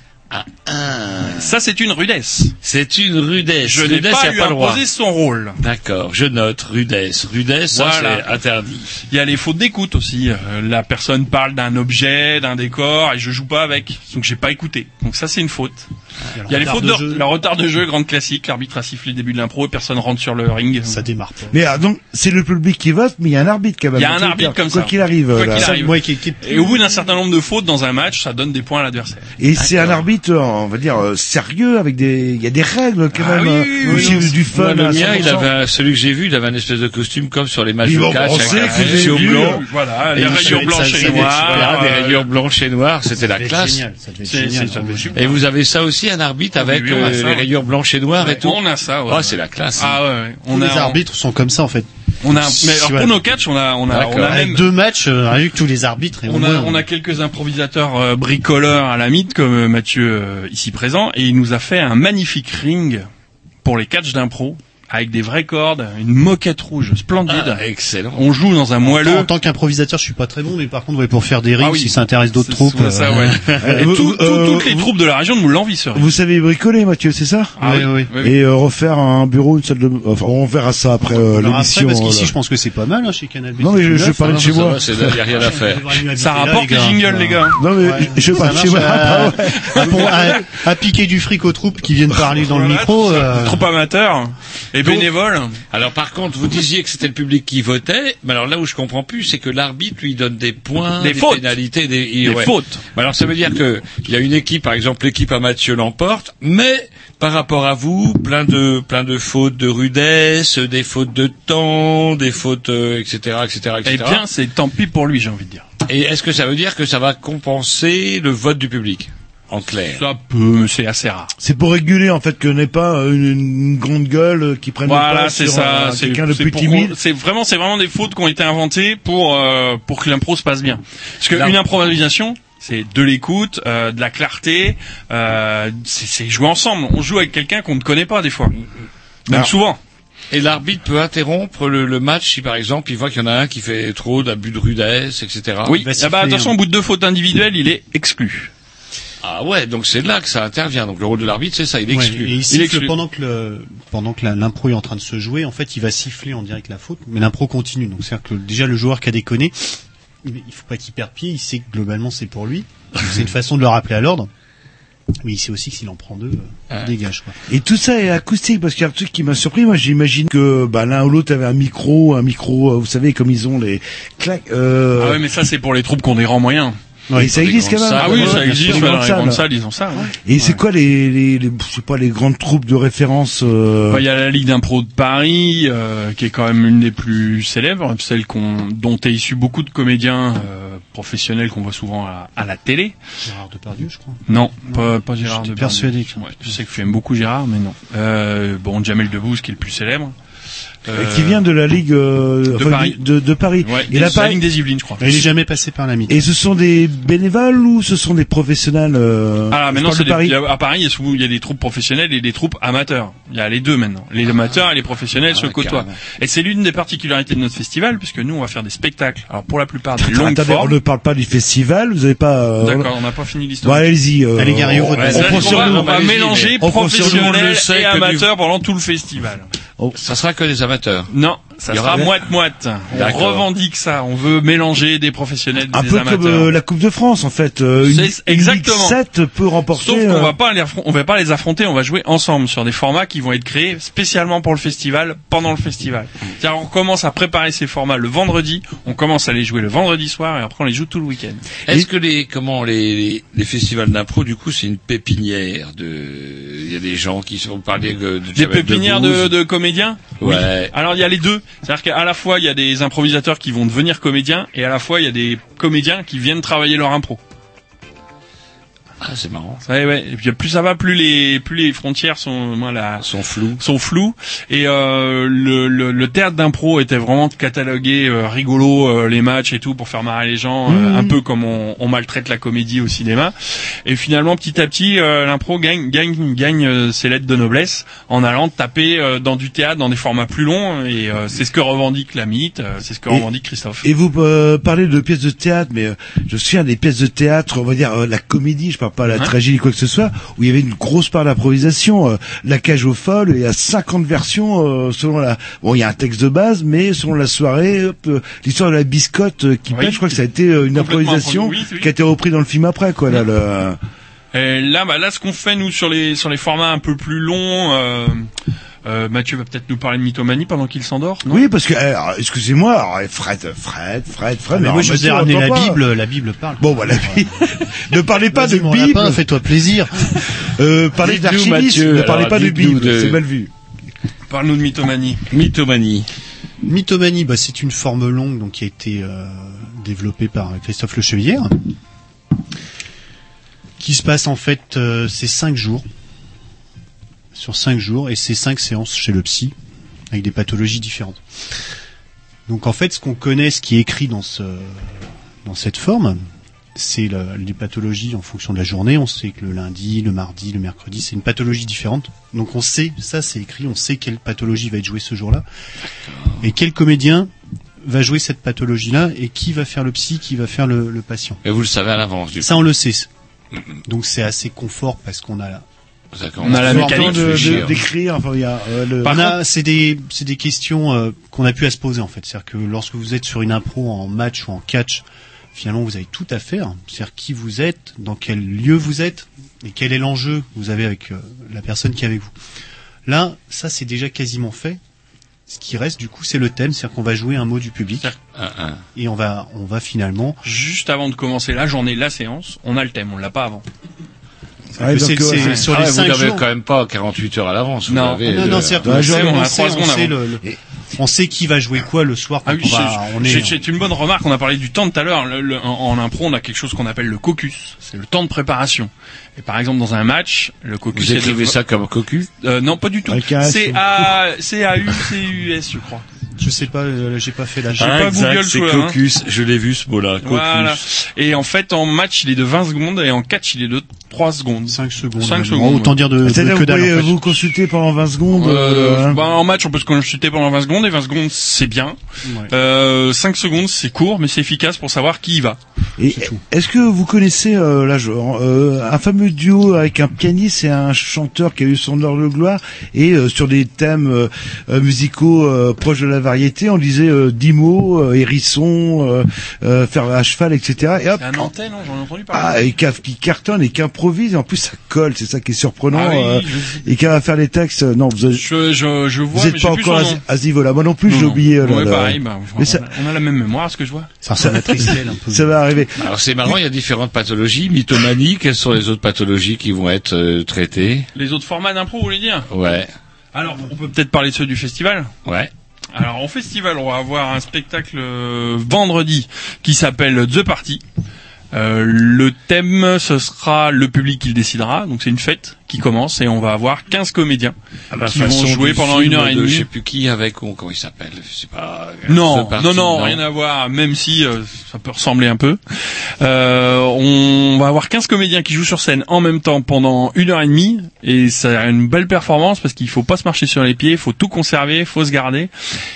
Speaker 5: Ça c'est une rudesse.
Speaker 3: C'est une rudesse.
Speaker 5: Je n'ai
Speaker 3: Rudesse,
Speaker 5: pas
Speaker 3: y a
Speaker 5: lui
Speaker 3: pas le droit.
Speaker 5: imposé son rôle.
Speaker 3: D'accord, je note. Rudesse, rudesse, ça,
Speaker 5: Voilà.
Speaker 3: c'est interdit.
Speaker 5: Il y a les fautes d'écoute aussi. Euh, la personne parle d'un objet, d'un décor, et je joue pas avec. Donc j'ai pas écouté. Donc ça c'est une faute. Il y a les
Speaker 10: retard
Speaker 5: fautes
Speaker 10: de
Speaker 5: de,
Speaker 10: jeu.
Speaker 5: le retard de jeu, grande classique. L'arbitre a sifflé le début de l'impro et personne rentre sur le ring. Ça
Speaker 10: démarre pas.
Speaker 4: Mais ah, donc c'est le public qui vote, mais il y a un arbitre quand même.
Speaker 5: Il y a un
Speaker 4: Tout le
Speaker 5: arbitre
Speaker 4: temps,
Speaker 5: comme
Speaker 4: quoi
Speaker 5: ça.
Speaker 4: qu'il arrive.
Speaker 5: Quoi
Speaker 4: là.
Speaker 5: qu'il arrive. Et au bout d'un certain nombre de fautes dans un match, ça donne des points à l'adversaire.
Speaker 4: Et c'est un arbitre, euh, on va dire euh, sérieux, avec des, il y a des règles quand
Speaker 5: Ah
Speaker 4: même, euh, aussi, du fun.
Speaker 3: Moi, le
Speaker 4: à
Speaker 3: mien,
Speaker 4: 100%.
Speaker 3: il avait un- celui que j'ai vu, il avait un espèce de costume comme sur les matchs
Speaker 4: Ils
Speaker 3: de
Speaker 4: vont
Speaker 3: catch, avec
Speaker 4: penser
Speaker 3: un
Speaker 4: que j'ai
Speaker 3: ratio
Speaker 4: vu,
Speaker 3: blanc.
Speaker 5: voilà, les
Speaker 3: Et une
Speaker 5: rayures
Speaker 3: chemise
Speaker 5: blanches
Speaker 3: avec
Speaker 5: et
Speaker 3: des-
Speaker 5: noires,
Speaker 3: voilà, des
Speaker 5: euh,
Speaker 3: rayures blanches et noires, c'était la
Speaker 5: devait être
Speaker 3: classe.
Speaker 5: génial, ça devait être génial,
Speaker 3: ça
Speaker 10: Ah,
Speaker 5: hein,
Speaker 3: devait
Speaker 5: ouais.
Speaker 3: super. Et vous avez ça aussi, un arbitre avec
Speaker 5: oui, on a
Speaker 3: euh,
Speaker 5: ça,
Speaker 3: les
Speaker 5: ouais.
Speaker 3: rayures blanches et noires et
Speaker 5: Ouais,
Speaker 3: tout.
Speaker 5: on a ça, ouais.
Speaker 3: Ah, c'est la classe.
Speaker 5: Ah ouais, ouais.
Speaker 10: Tous
Speaker 5: On
Speaker 10: les
Speaker 5: a,
Speaker 10: arbitres sont comme ça en fait.
Speaker 5: on a,
Speaker 10: Si,
Speaker 5: mais alors,
Speaker 10: ouais.
Speaker 5: pour nos catchs, on a, on a, on a
Speaker 10: Avec
Speaker 5: même,
Speaker 10: deux matchs, euh, rien que tous les arbitres. Et euh,
Speaker 5: on a, on a quelques improvisateurs euh, bricoleurs à la mythe comme euh, Mathieu euh, ici présent et il nous a fait un magnifique ring pour les catchs d'impro avec des vraies cordes, une moquette rouge splendide.
Speaker 3: Ah. excellent.
Speaker 5: On joue dans un moelleux.
Speaker 10: En tant qu'improvisateur, je suis pas très bon, mais par contre, ouais, pour faire des rings,
Speaker 5: Ah oui.
Speaker 10: si ça intéresse d'autres troupes.
Speaker 5: C'est ça, ouais.
Speaker 10: euh,
Speaker 5: Et tout- tout-
Speaker 4: euh,
Speaker 5: toutes les troupes de la région nous l'envient, ce
Speaker 4: Vous savez bricoler, Mathieu, c'est ça
Speaker 5: Ah oui, oui, oui.
Speaker 4: Et euh, refaire un bureau, une salle de. Enfin, on verra ça après euh,
Speaker 10: Alors après,
Speaker 4: l'émission.
Speaker 10: parce qu'ici,
Speaker 4: euh,
Speaker 10: je pense que c'est pas mal hein, chez Canal B.
Speaker 4: Non, mais je- je
Speaker 10: Neuf,
Speaker 4: parlais de
Speaker 10: hein,
Speaker 4: chez
Speaker 10: ça
Speaker 4: moi.
Speaker 10: va, c'est-
Speaker 3: Il y a rien à faire.
Speaker 5: Ça
Speaker 10: habiter là,
Speaker 5: rapporte
Speaker 10: les
Speaker 5: les
Speaker 10: gars.
Speaker 5: jingles, les gars.
Speaker 4: Non mais je, je sais pas,
Speaker 10: Ça
Speaker 4: je sais
Speaker 10: marche
Speaker 5: euh,
Speaker 4: pas.
Speaker 10: à, à- pour- à- à piquer du fric aux troupes qui viennent parler dans le
Speaker 5: Voilà,
Speaker 10: micro.
Speaker 5: tout ça.
Speaker 10: euh,
Speaker 5: Troupe amateur et bénévole.
Speaker 3: Alors par contre, vous disiez que c'était le public qui votait, mais alors là où je comprends plus, c'est que l'arbitre lui donne des points,
Speaker 5: Des
Speaker 3: des,
Speaker 5: fautes.
Speaker 3: pénalités, des,
Speaker 5: Des fautes.
Speaker 3: Mais alors ça veut dire que il y a une équipe, par exemple l'équipe à Mathieu l'emporte, mais par rapport à vous, plein de plein de fautes de rudesse, des fautes de temps, des fautes, euh, etc., etc., etc.
Speaker 5: Eh bien, c'est tant pis pour lui, j'ai envie de dire.
Speaker 3: Et est-ce que ça veut dire que ça va compenser le vote du public en clair
Speaker 5: Ça peut, mais c'est assez rare.
Speaker 4: C'est pour réguler en fait que n'est pas euh, une, une grande gueule euh, qui prenne le
Speaker 5: Voilà,
Speaker 4: pas
Speaker 5: c'est
Speaker 4: sur
Speaker 5: ça.
Speaker 4: euh,
Speaker 5: C'est
Speaker 4: quelqu'un de
Speaker 5: c'est
Speaker 4: plus
Speaker 5: pour
Speaker 4: timide.
Speaker 5: qu'on- C'est vraiment, c'est vraiment des fautes qui ont été inventées pour euh, pour que l'impro se passe bien. Parce
Speaker 3: Là-
Speaker 5: qu'une improvisation, c'est de l'écoute, euh, de la clarté. euh, c'est c'est jouer ensemble. On joue avec quelqu'un qu'on ne connaît pas des
Speaker 4: Mm,
Speaker 5: fois, même
Speaker 3: Alors-
Speaker 5: souvent.
Speaker 3: Et l'arbitre peut interrompre le, le match si par exemple il voit qu'il y en a un qui fait trop d'abus de rudesse, etc.
Speaker 5: oui. Ah bah
Speaker 4: hein.
Speaker 5: attention, au bout de deux fautes individuelles, il est exclu.
Speaker 3: Ah ouais, donc c'est là que ça intervient. Donc le rôle de l'arbitre, c'est ça, il exclut.
Speaker 10: Ouais, et il
Speaker 3: il
Speaker 10: siffle
Speaker 3: exclut.
Speaker 10: pendant que le- pendant que la- l'impro est en train de se jouer, en fait, il va siffler en direct la faute, mais l'impro continue. Donc c'est-à-dire que déjà le joueur qui a déconné, il il faut pas qu'il perde pied. Il sait que globalement c'est pour lui. Donc, C'est une façon de le rappeler à l'ordre. Mais il sait aussi que s'il en prend deux, euh, il dégage quoi.
Speaker 4: Et tout ça est acoustique parce qu'il y a un truc qui m'a surpris. Moi, j'imagine que bah, l'un ou l'autre avait un micro, un micro, euh, vous savez, comme ils ont les claques. Euh...
Speaker 5: Ah ouais, mais ça c'est pour les troupes qu'on est rend moyen.
Speaker 4: Ouais, Et ça
Speaker 5: Des
Speaker 4: existe quand
Speaker 5: grandes
Speaker 4: même.
Speaker 5: salles. Ah oui,
Speaker 4: Ouais,
Speaker 5: ça
Speaker 4: bien sûr,
Speaker 5: existe.
Speaker 4: des
Speaker 5: Dans
Speaker 4: grandes
Speaker 5: les grandes
Speaker 4: salles.
Speaker 5: salles, ils ont ça. ouais.
Speaker 4: Et c'est quoi les, les, les- je sais pas, les grandes troupes de référence euh...
Speaker 5: Enfin, Bah, Il y a la Ligue d'impro de Paris, euh, qui est quand même une des plus célèbres, celle qu'on, dont est issu beaucoup de comédiens euh, professionnels qu'on voit souvent à, à la télé.
Speaker 10: Gérard Depardieu, je crois.
Speaker 5: Non, pas, pas Gérard
Speaker 10: J'étais
Speaker 5: Depardieu.
Speaker 10: persuadé que-
Speaker 5: Ouais, je sais que tu aimes beaucoup Gérard, mais non. Euh, bon, Jamel Debbouze, qui est le plus célèbre.
Speaker 4: euh, qui vient de la ligue euh,
Speaker 5: de
Speaker 4: enfin,
Speaker 5: Paris.
Speaker 4: de, de Paris.
Speaker 5: Ouais,
Speaker 4: et,
Speaker 5: des-
Speaker 4: là,
Speaker 5: la
Speaker 4: Paris-
Speaker 5: Ligue des Yvelines, je crois.
Speaker 10: Il est jamais passé par la mi.
Speaker 4: et ce sont des bénévoles ou ce sont des professionnels euh...
Speaker 5: Ah,
Speaker 4: je
Speaker 5: maintenant,
Speaker 4: parle
Speaker 5: c'est
Speaker 4: de
Speaker 5: des-
Speaker 4: Paris.
Speaker 5: il y a- à Paris, il y a souvent- il y a des troupes professionnelles et des troupes amateurs. Il y a les deux maintenant.
Speaker 4: Ah.
Speaker 5: Les amateurs et les professionnels se côtoient. Et c'est l'une des particularités de notre festival, puisque nous, on va faire des spectacles. Alors, pour la plupart, des longues
Speaker 4: Ah, Attendez, on
Speaker 5: formes.
Speaker 4: ne parle pas du festival. Vous avez pas. euh,
Speaker 5: D'accord, on n'a pas fini
Speaker 4: Bon,
Speaker 5: l'histoire.
Speaker 4: allez-y. euh,
Speaker 10: Allez, Gary,
Speaker 4: on,
Speaker 10: on
Speaker 4: on
Speaker 10: va-
Speaker 4: prend sur
Speaker 5: on
Speaker 4: nous.
Speaker 5: va
Speaker 3: Allez-y,
Speaker 5: mélanger
Speaker 3: mais on prend sur nous, on le
Speaker 5: professionnel
Speaker 3: sait
Speaker 5: et
Speaker 3: que du-
Speaker 5: amateur pendant tout le festival.
Speaker 3: Ça sera que des amateurs.
Speaker 5: Non, Ça sera moite moite. On
Speaker 4: D'accord.
Speaker 5: revendique ça. On veut mélanger des professionnels,
Speaker 4: Un
Speaker 5: des
Speaker 4: peu
Speaker 5: amateurs.
Speaker 4: comme euh, la Coupe de France, en fait. Euh, une,
Speaker 5: C'est- exactement.
Speaker 4: 7 peut remporter.
Speaker 5: Sauf qu'on
Speaker 4: euh,
Speaker 5: va pas les affron- on va pas les affronter, on va jouer ensemble sur des formats qui vont être créés spécialement pour le festival, pendant le festival. C'est-à-dire on commence à préparer ces formats le vendredi, on commence à les jouer le vendredi soir et après on les joue tout le week-end.
Speaker 3: Est-ce que les comment les les, les festivals d'impro du coup c'est une pépinière de il y a des gens qui sont parlés de, de
Speaker 5: Des
Speaker 3: Jamel
Speaker 5: pépinières de,
Speaker 3: Debbouze.
Speaker 5: de comédiens
Speaker 3: Ouais.
Speaker 5: Alors il y a les deux. C'est-à-dire qu'à la fois il y a des improvisateurs qui vont devenir comédiens et à la fois il y a des comédiens qui viennent travailler leur impro.
Speaker 3: Ah c'est marrant.
Speaker 5: Ouais, ouais. Et puis, plus ça va, plus les, plus les frontières sont, moins la,
Speaker 3: sont floues.
Speaker 5: Sont floues. Et euh, le, le, le théâtre d'impro était vraiment catalogué, euh, rigolo, euh, les matchs et tout pour faire marrer les gens, euh,
Speaker 3: Mhm.
Speaker 5: un peu comme on, on maltraite la comédie au cinéma. Et finalement, petit à petit, euh, l'impro gagne, gagne, gagne euh, ses lettres de noblesse en allant taper euh, dans du théâtre, dans des formats plus longs. Et euh, c'est ce que revendique la mythe, euh, c'est ce que
Speaker 4: Et-
Speaker 5: revendique Christophe.
Speaker 4: Et vous euh, parlez de pièces de théâtre, mais euh, je me souviens des pièces de théâtre, on va dire euh, la comédie, je parle pas la
Speaker 5: Ouais.
Speaker 4: tragédie quoi que ce soit, où il y avait une grosse part d'improvisation. euh, la cage aux folles, il y a 50 versions euh, selon la. Bon, il y a un texte de base, mais selon la soirée, hop, euh, l'histoire de la biscotte euh, qui pète, je crois que ça a été euh, une
Speaker 5: Complètement
Speaker 4: improvisation
Speaker 5: improvisé, oui, oui.
Speaker 4: qui a été reprise dans le film après, quoi. Là, le...
Speaker 5: Et là, bah, là, ce qu'on fait nous sur les sur les formats un peu plus longs, euh, euh, Mathieu va peut-être nous parler de mythomanie pendant qu'il s'endort. non
Speaker 4: Oui, parce que alors, excusez-moi, alors, eh, Fred, Fred, Fred,
Speaker 10: Ah,
Speaker 4: Fred.
Speaker 5: mais
Speaker 4: alors,
Speaker 5: Ah moi, je vous ai
Speaker 4: Mathieu,
Speaker 5: ramené
Speaker 4: entend
Speaker 5: la
Speaker 4: pas.
Speaker 5: Bible,
Speaker 10: la Bible parle.
Speaker 4: Bon, voilà. ne parlez pas de
Speaker 10: Vas-y, mon
Speaker 4: Bible.
Speaker 10: lapin, fais-toi plaisir.
Speaker 4: Euh, parlez
Speaker 10: Dites-nous,
Speaker 4: d'archiviste,
Speaker 10: Mathieu,
Speaker 4: ne parlez
Speaker 10: alors,
Speaker 4: pas de
Speaker 10: dites-nous
Speaker 4: Bible,
Speaker 10: de-
Speaker 4: c'est mal vu.
Speaker 5: Parle-nous de mythomanie.
Speaker 3: Mythomanie.
Speaker 10: Mythomanie, bah, c'est une forme longue donc qui a été euh, développée par Christophe Lechevière, qui se passe en fait, euh, c'est cinq jours, sur cinq jours, et c'est cinq séances chez le psy, avec des pathologies différentes. Donc en fait, ce qu'on connaît, ce qui est écrit dans ce dans cette forme, c'est la- les pathologies en fonction de la journée. On sait que le lundi, le mardi, le mercredi, c'est une pathologie différente. Donc on sait, ça c'est écrit, on sait quelle pathologie va être jouée ce jour-là. Et quel comédien va jouer cette pathologie-là et qui va faire le psy, qui va faire le, le patient.
Speaker 3: Et vous le savez à l'avance du coup.
Speaker 10: Ça on le sait. Donc c'est assez confort parce qu'on a
Speaker 3: D'accord, On a la
Speaker 4: Important de- de- d'écrire, enfin, il y a, euh, le-
Speaker 10: hein. Par contre, c'est des, c'est des questions euh, qu'on a pu à se poser en fait. C'est-à-dire que lorsque vous êtes sur une impro en match ou en catch, finalement vous avez tout à faire. C'est-à-dire qui vous êtes, dans quel lieu vous êtes et quel est l'enjeu que vous avez avec euh, la personne qui est avec vous. Là, ça c'est déjà quasiment fait. Ce qui reste du coup, c'est le thème, c'est-à-dire qu'on va jouer un mot du public et on va, on va finalement
Speaker 5: Juste avant de commencer la journée, la séance, on a le thème, on l'a pas avant.
Speaker 10: Ouais,
Speaker 4: euh,
Speaker 10: donc, c'est- ouais. c'est sur
Speaker 3: Ah
Speaker 10: les
Speaker 3: ouais,
Speaker 10: cinq
Speaker 3: vous n'avez
Speaker 10: jours.
Speaker 3: quand même pas 48 heures à l'avance. vous
Speaker 10: Non.
Speaker 3: l'avez,
Speaker 10: non,
Speaker 3: euh,
Speaker 10: non, c'est-à-dire
Speaker 3: dans
Speaker 10: qu'on
Speaker 3: la
Speaker 10: sait-
Speaker 3: journée.
Speaker 10: on
Speaker 5: a
Speaker 10: sait-
Speaker 5: trois secondes
Speaker 10: on sait
Speaker 5: avant.
Speaker 10: le- le- on sait qui va jouer quoi le soir.
Speaker 5: Ah oui,
Speaker 10: quand on va-
Speaker 5: c'est-
Speaker 10: on est-
Speaker 5: c'est- c'est une bonne remarque. On a parlé du temps tout à l'heure. Le- le- en, en impro, on a quelque chose qu'on appelle le caucus. C'est le temps de préparation. Et par exemple, dans un match, le caucus.
Speaker 3: Vous
Speaker 5: est de-
Speaker 3: écrivez ça comme cocu
Speaker 5: Euh, Non, pas du tout.
Speaker 3: Avec un S,
Speaker 5: C'est
Speaker 3: ou-
Speaker 5: A, c'est A U C U S, je crois.
Speaker 10: Je sais pas, euh, j'ai pas fait la.
Speaker 5: J'ai pas Google
Speaker 3: Ah, c'est
Speaker 5: Scholar, hein.
Speaker 3: caucus. Je l'ai vu ce mot-là. Caucus.
Speaker 5: Voilà. Et en fait, en match, il est de 20 secondes et en catch, il est de 3 secondes.
Speaker 10: 5 secondes.
Speaker 5: 5
Speaker 10: vraiment.
Speaker 5: secondes.
Speaker 10: Autant dire de- de
Speaker 4: C'est-à-dire
Speaker 10: que
Speaker 4: vous
Speaker 10: dalle,
Speaker 4: pouvez euh,
Speaker 10: en fait.
Speaker 4: vous consulter pendant 20 secondes. euh,
Speaker 5: Euh,
Speaker 4: hein.
Speaker 5: bah, en match, on peut se consulter pendant 20 secondes et 20 secondes, c'est bien. Euh, 5 secondes, c'est court, mais c'est efficace pour savoir qui y va.
Speaker 4: Et est-ce que vous connaissez euh, là, je- euh, un fameux duo avec un pianiste et un chanteur qui a eu son heure de gloire et euh, sur des thèmes euh, euh, musicaux euh, proches de la variété, on disait euh, dix mots, euh, hérisson, euh, euh, faire à cheval, etc. Et hop,
Speaker 5: C'est un Nantais, non J'en ai entendu parler.
Speaker 4: ah, et qui, qui cartonne et qui improvise, et en plus ça colle, c'est ça qui est surprenant,
Speaker 5: Ah oui,
Speaker 4: euh, et qui va faire les textes. euh, Non, vous, avez-
Speaker 5: Je, je, je vois,
Speaker 4: vous
Speaker 5: mais
Speaker 4: êtes
Speaker 5: j'ai
Speaker 4: pas
Speaker 5: plus son
Speaker 4: encore à,
Speaker 5: nom.
Speaker 4: à ce niveau-là. Moi non plus, j'ai oublié. euh,
Speaker 5: Ouais,
Speaker 4: le-
Speaker 5: pareil, bah,
Speaker 4: Mais ça-
Speaker 5: on, a, on a la même mémoire, ce que je vois.
Speaker 10: Ça ressemble à Tristel, un peu.
Speaker 4: ça va arriver.
Speaker 3: Alors c'est marrant, il y a différentes pathologies. Mythomanie, quelles sont les autres pathologies qui vont être euh, traitées
Speaker 5: Les autres formats d'impro, vous voulez dire
Speaker 3: Ouais,
Speaker 5: Alors, on peut peut-être parler de ceux du festival
Speaker 3: ouais.
Speaker 5: Alors, au festival, on va avoir un spectacle euh, vendredi qui s'appelle The Party. Euh, le thème, ce sera le public qui le décidera. Donc, c'est une fête qui commence et on va avoir 15 comédiens
Speaker 4: Ah bah,
Speaker 5: qui vont
Speaker 3: Façon
Speaker 5: jouer
Speaker 3: du
Speaker 5: pendant une
Speaker 3: film
Speaker 5: heure et
Speaker 3: de Je
Speaker 5: demie.
Speaker 3: sais plus qui avec on, comment il s'appelle. Je sais pas. euh,
Speaker 5: Non,
Speaker 3: ce parti,
Speaker 5: non, non, rien à voir, même si euh, ça peut ressembler un peu. Euh, on va avoir 15 comédiens qui jouent sur scène en même temps pendant une heure et demie, et ça a une belle performance parce qu'il faut pas se marcher sur les pieds, il faut tout conserver, faut se garder,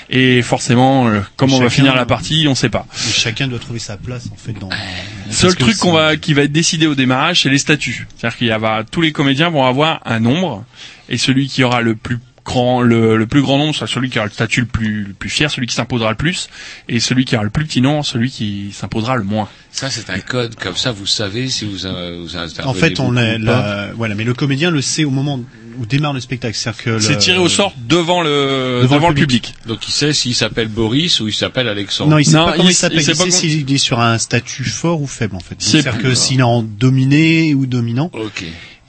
Speaker 5: et forcément, euh, comment on va
Speaker 10: Chacun-
Speaker 5: finir la partie, on sait pas.
Speaker 10: Mais chacun doit trouver sa place en fait dans.
Speaker 5: Le seul
Speaker 10: parce que
Speaker 5: truc
Speaker 10: c'est-
Speaker 5: qu'on va, qui va être décidé au démarrage, c'est les statuts. C'est-à-dire qu'il y a, tous les comédiens vont avoir un nombre, et celui qui aura le plus grand, le, le plus grand nombre soit celui qui aura le statut le plus, le plus fier, celui qui s'imposera le plus, et celui qui aura le plus petit nom, celui qui s'imposera le moins.
Speaker 3: Ça, c'est un code. Comme ça, vous savez si vous, euh, vous intervenez
Speaker 10: En fait, on
Speaker 3: beaucoup
Speaker 10: l'a-
Speaker 3: ou
Speaker 10: la-
Speaker 3: pas.
Speaker 10: voilà, mais le comédien le sait au moment où démarre le spectacle. C'est-à-dire que le-
Speaker 5: C'est tiré au sort devant le, devant, le public.
Speaker 3: Donc il sait s'il s'appelle Boris ou il s'appelle Alexandre.
Speaker 10: Non, il sait pas comment il s'appelle.
Speaker 3: il sait
Speaker 10: Il
Speaker 3: pas
Speaker 10: sait
Speaker 3: comment-
Speaker 10: s'il est sur un statut fort ou faible en fait. Donc,
Speaker 3: C'est
Speaker 10: C'est-à-dire
Speaker 3: plus
Speaker 10: que
Speaker 3: fort.
Speaker 10: s'il est en dominé ou dominant.
Speaker 3: Ok.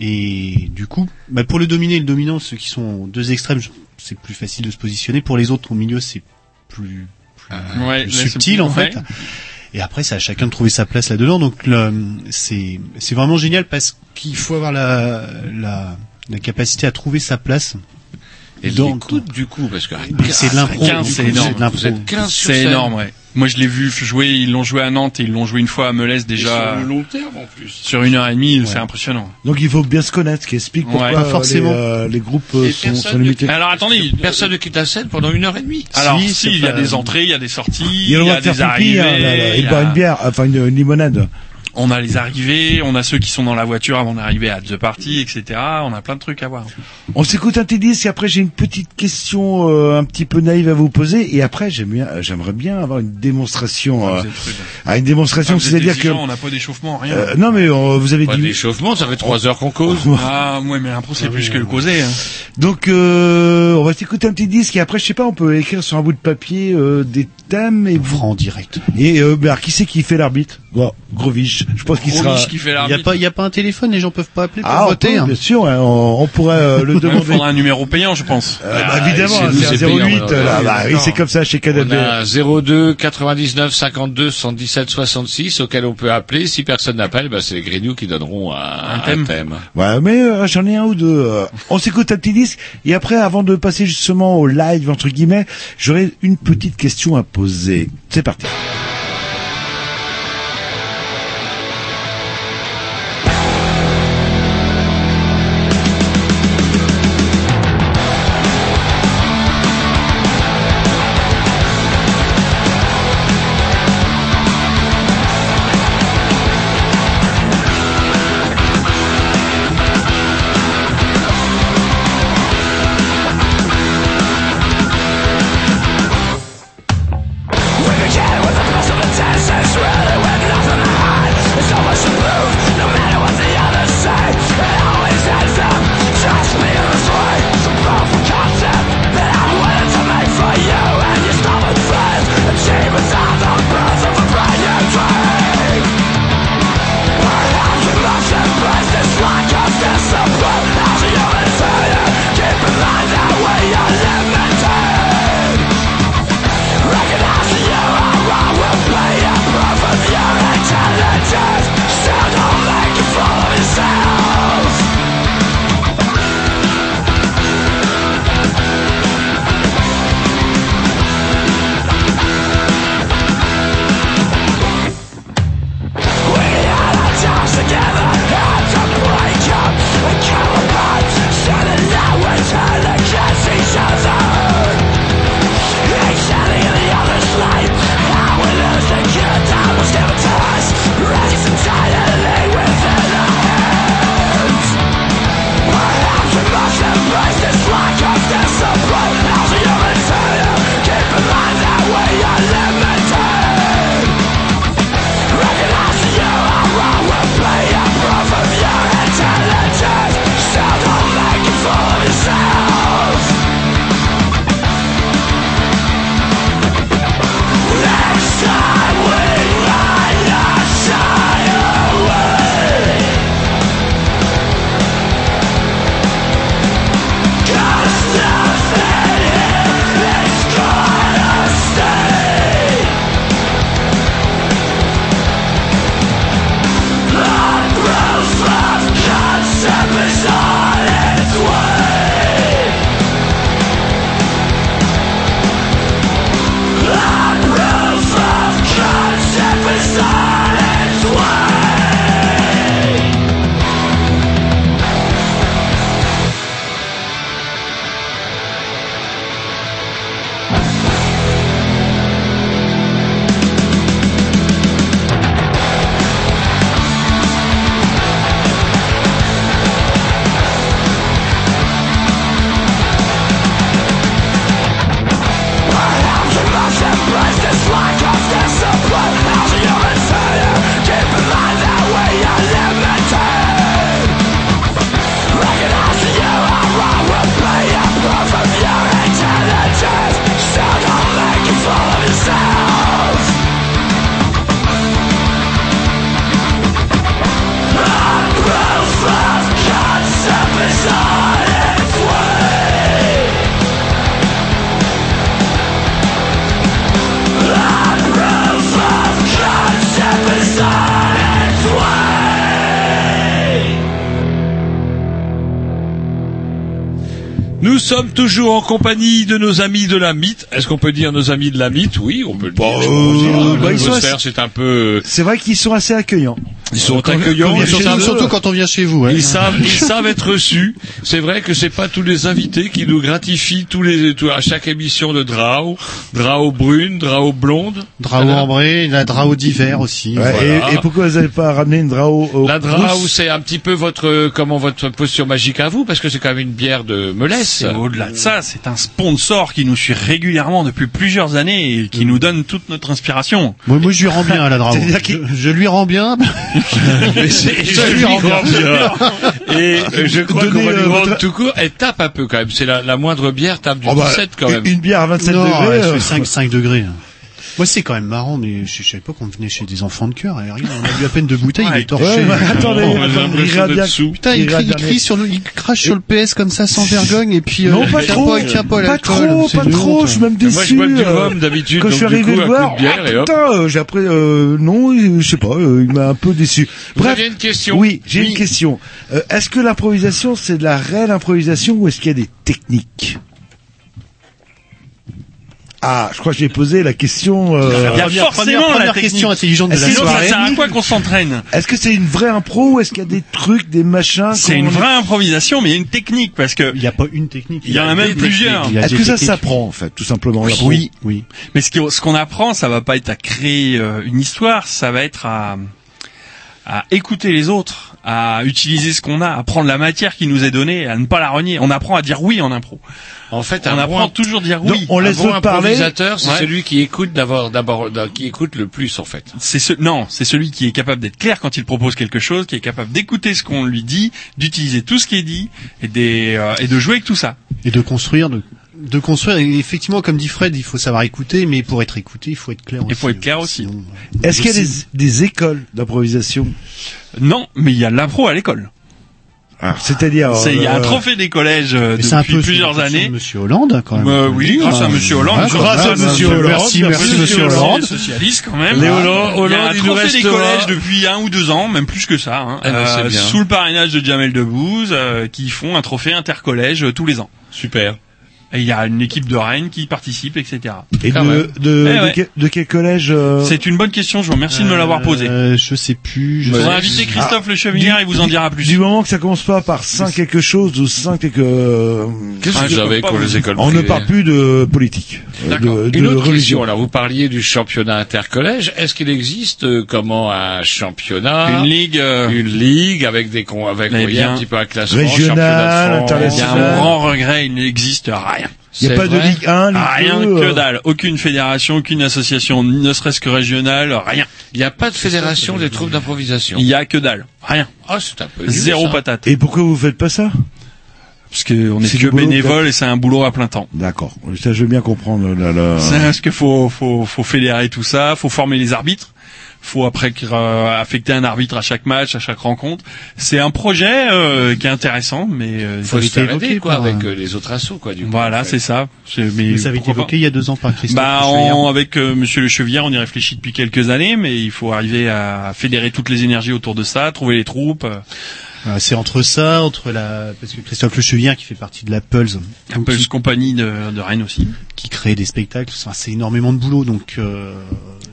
Speaker 10: Et du coup, bah, pour le dominé et le dominant, ceux qui sont aux deux extrêmes, c'est plus facile de se positionner. Pour les autres au milieu, c'est plus, plus,
Speaker 5: ouais,
Speaker 10: plus
Speaker 5: là, c'est
Speaker 10: subtil
Speaker 5: plus-
Speaker 10: en fait.
Speaker 5: ouais.
Speaker 10: Et après, c'est à chacun de trouver sa place là-dedans. Donc le- c'est c'est vraiment génial parce qu'il faut avoir la,
Speaker 4: euh,
Speaker 10: la la capacité à trouver sa place.
Speaker 3: Et
Speaker 10: dans-
Speaker 3: l'écoute du coup, parce que
Speaker 10: Mais c'est de l'impro, du coup,
Speaker 5: 15, c'est énorme.
Speaker 10: c'est de l'impro.
Speaker 5: Vous êtes 15 sur C'est énorme, ouais. Moi, je l'ai vu jouer, ils l'ont joué à Nantes et ils l'ont joué une fois à Melès déjà.
Speaker 3: sur le long terme, en plus.
Speaker 5: Sur une heure et demie,
Speaker 10: Ouais.
Speaker 5: c'est impressionnant.
Speaker 4: Donc il faut bien se connaître, ce qui explique pourquoi
Speaker 5: Ouais. Pas
Speaker 4: euh,
Speaker 5: forcément.
Speaker 4: Les, euh, les groupes euh,
Speaker 5: Et
Speaker 4: sont,
Speaker 5: personne
Speaker 4: sont
Speaker 5: ne-
Speaker 4: limités.
Speaker 5: Alors attendez,
Speaker 3: personne ne quitte la scène pendant une heure et demie.
Speaker 5: Alors si,
Speaker 4: c'est
Speaker 5: il y a
Speaker 4: pas-
Speaker 5: des entrées, il y a des sorties, il
Speaker 4: Il
Speaker 5: y
Speaker 4: a le droit
Speaker 5: a
Speaker 4: de faire
Speaker 5: des
Speaker 4: pipi hein, là, là,
Speaker 5: arrivées.
Speaker 4: et
Speaker 5: il y
Speaker 4: de
Speaker 5: a-
Speaker 4: boire une bière, enfin une, une limonade.
Speaker 5: On a les arrivées, on a ceux qui sont dans la voiture avant d'arriver à The Party, etc. On a plein de trucs à voir.
Speaker 4: On s'écoute un petit disque, et après j'ai une petite question euh, un petit peu naïve à vous poser, et après j'aime bien, euh, j'aimerais bien avoir une démonstration, euh, ah, une démonstration,
Speaker 5: Ah, vous êtes
Speaker 4: c'est-à-dire que
Speaker 5: exigeants, on n'a pas d'échauffement, rien.
Speaker 4: Euh, non mais euh, vous avez
Speaker 3: Pas
Speaker 4: dit
Speaker 3: d'échauffement, ça fait
Speaker 5: Oh.
Speaker 3: trois heures qu'on cause.
Speaker 5: Ah ouais, mais l'impro c'est plus que le causer. hein.
Speaker 4: Donc euh, on va s'écouter un petit disque et après je sais pas on peut écrire sur un bout de papier euh, des thèmes et vous
Speaker 10: en direct.
Speaker 4: Et euh, bah, alors, qui c'est qui fait l'arbitre Bon, Grovich, je pense qu'il sera
Speaker 10: Il y a pas il y a pas un téléphone, les gens peuvent pas appeler pour
Speaker 4: Ah, on
Speaker 10: voter.
Speaker 4: peut,
Speaker 10: hein.
Speaker 4: bien sûr, hein, on, on pourrait euh, le
Speaker 5: Il
Speaker 4: demander.
Speaker 5: faudra un numéro payant, je pense.
Speaker 10: Euh.
Speaker 4: Bah, évidemment,
Speaker 3: Ah, et Ah, chez nous,
Speaker 4: c'est
Speaker 3: c'est
Speaker 4: un
Speaker 3: payant,
Speaker 4: 08
Speaker 3: alors, Ah,
Speaker 4: là,
Speaker 3: oui,
Speaker 4: bah, oui,
Speaker 3: d'accord.
Speaker 4: c'est comme ça chez
Speaker 3: On
Speaker 4: Canal
Speaker 3: a un 02 99 52 77 66 auquel on peut appeler. Si personne n'appelle, bah, c'est les Grignoux qui donneront un, un thème.
Speaker 4: Ouais, mais euh, j'en ai un ou deux. euh. On s'écoute un petit disque et après, avant de passer justement au live entre guillemets, j'aurais une petite question à poser. C'est parti.
Speaker 6: When the cat was a
Speaker 3: Nous sommes toujours en compagnie de nos amis de la mythe. Est-ce qu'on peut dire nos amis de la mythe Oui, on peut le dire. je pense.
Speaker 4: euh, bah, ils sont
Speaker 3: L'atmosphère,
Speaker 4: assez-
Speaker 3: c'est un peu...
Speaker 4: C'est vrai qu'ils sont assez accueillants.
Speaker 3: Ils sont
Speaker 4: Quand-
Speaker 3: accueillants,
Speaker 4: quand on
Speaker 3: ils
Speaker 4: vient
Speaker 3: sont
Speaker 4: chez
Speaker 3: un
Speaker 4: nous,
Speaker 3: peu-
Speaker 10: Surtout quand on vient chez vous. hein.
Speaker 3: Ils savent, ils savent être reçus. C'est vrai que c'est pas tous les invités qui nous gratifient tous les, tout- à chaque émission de Drao. Drao brune, Drao blonde.
Speaker 10: Drao ambré, la drao d'hiver aussi.
Speaker 4: Ouais,
Speaker 3: Voilà.
Speaker 4: et, et pourquoi vous n'avez pas ramené une Drao au
Speaker 3: La Drao,
Speaker 4: Crous
Speaker 3: c'est un petit peu votre, euh, comment votre posture magique à vous, parce que c'est quand même une bière de Melesse.
Speaker 5: C'est au-delà de ça, c'est un sponsor qui nous suit régulièrement depuis plusieurs années et qui nous donne toute notre inspiration.
Speaker 10: Moi, moi, je lui rends bien à la drao.
Speaker 5: C'est-à-dire
Speaker 10: je, je lui rends bien.
Speaker 3: Mais c'est-
Speaker 10: Je
Speaker 3: je
Speaker 10: lui
Speaker 3: lui
Speaker 10: rends
Speaker 3: rends
Speaker 10: bien.
Speaker 3: bien. Et
Speaker 5: Ah,
Speaker 3: euh, je crois
Speaker 4: Donnez,
Speaker 3: qu'on va lui
Speaker 4: euh,
Speaker 3: rendre
Speaker 4: votre-
Speaker 3: tout court. Elle tape un peu quand même. C'est la, la moindre bière tape du
Speaker 4: Oh bah,
Speaker 3: 17 quand même.
Speaker 4: Une bière à 27
Speaker 10: non,
Speaker 4: degrés.
Speaker 10: elle
Speaker 4: euh,
Speaker 10: fait 5, 5 degrés. Moi, c'est quand même marrant, mais je, je savais pas qu'on venait chez des enfants de cœur. Et regarde, on a eu à peine de bouteilles, il est torché.
Speaker 4: ouais, mais attendez,
Speaker 10: Oh,
Speaker 4: attendez,
Speaker 10: j'ai
Speaker 4: il ira
Speaker 10: l'impression d'être
Speaker 4: bien-
Speaker 10: sous. Putain, il,
Speaker 4: il ira
Speaker 10: crie, il
Speaker 4: bien-
Speaker 10: crie sur le, il crache sur le PS comme ça, sans vergogne, et puis,
Speaker 4: Non, pas
Speaker 10: tiens
Speaker 4: trop,
Speaker 10: il tient pas à
Speaker 4: pas
Speaker 10: l'alcool,
Speaker 4: trop,
Speaker 10: c'est
Speaker 4: pas
Speaker 10: une
Speaker 4: trop,
Speaker 10: honte.
Speaker 4: je suis même déçu.
Speaker 3: moi, je bois du
Speaker 4: euh,
Speaker 3: rhum d'habitude,
Speaker 4: Quand je suis
Speaker 3: donc du
Speaker 4: arrivé
Speaker 3: coup,
Speaker 4: le
Speaker 3: un
Speaker 4: voir,
Speaker 3: coup de bière
Speaker 4: ah,
Speaker 3: et hop.
Speaker 4: putain, euh, j'ai appris, euh, non, euh, je sais pas, euh, il m'a un peu déçu.
Speaker 3: Vous
Speaker 4: Bref,
Speaker 3: aviez une question
Speaker 4: Oui, j'ai
Speaker 3: Oui.
Speaker 4: une question. Euh, est-ce que l'improvisation, c'est de la réelle improvisation ou est-ce qu'il y a des techniques ah, je crois que j'ai posé la question. euh,
Speaker 5: Il y a forcément
Speaker 10: première
Speaker 5: la
Speaker 10: question
Speaker 5: technique.
Speaker 10: intelligente de
Speaker 5: Et
Speaker 10: la
Speaker 5: sinon, ça
Speaker 10: soirée.
Speaker 5: sert à quoi qu'on s'entraîne
Speaker 4: Est-ce que c'est une vraie impro ou est-ce qu'il y a des trucs, des machins
Speaker 5: C'est
Speaker 4: qu'on-
Speaker 5: une vraie improvisation, mais il y a une technique parce que
Speaker 10: Il n'y a pas une technique.
Speaker 5: Il y en a
Speaker 10: des
Speaker 5: même
Speaker 10: techniques,
Speaker 5: plusieurs.
Speaker 10: il y a
Speaker 4: Est-ce
Speaker 10: des
Speaker 4: que ça
Speaker 10: techniques.
Speaker 4: s'apprend en fait, tout simplement
Speaker 5: Oui,
Speaker 4: l'impro
Speaker 5: oui,
Speaker 10: oui.
Speaker 5: Mais ce qui- ce qu'on apprend, ça va pas être à créer euh, une histoire, ça va être à, à écouter les autres, à utiliser ce qu'on a, à prendre la matière qui nous est donnée, à ne pas la renier. On apprend à dire oui en impro.
Speaker 3: En fait,
Speaker 5: on
Speaker 3: un
Speaker 5: apprend
Speaker 3: bon-
Speaker 5: toujours à dire
Speaker 4: Donc,
Speaker 5: oui.
Speaker 4: on laisse
Speaker 3: un bon
Speaker 4: l'autre parler.
Speaker 3: improvisateur, c'est
Speaker 5: Ouais.
Speaker 3: celui qui écoute d'abord, d'abord, euh, qui écoute le plus en fait.
Speaker 5: C'est ce, non, c'est celui qui est capable d'être clair quand il propose quelque chose, qui est capable d'écouter ce qu'on lui dit, d'utiliser tout ce qui est dit et, des, euh, et de jouer avec tout ça.
Speaker 10: Et de construire, de, de construire. Et effectivement, comme dit Fred, il faut savoir écouter, mais pour être écouté, il faut être clair aussi.
Speaker 5: Il faut être clair aussi.
Speaker 10: Sinon, euh,
Speaker 4: Est-ce qu'il y a des,
Speaker 10: Aussi.
Speaker 4: des écoles d'improvisation
Speaker 5: Non, mais il y a l'impro à l'école.
Speaker 4: Ah. C'est-à-dire
Speaker 5: C'est- Il y a un
Speaker 4: euh,
Speaker 5: trophée des collèges euh,
Speaker 10: Oh Mais c'est un
Speaker 5: depuis
Speaker 10: peu
Speaker 5: plusieurs
Speaker 10: sous- sous
Speaker 5: années.
Speaker 10: Monsieur Hollande, quand même.
Speaker 5: Euh, oui, grâce à
Speaker 10: Ah,
Speaker 5: Monsieur Hollande.
Speaker 10: ah,
Speaker 5: Grâce
Speaker 10: quand
Speaker 5: à
Speaker 10: même.
Speaker 4: Monsieur Hollande.
Speaker 10: Merci, merci,
Speaker 4: Merci,
Speaker 10: Monsieur
Speaker 4: Monsieur
Speaker 10: Hollande.
Speaker 5: socialiste quand même. hein.
Speaker 3: Les Hollande-
Speaker 5: il y a un
Speaker 3: Hollande, il nous
Speaker 5: trophée des
Speaker 3: restera-
Speaker 5: collèges depuis un ou deux ans, même plus que ça, hein,
Speaker 3: Ah ben, c'est bien.
Speaker 5: sous le parrainage de Jamel Debbouze, euh, qui font un trophée intercollège euh, tous les ans.
Speaker 3: Super.
Speaker 5: Et il y a une équipe de Rennes qui participe, etc.
Speaker 4: Et
Speaker 3: Quand
Speaker 4: de,
Speaker 3: même.
Speaker 4: de, de,
Speaker 5: Eh ouais.
Speaker 4: quel- de quel collège euh,
Speaker 5: C'est une bonne question, je vous remercie de me l'avoir posée.
Speaker 10: Euh, je sais plus. Je
Speaker 5: On
Speaker 10: sais
Speaker 5: va
Speaker 10: plus.
Speaker 5: inviter Christophe Le Chevalier, il vous en dira plus.
Speaker 4: Du moment que ça commence pas par 5 quelque chose ou 5 quelque... euh,
Speaker 3: Qu'est-ce que
Speaker 5: Ah,
Speaker 3: vous
Speaker 5: je
Speaker 3: avez
Speaker 5: peux pas
Speaker 3: pour
Speaker 5: vous-
Speaker 3: les écoles
Speaker 4: on ne
Speaker 3: privées
Speaker 4: parle plus de politique, euh,
Speaker 3: D'accord.
Speaker 4: de, de
Speaker 3: Une autre question.
Speaker 4: religion.
Speaker 3: Alors, vous parliez du championnat intercollège. Est-ce qu'il existe euh, comment un championnat,
Speaker 5: Une ligue, euh,
Speaker 3: une ligue avec des con, avec
Speaker 5: Mais
Speaker 3: vous voyez,
Speaker 5: bien.
Speaker 3: un petit peu un classement,
Speaker 4: Eh Régional,
Speaker 3: championnat de France,
Speaker 5: il y a
Speaker 4: international.
Speaker 5: un grand regret, il n'existe rien.
Speaker 4: Il n'y a
Speaker 3: C'est
Speaker 4: pas de
Speaker 3: vrai
Speaker 4: Ligue 1, Ligue 2...
Speaker 5: Ah, Rien que
Speaker 4: euh,
Speaker 5: dalle. Aucune fédération, aucune association, ne serait-ce que régionale, rien.
Speaker 3: Il n'y a pas de fédération des troupes d'improvisation.
Speaker 5: Il y a que dalle. Rien.
Speaker 3: Ah, c'est un peu nul,
Speaker 5: Zéro
Speaker 3: ça.
Speaker 5: patate.
Speaker 4: Et pourquoi vous faites pas ça
Speaker 5: Parce qu'on est,
Speaker 4: C'est
Speaker 5: que
Speaker 4: du boulot,
Speaker 5: bénévole et c'est un boulot à plein temps.
Speaker 4: D'accord, ça je veux bien comprendre. Là, là.
Speaker 5: C'est parce que faut, faut, faut fédérer tout ça, faut former les arbitres, faut après euh, affecter un arbitre à chaque match, à chaque rencontre. C'est un projet euh, qui est intéressant, mais euh,
Speaker 10: Ça
Speaker 3: Faut
Speaker 10: a
Speaker 3: se
Speaker 10: été
Speaker 3: faire
Speaker 10: évoqué
Speaker 3: aider, quoi,
Speaker 10: par,
Speaker 3: avec
Speaker 10: euh,
Speaker 3: euh, les autres assos, quoi, du coup,
Speaker 5: voilà,
Speaker 3: en fait.
Speaker 5: c'est ça. C'est- Mais
Speaker 10: Mais ça avait été
Speaker 5: pourquoi pas
Speaker 10: évoqué il y a deux ans par Christophe.
Speaker 5: Bah,
Speaker 10: Schreier.
Speaker 5: on- avec euh, Monsieur Le Chevière, on y réfléchit depuis quelques années, mais il faut arriver à fédérer toutes les énergies autour de ça, trouver les troupes. euh,
Speaker 10: Euh, c'est entre ça, entre la, parce que Christophe Le Chevillard qui fait partie de la Pulse, donc
Speaker 5: Pulse
Speaker 10: qui,
Speaker 5: Compagnie de, de Rennes aussi.
Speaker 10: qui crée des spectacles, enfin, c'est énormément de boulot, donc euh,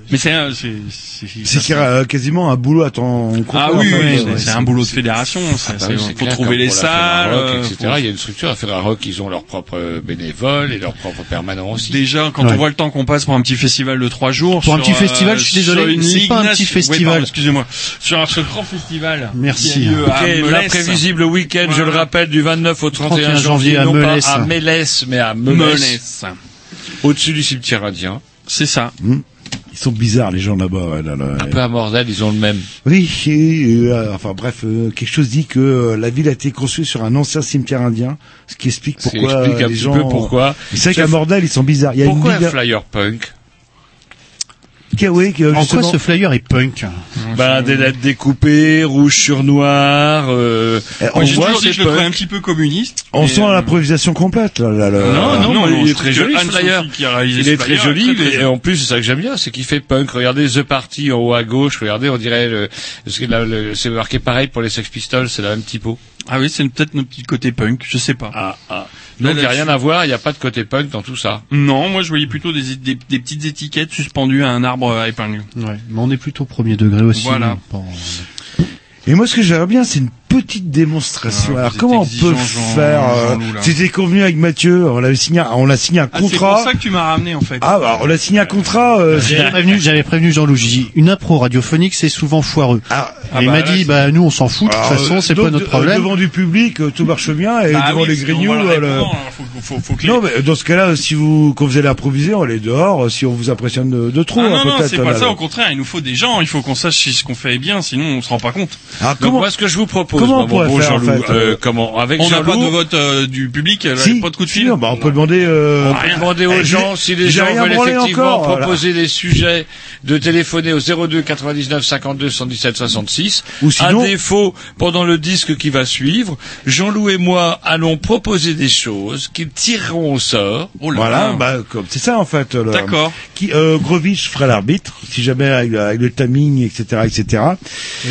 Speaker 5: Mais c'est un- c'est c'est-
Speaker 4: C'est qu'il y a euh, quasiment un boulot à temps
Speaker 5: ah
Speaker 4: complet,
Speaker 5: oui,
Speaker 4: en fait.
Speaker 5: oui,
Speaker 4: Ouais,
Speaker 5: c'est- c'est un boulot de fédération.
Speaker 3: Ah
Speaker 5: ça,
Speaker 3: bah
Speaker 5: c'est-
Speaker 3: oui, c'est
Speaker 5: faut
Speaker 3: clair,
Speaker 5: trouver
Speaker 3: comme
Speaker 5: les
Speaker 3: pour la
Speaker 5: salles,
Speaker 3: Ferrarock,
Speaker 5: euh,
Speaker 3: etc. Il y a une structure à Ferrarock, ils ont leurs propres euh, bénévoles et leurs propres permanents aussi.
Speaker 5: Déjà, quand
Speaker 10: Ouais.
Speaker 5: on voit le temps qu'on passe pour un petit festival de trois jours,
Speaker 10: Pour un
Speaker 5: sur, euh,
Speaker 10: petit festival, je suis désolé,
Speaker 5: sur une
Speaker 10: c'est
Speaker 5: ligue
Speaker 10: pas un
Speaker 5: nation-
Speaker 10: petit
Speaker 5: Ouais,
Speaker 10: festival.
Speaker 5: pardon, Excusez-moi, sur un ce grand festival.
Speaker 10: Merci.
Speaker 5: qui a lieu à
Speaker 3: Ok,
Speaker 5: Melès.
Speaker 3: l'imprévisible week-end, je le
Speaker 5: Voilà.
Speaker 3: rappelle, du 29 au 31
Speaker 10: 31
Speaker 3: janvier,
Speaker 10: janvier à
Speaker 3: non
Speaker 10: Melès.
Speaker 3: pas à Mélès, mais à Melès,
Speaker 5: Melès.
Speaker 3: au-dessus du cimetière indien.
Speaker 5: C'est ça.
Speaker 4: Ils sont bizarres les gens là-bas. ouais, là, là,
Speaker 3: Un
Speaker 4: ouais.
Speaker 3: peu à Mordel, ils ont le même.
Speaker 4: Oui, et, euh, enfin bref, euh, quelque chose dit que euh, la ville a été construite sur un ancien cimetière indien, ce qui explique
Speaker 3: Ce qui
Speaker 4: pourquoi
Speaker 3: explique
Speaker 4: euh,
Speaker 3: un
Speaker 4: les
Speaker 3: petit
Speaker 4: gens.
Speaker 3: peu pourquoi.
Speaker 4: Mais C'est vrai
Speaker 3: Chef,
Speaker 4: qu'à Mordel, ils sont bizarres. Il y a
Speaker 3: Pourquoi
Speaker 4: une
Speaker 3: un
Speaker 4: ligue...
Speaker 3: flyer punk
Speaker 4: Ah oui, que,
Speaker 10: en quoi
Speaker 4: justement-
Speaker 10: ce flyer est punk
Speaker 3: Ben des lettres découpées, rouge sur noir. Euh,
Speaker 4: Eh,
Speaker 3: on
Speaker 4: on
Speaker 5: J'ai
Speaker 3: voit,
Speaker 5: toujours dit
Speaker 3: c'est
Speaker 5: que je le
Speaker 3: punk.
Speaker 5: trouvais un petit peu communiste.
Speaker 4: On
Speaker 5: mais,
Speaker 4: sent Ah,
Speaker 5: euh,
Speaker 4: l'improvisation complète. Là, là, là.
Speaker 3: Non, non,
Speaker 5: non,
Speaker 3: il
Speaker 5: je
Speaker 3: est
Speaker 5: trouve
Speaker 3: très
Speaker 5: que
Speaker 3: joli ce
Speaker 5: Anne
Speaker 3: flyer.
Speaker 5: Sophie qui a réalisé
Speaker 3: Il
Speaker 5: ce
Speaker 3: est très
Speaker 5: flyer,
Speaker 3: joli,
Speaker 5: très
Speaker 3: mais- euh, et en plus, c'est ça que j'aime bien, c'est qu'il fait punk. Regardez The Party en haut à gauche, regardez, on dirait, le- parce que là, le- c'est marqué pareil pour les Sex Pistols, c'est le même typo.
Speaker 5: Ah oui, c'est peut-être notre petit côté punk, je sais pas.
Speaker 3: Ah, ah. Donc il n'y a rien à voir, il n'y a pas de côté punk dans tout
Speaker 4: Ah,
Speaker 3: ça.
Speaker 5: Non, moi je voyais plutôt des, des, des petites étiquettes suspendues à un arbre à épingle.
Speaker 10: Ouais, mais on est plutôt premier degré aussi. euh,
Speaker 5: Voilà.
Speaker 10: Bon.
Speaker 4: Et moi, ce que j'aimerais bien, c'est une petite démonstration.
Speaker 10: Ah,
Speaker 4: Alors,
Speaker 10: vous
Speaker 4: comment on
Speaker 10: êtes
Speaker 4: peut
Speaker 10: exigeant, Jean-
Speaker 4: faire euh,
Speaker 10: Jean-Loup, là.
Speaker 4: C'était convenu avec Mathieu. On l'a signé, un- on l'a signé un
Speaker 5: Ah, c'est
Speaker 4: contrat.
Speaker 5: pour ça que tu m'as ramené en fait.
Speaker 4: Ah, bah, on a signé un contrat. euh,
Speaker 10: J'avais prévenu, j'avais prévenu Jean-Loup. J'ai dit, une impro radiophonique, c'est souvent foireux.
Speaker 4: ah
Speaker 10: Et il
Speaker 4: bah
Speaker 10: m'a
Speaker 4: là,
Speaker 10: dit,
Speaker 4: c'est-
Speaker 10: bah nous, on s'en fout. De toute
Speaker 4: Alors,
Speaker 10: façon,
Speaker 4: euh,
Speaker 10: c'est
Speaker 4: donc,
Speaker 10: pas notre
Speaker 4: de- euh,
Speaker 10: problème.
Speaker 4: devant du public, euh, tout marche bien, et
Speaker 5: Bah
Speaker 4: devant
Speaker 5: oui,
Speaker 4: les
Speaker 5: parce qu'on
Speaker 4: grignoux,
Speaker 5: voit le
Speaker 4: euh, le-
Speaker 5: répondant, alors faut- faut- faut que les-
Speaker 4: Non, mais dans ce cas-là, si vous, quand vous allez improviser, on est dehors, euh, si on vous impressionne de, de trop,
Speaker 5: Ah
Speaker 4: hein,
Speaker 5: non, non,
Speaker 4: peut-être.
Speaker 5: c'est
Speaker 4: là,
Speaker 5: pas
Speaker 4: là.
Speaker 5: ça, au contraire, il nous faut des gens, il faut qu'on sache si ce qu'on fait est bien, sinon on se rend pas compte.
Speaker 4: Ah,
Speaker 5: Donc
Speaker 4: comment-
Speaker 5: moi, ce que je vous propose,
Speaker 4: comment on
Speaker 5: moi, mon
Speaker 4: pourrait
Speaker 5: bon
Speaker 4: faire, en
Speaker 5: Jean-Loup,
Speaker 4: fait,
Speaker 5: euh,
Speaker 4: euh,
Speaker 5: comment, avec
Speaker 4: on n'a
Speaker 5: Jean-Loup-
Speaker 4: pas de euh,
Speaker 5: vote du public, pas de coup de fil.
Speaker 4: on peut demander, euh,
Speaker 3: On peut demander aux
Speaker 4: Eh, j'ai-
Speaker 3: gens si les
Speaker 4: j'ai
Speaker 3: gens
Speaker 4: rien
Speaker 3: veulent
Speaker 4: branlé
Speaker 3: effectivement
Speaker 4: encore, là.
Speaker 3: proposer des sujets de téléphoner au 02 99 52 117 66.
Speaker 5: Ah,
Speaker 4: Ou sinon-
Speaker 3: à défaut, pendant le disque qui va suivre, Jean-Loup et moi allons proposer des choses qu'ils tireront au sort.
Speaker 5: Ah.
Speaker 4: voilà, bah, comme- c'est ça en fait. le-
Speaker 3: D'accord.
Speaker 4: Qui euh, Grovitch fera l'arbitre, si jamais avec, avec le timing, etc., etc.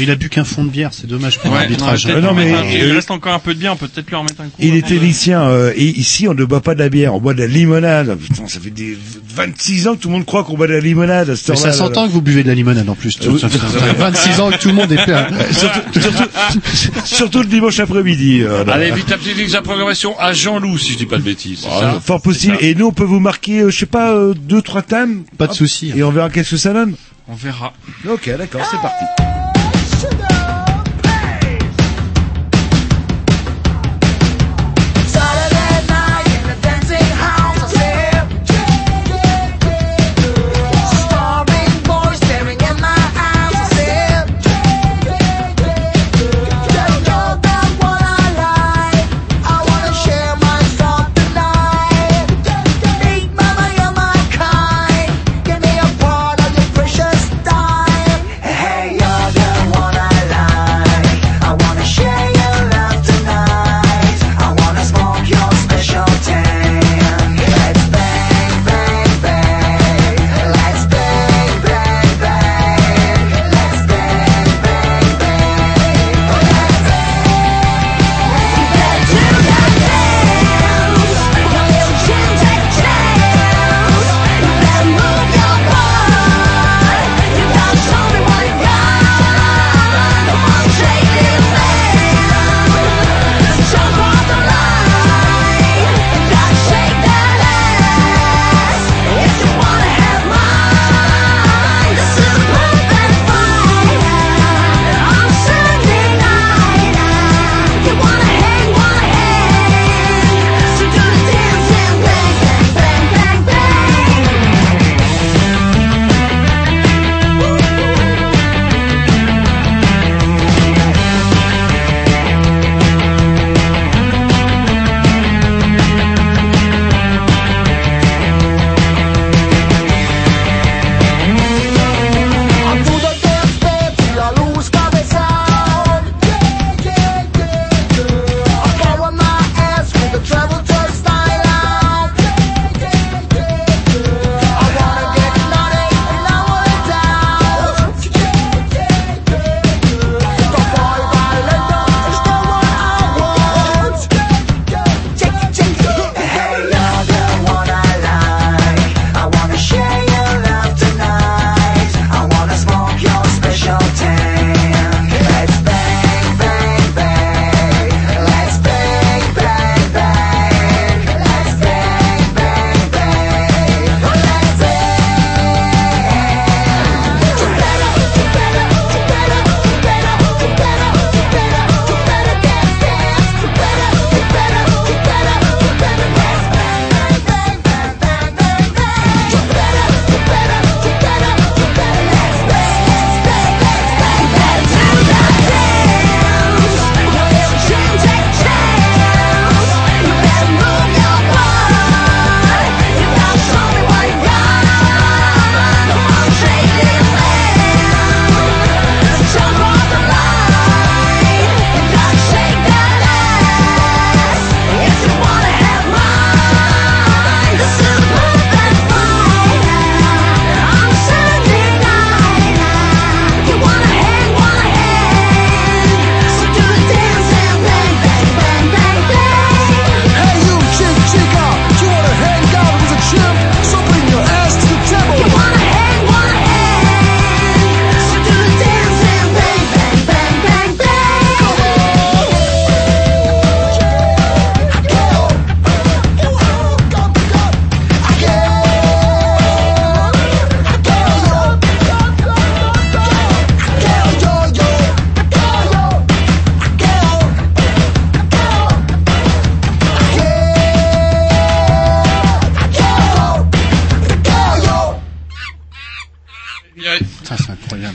Speaker 10: Il a bu qu'un fond de bière, c'est dommage pour
Speaker 4: Ouais,
Speaker 10: l'arbitrage.
Speaker 4: non, mais peut-être Ah non, mais-
Speaker 5: Ah, Il reste encore un peu de bien, on peut peut-être lui remettre un coup. hein.
Speaker 4: Il
Speaker 5: avant
Speaker 4: était
Speaker 5: de-
Speaker 4: lycéen euh, et ici on ne boit pas de la bière, on boit de la limonade. Putain, ça fait des 26 ans que tout le monde croit qu'on boit de la limonade à cette
Speaker 10: Mais
Speaker 4: heure-là.
Speaker 10: ça
Speaker 4: là, là.
Speaker 10: s'entend que vous buvez de la limonade en plus.
Speaker 4: Euh,
Speaker 10: Ça fait 26 ans que tout le monde est plein.
Speaker 4: surtout, surtout- surtout le dimanche après-midi. euh, là.
Speaker 3: Allez, vite, la petite liste de la programmation à Jean-Loup, si je dis pas de bêtises. c'est
Speaker 4: Ah,
Speaker 3: ça
Speaker 4: fort possible. Et nous, on peut vous marquer, euh, je sais pas, euh, deux, trois thèmes. Pas de
Speaker 10: souci.
Speaker 4: Et on verra qu'est-ce que ça donne.
Speaker 5: On verra.
Speaker 4: Ok, d'accord, c'est parti.
Speaker 6: Saturday night in the dancing house, I said, starring boys staring in my eyes, I said, just know that what I like, I wanna share my stuff tonight. Eat mama, you're my kind, give me a part of your precious time. Hey, you're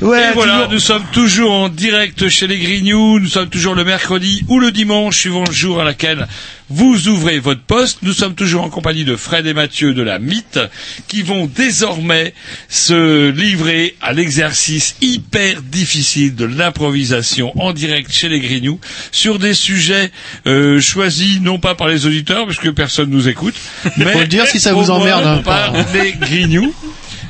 Speaker 4: Ouais,
Speaker 3: et voilà,
Speaker 4: toujours.
Speaker 3: nous sommes toujours en direct chez les Grignoux. Nous sommes toujours le mercredi ou le dimanche, suivant le jour à laquelle vous ouvrez votre poste. Nous sommes toujours en compagnie de Fred et Mathieu de la Mythe, qui vont désormais se livrer à l'exercice hyper difficile de l'improvisation en direct chez les Grignoux sur des sujets euh, choisis non pas par les auditeurs, puisque personne nous écoute, mais
Speaker 10: Faut le dire si ça
Speaker 3: au
Speaker 10: vous emmerde,
Speaker 3: moins
Speaker 10: hein,
Speaker 3: par
Speaker 10: par-
Speaker 3: les Grignoux.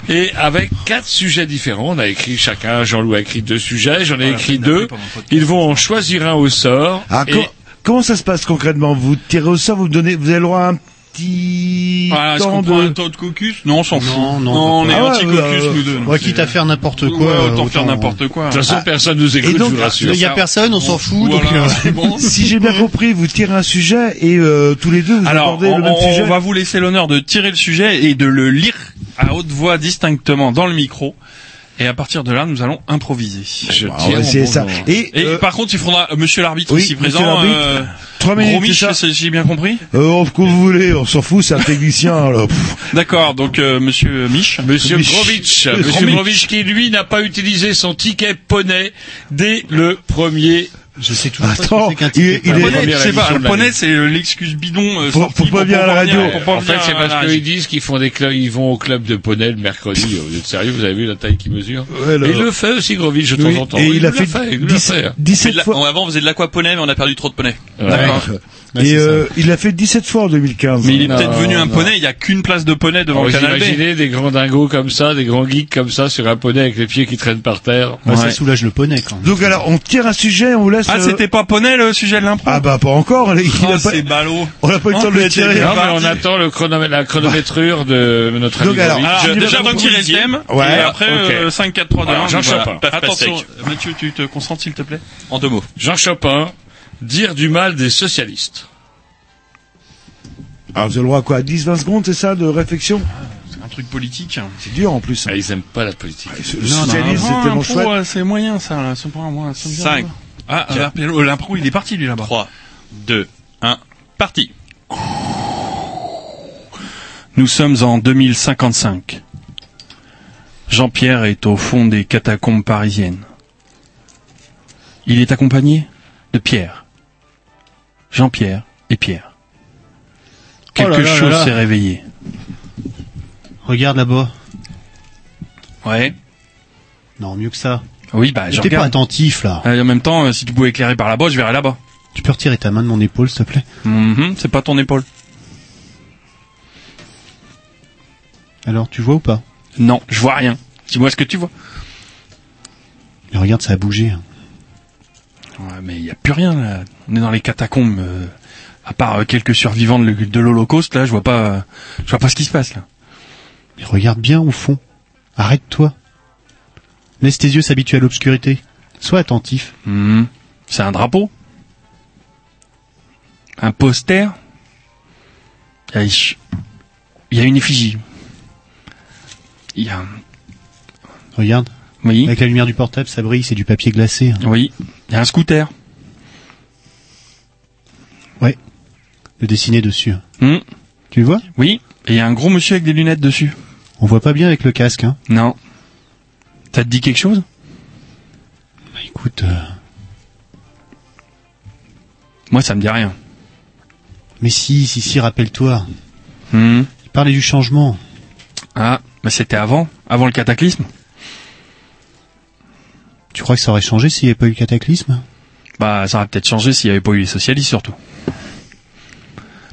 Speaker 3: Et avec quatre sujets différents, on a écrit chacun, Jean-Louis a écrit deux sujets, j'en ai écrit deux. Ils vont en choisir un au sort.
Speaker 4: Ah,
Speaker 3: Et-
Speaker 4: co- Comment ça se passe concrètement Vous tirez au sort, vous donnez, vous avez le droit à un petit
Speaker 5: Ah, est-ce
Speaker 4: temps
Speaker 5: qu'on
Speaker 4: de...
Speaker 5: prend un temps de caucus Non, on s'en fout. Non, on est
Speaker 4: Ah ouais,
Speaker 5: anti-caucus,
Speaker 4: euh,
Speaker 5: nous deux. donc
Speaker 10: Ouais,
Speaker 5: c'est-
Speaker 10: quitte à faire n'importe quoi.
Speaker 5: Ouais,
Speaker 10: euh,
Speaker 5: autant faire n'importe
Speaker 3: De
Speaker 5: quoi.
Speaker 3: toute façon,
Speaker 10: Ah.
Speaker 3: personne nous écoute,
Speaker 10: Et donc,
Speaker 3: je vous rassure.
Speaker 10: il y a personne, on s'en fout.
Speaker 5: Voilà,
Speaker 10: donc, euh,
Speaker 5: c'est bon.
Speaker 4: si j'ai bien compris, vous tirez un sujet et euh, tous les deux vous
Speaker 5: Alors,
Speaker 4: abordez
Speaker 5: on,
Speaker 4: le même
Speaker 5: on
Speaker 4: sujet.
Speaker 5: va vous laisser l'honneur de tirer le sujet et de le lire à haute voix distinctement dans le micro. Et à partir de là, nous allons improviser. Je
Speaker 4: on va essayer Ah ça. Et,
Speaker 5: par contre, il faudra euh, Monsieur l'arbitre
Speaker 4: oui,
Speaker 5: ici
Speaker 4: monsieur
Speaker 5: présent.
Speaker 4: l'arbitre.
Speaker 5: euh,
Speaker 4: Trois minutes,
Speaker 5: Gromiche,
Speaker 4: c'est ça
Speaker 5: c'est- j'ai bien compris.
Speaker 4: Euh, on- que vous voulez, on s'en fout, c'est un technicien. là. Pff.
Speaker 5: D'accord. Donc euh, Monsieur Mich.
Speaker 3: Monsieur
Speaker 4: Mich-
Speaker 3: Grovitch,
Speaker 4: Mich-
Speaker 3: Monsieur Grovitch qui lui n'a pas utilisé son ticket poney dès le premier.
Speaker 10: Je sais toujours
Speaker 4: Attends,
Speaker 10: pas ce que c'est qu'un
Speaker 4: il
Speaker 10: ticket.
Speaker 4: est- il est-
Speaker 10: Poney,
Speaker 5: Poney,
Speaker 3: première
Speaker 5: je sais pas,
Speaker 3: émission de
Speaker 5: le poney,
Speaker 3: l'année.
Speaker 5: c'est l'excuse bidon. euh,
Speaker 4: Faut-
Speaker 5: sortie
Speaker 4: faut pas
Speaker 5: pour
Speaker 4: venir à la
Speaker 5: venir-
Speaker 4: radio.
Speaker 5: pour pas
Speaker 3: Euh, En fait,
Speaker 5: venir
Speaker 3: c'est
Speaker 5: à la
Speaker 3: parce
Speaker 5: radio.
Speaker 3: qu'ils disent qu'ils font des clubs, ils vont au club de poney le mercredi. Euh, Vous êtes sérieux? Vous avez vu la taille qu'il mesure?
Speaker 4: Ouais, là.
Speaker 3: Et il le fait aussi, Grovitch, de
Speaker 4: Oui,
Speaker 3: temps en temps.
Speaker 4: et il a
Speaker 3: nous
Speaker 4: fait
Speaker 3: l'a il nous l'a
Speaker 4: 10
Speaker 3: fait. hein.
Speaker 4: 17 fois.
Speaker 12: Avant, on faisait de l'aquaponais, mais on a perdu trop de poney.
Speaker 4: D'accord. Et euh, il l'a fait 17 fois en 2015.
Speaker 5: Mais il est peut-être
Speaker 3: Non,
Speaker 5: devenu un
Speaker 3: non. Ah,
Speaker 5: poney. Il y a qu'une place de poney devant
Speaker 3: Vous
Speaker 5: le canal B.
Speaker 3: imaginez des grands dingos comme ça, des grands geeks comme ça sur un poney avec les pieds qui traînent par terre.
Speaker 10: bah, Ça
Speaker 5: Ouais.
Speaker 10: soulage le poney quand même.
Speaker 4: Donc alors, on tire un sujet, on vous laisse.
Speaker 5: Ah,
Speaker 4: euh,
Speaker 5: c'était pas poney le sujet de l'impro.
Speaker 4: Ah bah pas encore. il
Speaker 5: Oh,
Speaker 4: a pas-
Speaker 5: c'est ballot.
Speaker 4: On n'a pas eu le
Speaker 5: Oh,
Speaker 4: temps de le
Speaker 5: mais t'es
Speaker 4: tirer.
Speaker 5: bien.
Speaker 3: Non, mais on
Speaker 5: parti.
Speaker 3: attend le chronomè- la chronométrure de notre ami
Speaker 4: Donc, alors,
Speaker 3: Grovitch.
Speaker 5: Alors,
Speaker 4: Je-
Speaker 5: déjà,
Speaker 4: je-
Speaker 5: retirez le thème.
Speaker 4: Ouais.
Speaker 5: Et après,
Speaker 3: Ok.
Speaker 5: euh, 5, 4, 3, 2,
Speaker 3: Alors,
Speaker 5: 1.
Speaker 3: j'en
Speaker 5: voilà.
Speaker 3: chope
Speaker 12: un.
Speaker 5: Attention,
Speaker 12: Pastèque.
Speaker 5: Mathieu, tu te concentres, s'il te plaît
Speaker 12: En deux mots.
Speaker 3: Jean Chopin, dire du mal des socialistes.
Speaker 4: Alors Ah, vous avez le droit à quoi 10-20 secondes, c'est ça, de réflexion
Speaker 5: C'est un truc politique.
Speaker 4: C'est dur en plus.
Speaker 3: Ah, ils aiment pas la politique.
Speaker 4: Le socialisme,
Speaker 5: Ah,
Speaker 4: c'est tellement
Speaker 5: Bah, l'impro,
Speaker 4: chouette.
Speaker 5: euh, C'est moyen, ça. là. C'est pas un moyen, c'est bien,
Speaker 12: Cinq.
Speaker 5: là. Ah, euh, Pierrot, l'impro, il est parti, lui, là-bas.
Speaker 12: 3, 2, 1, parti.
Speaker 5: Nous sommes en 2055. Jean-Pierre est au fond des catacombes parisiennes. Il est accompagné de Pierre. Jean-Pierre et Pierre.
Speaker 10: Oh là
Speaker 5: Quelque
Speaker 10: là là
Speaker 5: chose
Speaker 10: là.
Speaker 5: s'est réveillé.
Speaker 10: Regarde là-bas.
Speaker 5: Ouais.
Speaker 10: Non, mieux que ça.
Speaker 5: Oui, bah, je
Speaker 10: J'étais pas
Speaker 5: regarde.
Speaker 10: attentif là.
Speaker 5: Euh, en même temps, euh, si tu pouvais éclairer par là-bas, je verrais là-bas.
Speaker 10: Tu peux retirer ta main de mon épaule, s'il te plaît
Speaker 5: Mhm, c'est pas ton épaule.
Speaker 10: Alors, tu vois ou pas
Speaker 5: Non, je vois rien. Dis-moi ce que tu vois.
Speaker 10: Mais Regarde, ça a bougé. hein.
Speaker 5: Ouais, mais il y a plus rien là. On est dans les catacombes. euh, à part euh, quelques survivants de, de l'Holocauste, là, je vois pas, euh, je vois pas ce qui se passe là.
Speaker 10: Mais regarde bien au fond. Arrête-toi. Laisse tes yeux s'habituer à l'obscurité. Sois attentif.
Speaker 5: Mhm. C'est un drapeau, un poster. Il y a- il y a une effigie. Il y a,
Speaker 10: Regarde.
Speaker 5: oui,
Speaker 10: Avec la lumière du portable, ça brille, c'est du papier glacé. hein.
Speaker 5: oui, il y a un scooter.
Speaker 10: Ouais. Le dessiné dessus. hein.
Speaker 5: Mhm.
Speaker 10: Tu le vois
Speaker 5: Oui, et il y a un gros monsieur avec des lunettes dessus.
Speaker 10: On voit pas bien avec le casque. Hein.
Speaker 5: Non. Ça te dit quelque chose
Speaker 10: Bah, écoute, euh,
Speaker 5: Moi, ça me dit rien.
Speaker 10: mais si, si, si, rappelle-toi.
Speaker 5: Hmm.
Speaker 10: Il parlait du changement.
Speaker 5: Ah, mais c'était avant, avant le cataclysme.
Speaker 10: Tu crois que ça aurait changé s'il n'y avait pas eu le cataclysme
Speaker 5: Bah, ça aurait peut-être changé s'il n'y avait pas eu les socialistes surtout.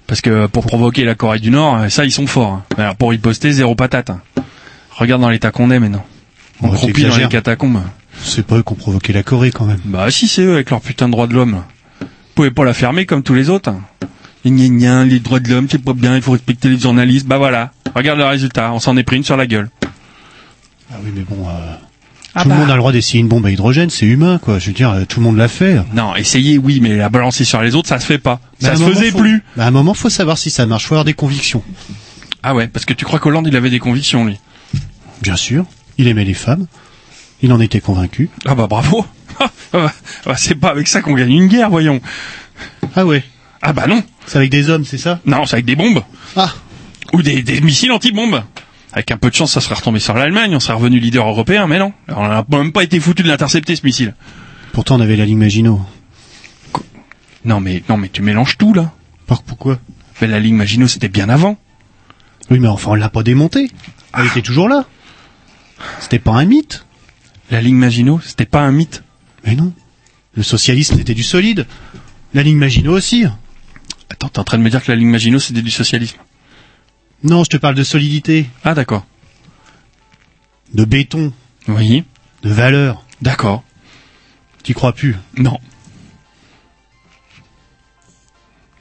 Speaker 5: Parce que pour provoquer la Corée du Nord, euh, ça, ils sont forts. hein. Alors pour riposter, zéro patate. hein. Regarde dans l'état qu'on est maintenant. On
Speaker 10: Bon,
Speaker 5: croupit dans
Speaker 10: t'exagères.
Speaker 5: les catacombes.
Speaker 10: C'est pas eux qui ont provoqué la Corée quand même.
Speaker 5: Bah si, c'est eux avec leur putain de droit de l'homme. là. Vous pouvez pas la fermer comme tous les autres. hein. Gna gna, les droits de l'homme, c'est pas bien, il faut respecter les journalistes. Bah voilà, regarde le résultat, on s'en est pris une sur la gueule.
Speaker 10: Ah oui, mais bon, euh,
Speaker 5: Ah
Speaker 10: tout
Speaker 5: bah.
Speaker 10: le monde a le droit d'essayer une bombe à hydrogène, c'est humain, quoi. Je veux dire, euh, tout le monde l'a fait.
Speaker 5: Non, essayez, oui, mais la balancer sur les autres, ça se fait pas.
Speaker 10: Bah, à
Speaker 5: ça
Speaker 10: un
Speaker 5: se
Speaker 10: moment,
Speaker 5: faisait
Speaker 10: faut-
Speaker 5: plus.
Speaker 10: Bah, à un moment, faut savoir si ça marche. Faut avoir des convictions.
Speaker 5: Ah ouais, parce que tu crois qu'Hollande, il avait des convictions, lui.
Speaker 10: Bien sûr, il aimait les femmes. Il en était convaincu.
Speaker 5: Ah bah bravo Ah bah, bah, C'est pas avec ça qu'on gagne une guerre, voyons.
Speaker 10: Ah ouais,
Speaker 5: Ah bah non
Speaker 10: c'est avec des hommes, c'est ça
Speaker 5: Non, c'est avec des bombes
Speaker 10: Ah,
Speaker 5: Ou des, des missiles anti-bombes Avec un peu de chance, ça serait retombé sur l'Allemagne, on serait revenu leader européen, mais non. On n'a même pas été foutu de l'intercepter, ce missile.
Speaker 10: Pourtant, on avait la ligne Maginot.
Speaker 5: Non, mais, non, mais tu mélanges tout, là.
Speaker 10: pourquoi?
Speaker 5: Mais la ligne Maginot, c'était bien avant.
Speaker 10: Oui, mais enfin, on l'a pas démonté. Elle était toujours là. C'était pas un mythe.
Speaker 5: La ligne Maginot, c'était pas un mythe.
Speaker 10: Mais non. Le socialisme, c'était du solide. La ligne Maginot aussi.
Speaker 5: Attends, t'es en train de me dire que la ligne Maginot, c'était du socialisme.
Speaker 10: Non, je te parle de solidité.
Speaker 5: Ah, d'accord.
Speaker 10: De béton.
Speaker 5: Oui.
Speaker 10: De valeur.
Speaker 5: D'accord.
Speaker 10: Tu crois plus
Speaker 5: Non.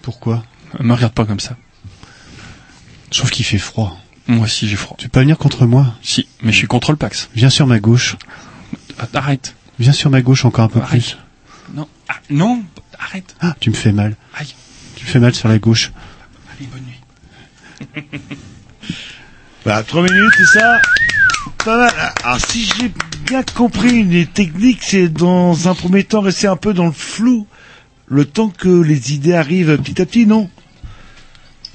Speaker 10: Pourquoi
Speaker 5: Euh, Me regarde pas comme ça.
Speaker 10: Je trouve qu'il fait froid.
Speaker 5: Moi aussi, j'ai froid.
Speaker 10: Tu peux pas venir contre moi
Speaker 5: Si, mais je suis contre le Pax.
Speaker 10: Viens sur ma gauche.
Speaker 5: Arrête.
Speaker 10: Viens sur ma gauche encore un peu
Speaker 5: Arrête.
Speaker 10: plus.
Speaker 5: Non, ah, non, arrête.
Speaker 10: Ah, tu me fais mal.
Speaker 5: Aïe.
Speaker 10: Tu me fais mal sur la gauche.
Speaker 5: Allez, bonne nuit.
Speaker 4: Bah, trois minutes, c'est ça Pas mal. Alors, si j'ai bien compris, les techniques, c'est dans un premier temps rester un peu dans le flou, le temps que les idées arrivent petit à petit, non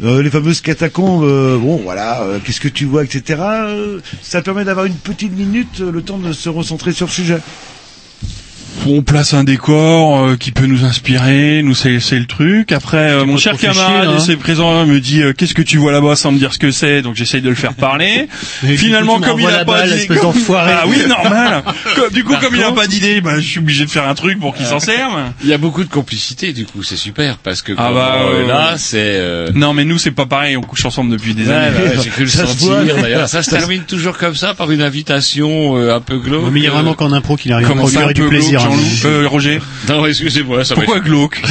Speaker 4: Euh, les fameuses catacombes, euh, bon voilà, euh, qu'est-ce que tu vois, etc. euh, ça permet d'avoir une petite minute, euh, le temps de se recentrer sur le sujet.
Speaker 5: On place un décor euh, qui peut nous inspirer, nous c'est c'est le truc. Après, euh,
Speaker 7: Tu
Speaker 5: mon
Speaker 7: peux
Speaker 5: cher
Speaker 7: trop faire
Speaker 5: camarade,
Speaker 7: chier, là, hein.
Speaker 5: c'est présent, me dit euh, qu'est-ce que tu vois là-bas sans me dire ce que c'est. Donc j'essaye de le faire parler.
Speaker 7: Et
Speaker 5: Finalement,
Speaker 7: du coup, tu
Speaker 5: comme il
Speaker 7: m'envoies
Speaker 5: a
Speaker 7: la
Speaker 5: pas
Speaker 7: balle,
Speaker 5: d'idée,
Speaker 7: espèce d'enfoiré.
Speaker 5: ah oui, normal. Comme- du coup,
Speaker 7: Par
Speaker 5: comme il a
Speaker 7: contre-
Speaker 5: pas d'idée, bah, je suis obligé de faire un truc pour qu'il s'en serve.
Speaker 3: Il y a beaucoup de complicité du coup, c'est super parce que
Speaker 5: Ah
Speaker 3: quand
Speaker 5: bah,
Speaker 3: on est
Speaker 5: ouais,
Speaker 3: là,
Speaker 5: ouais.
Speaker 3: c'est euh,
Speaker 5: Non, mais nous c'est pas pareil. On couche ensemble depuis des
Speaker 3: Ouais,
Speaker 5: années.
Speaker 3: bah, j'ai cru le
Speaker 4: Ça se
Speaker 3: sentir.
Speaker 4: voit.
Speaker 3: D'ailleurs, ça se termine toujours comme ça par une invitation euh, un peu glauque.
Speaker 10: mais il y a
Speaker 3: euh,
Speaker 10: vraiment qu'en impro qu'il arrive à
Speaker 3: comment ça,
Speaker 10: produire
Speaker 3: un
Speaker 10: du
Speaker 3: peu
Speaker 10: plaisir. hein.
Speaker 3: glauque, Jean-Loup
Speaker 5: Euh, Roger,
Speaker 3: Non, excusez-moi, ça
Speaker 5: pourquoi
Speaker 3: m'échappe.
Speaker 5: glauque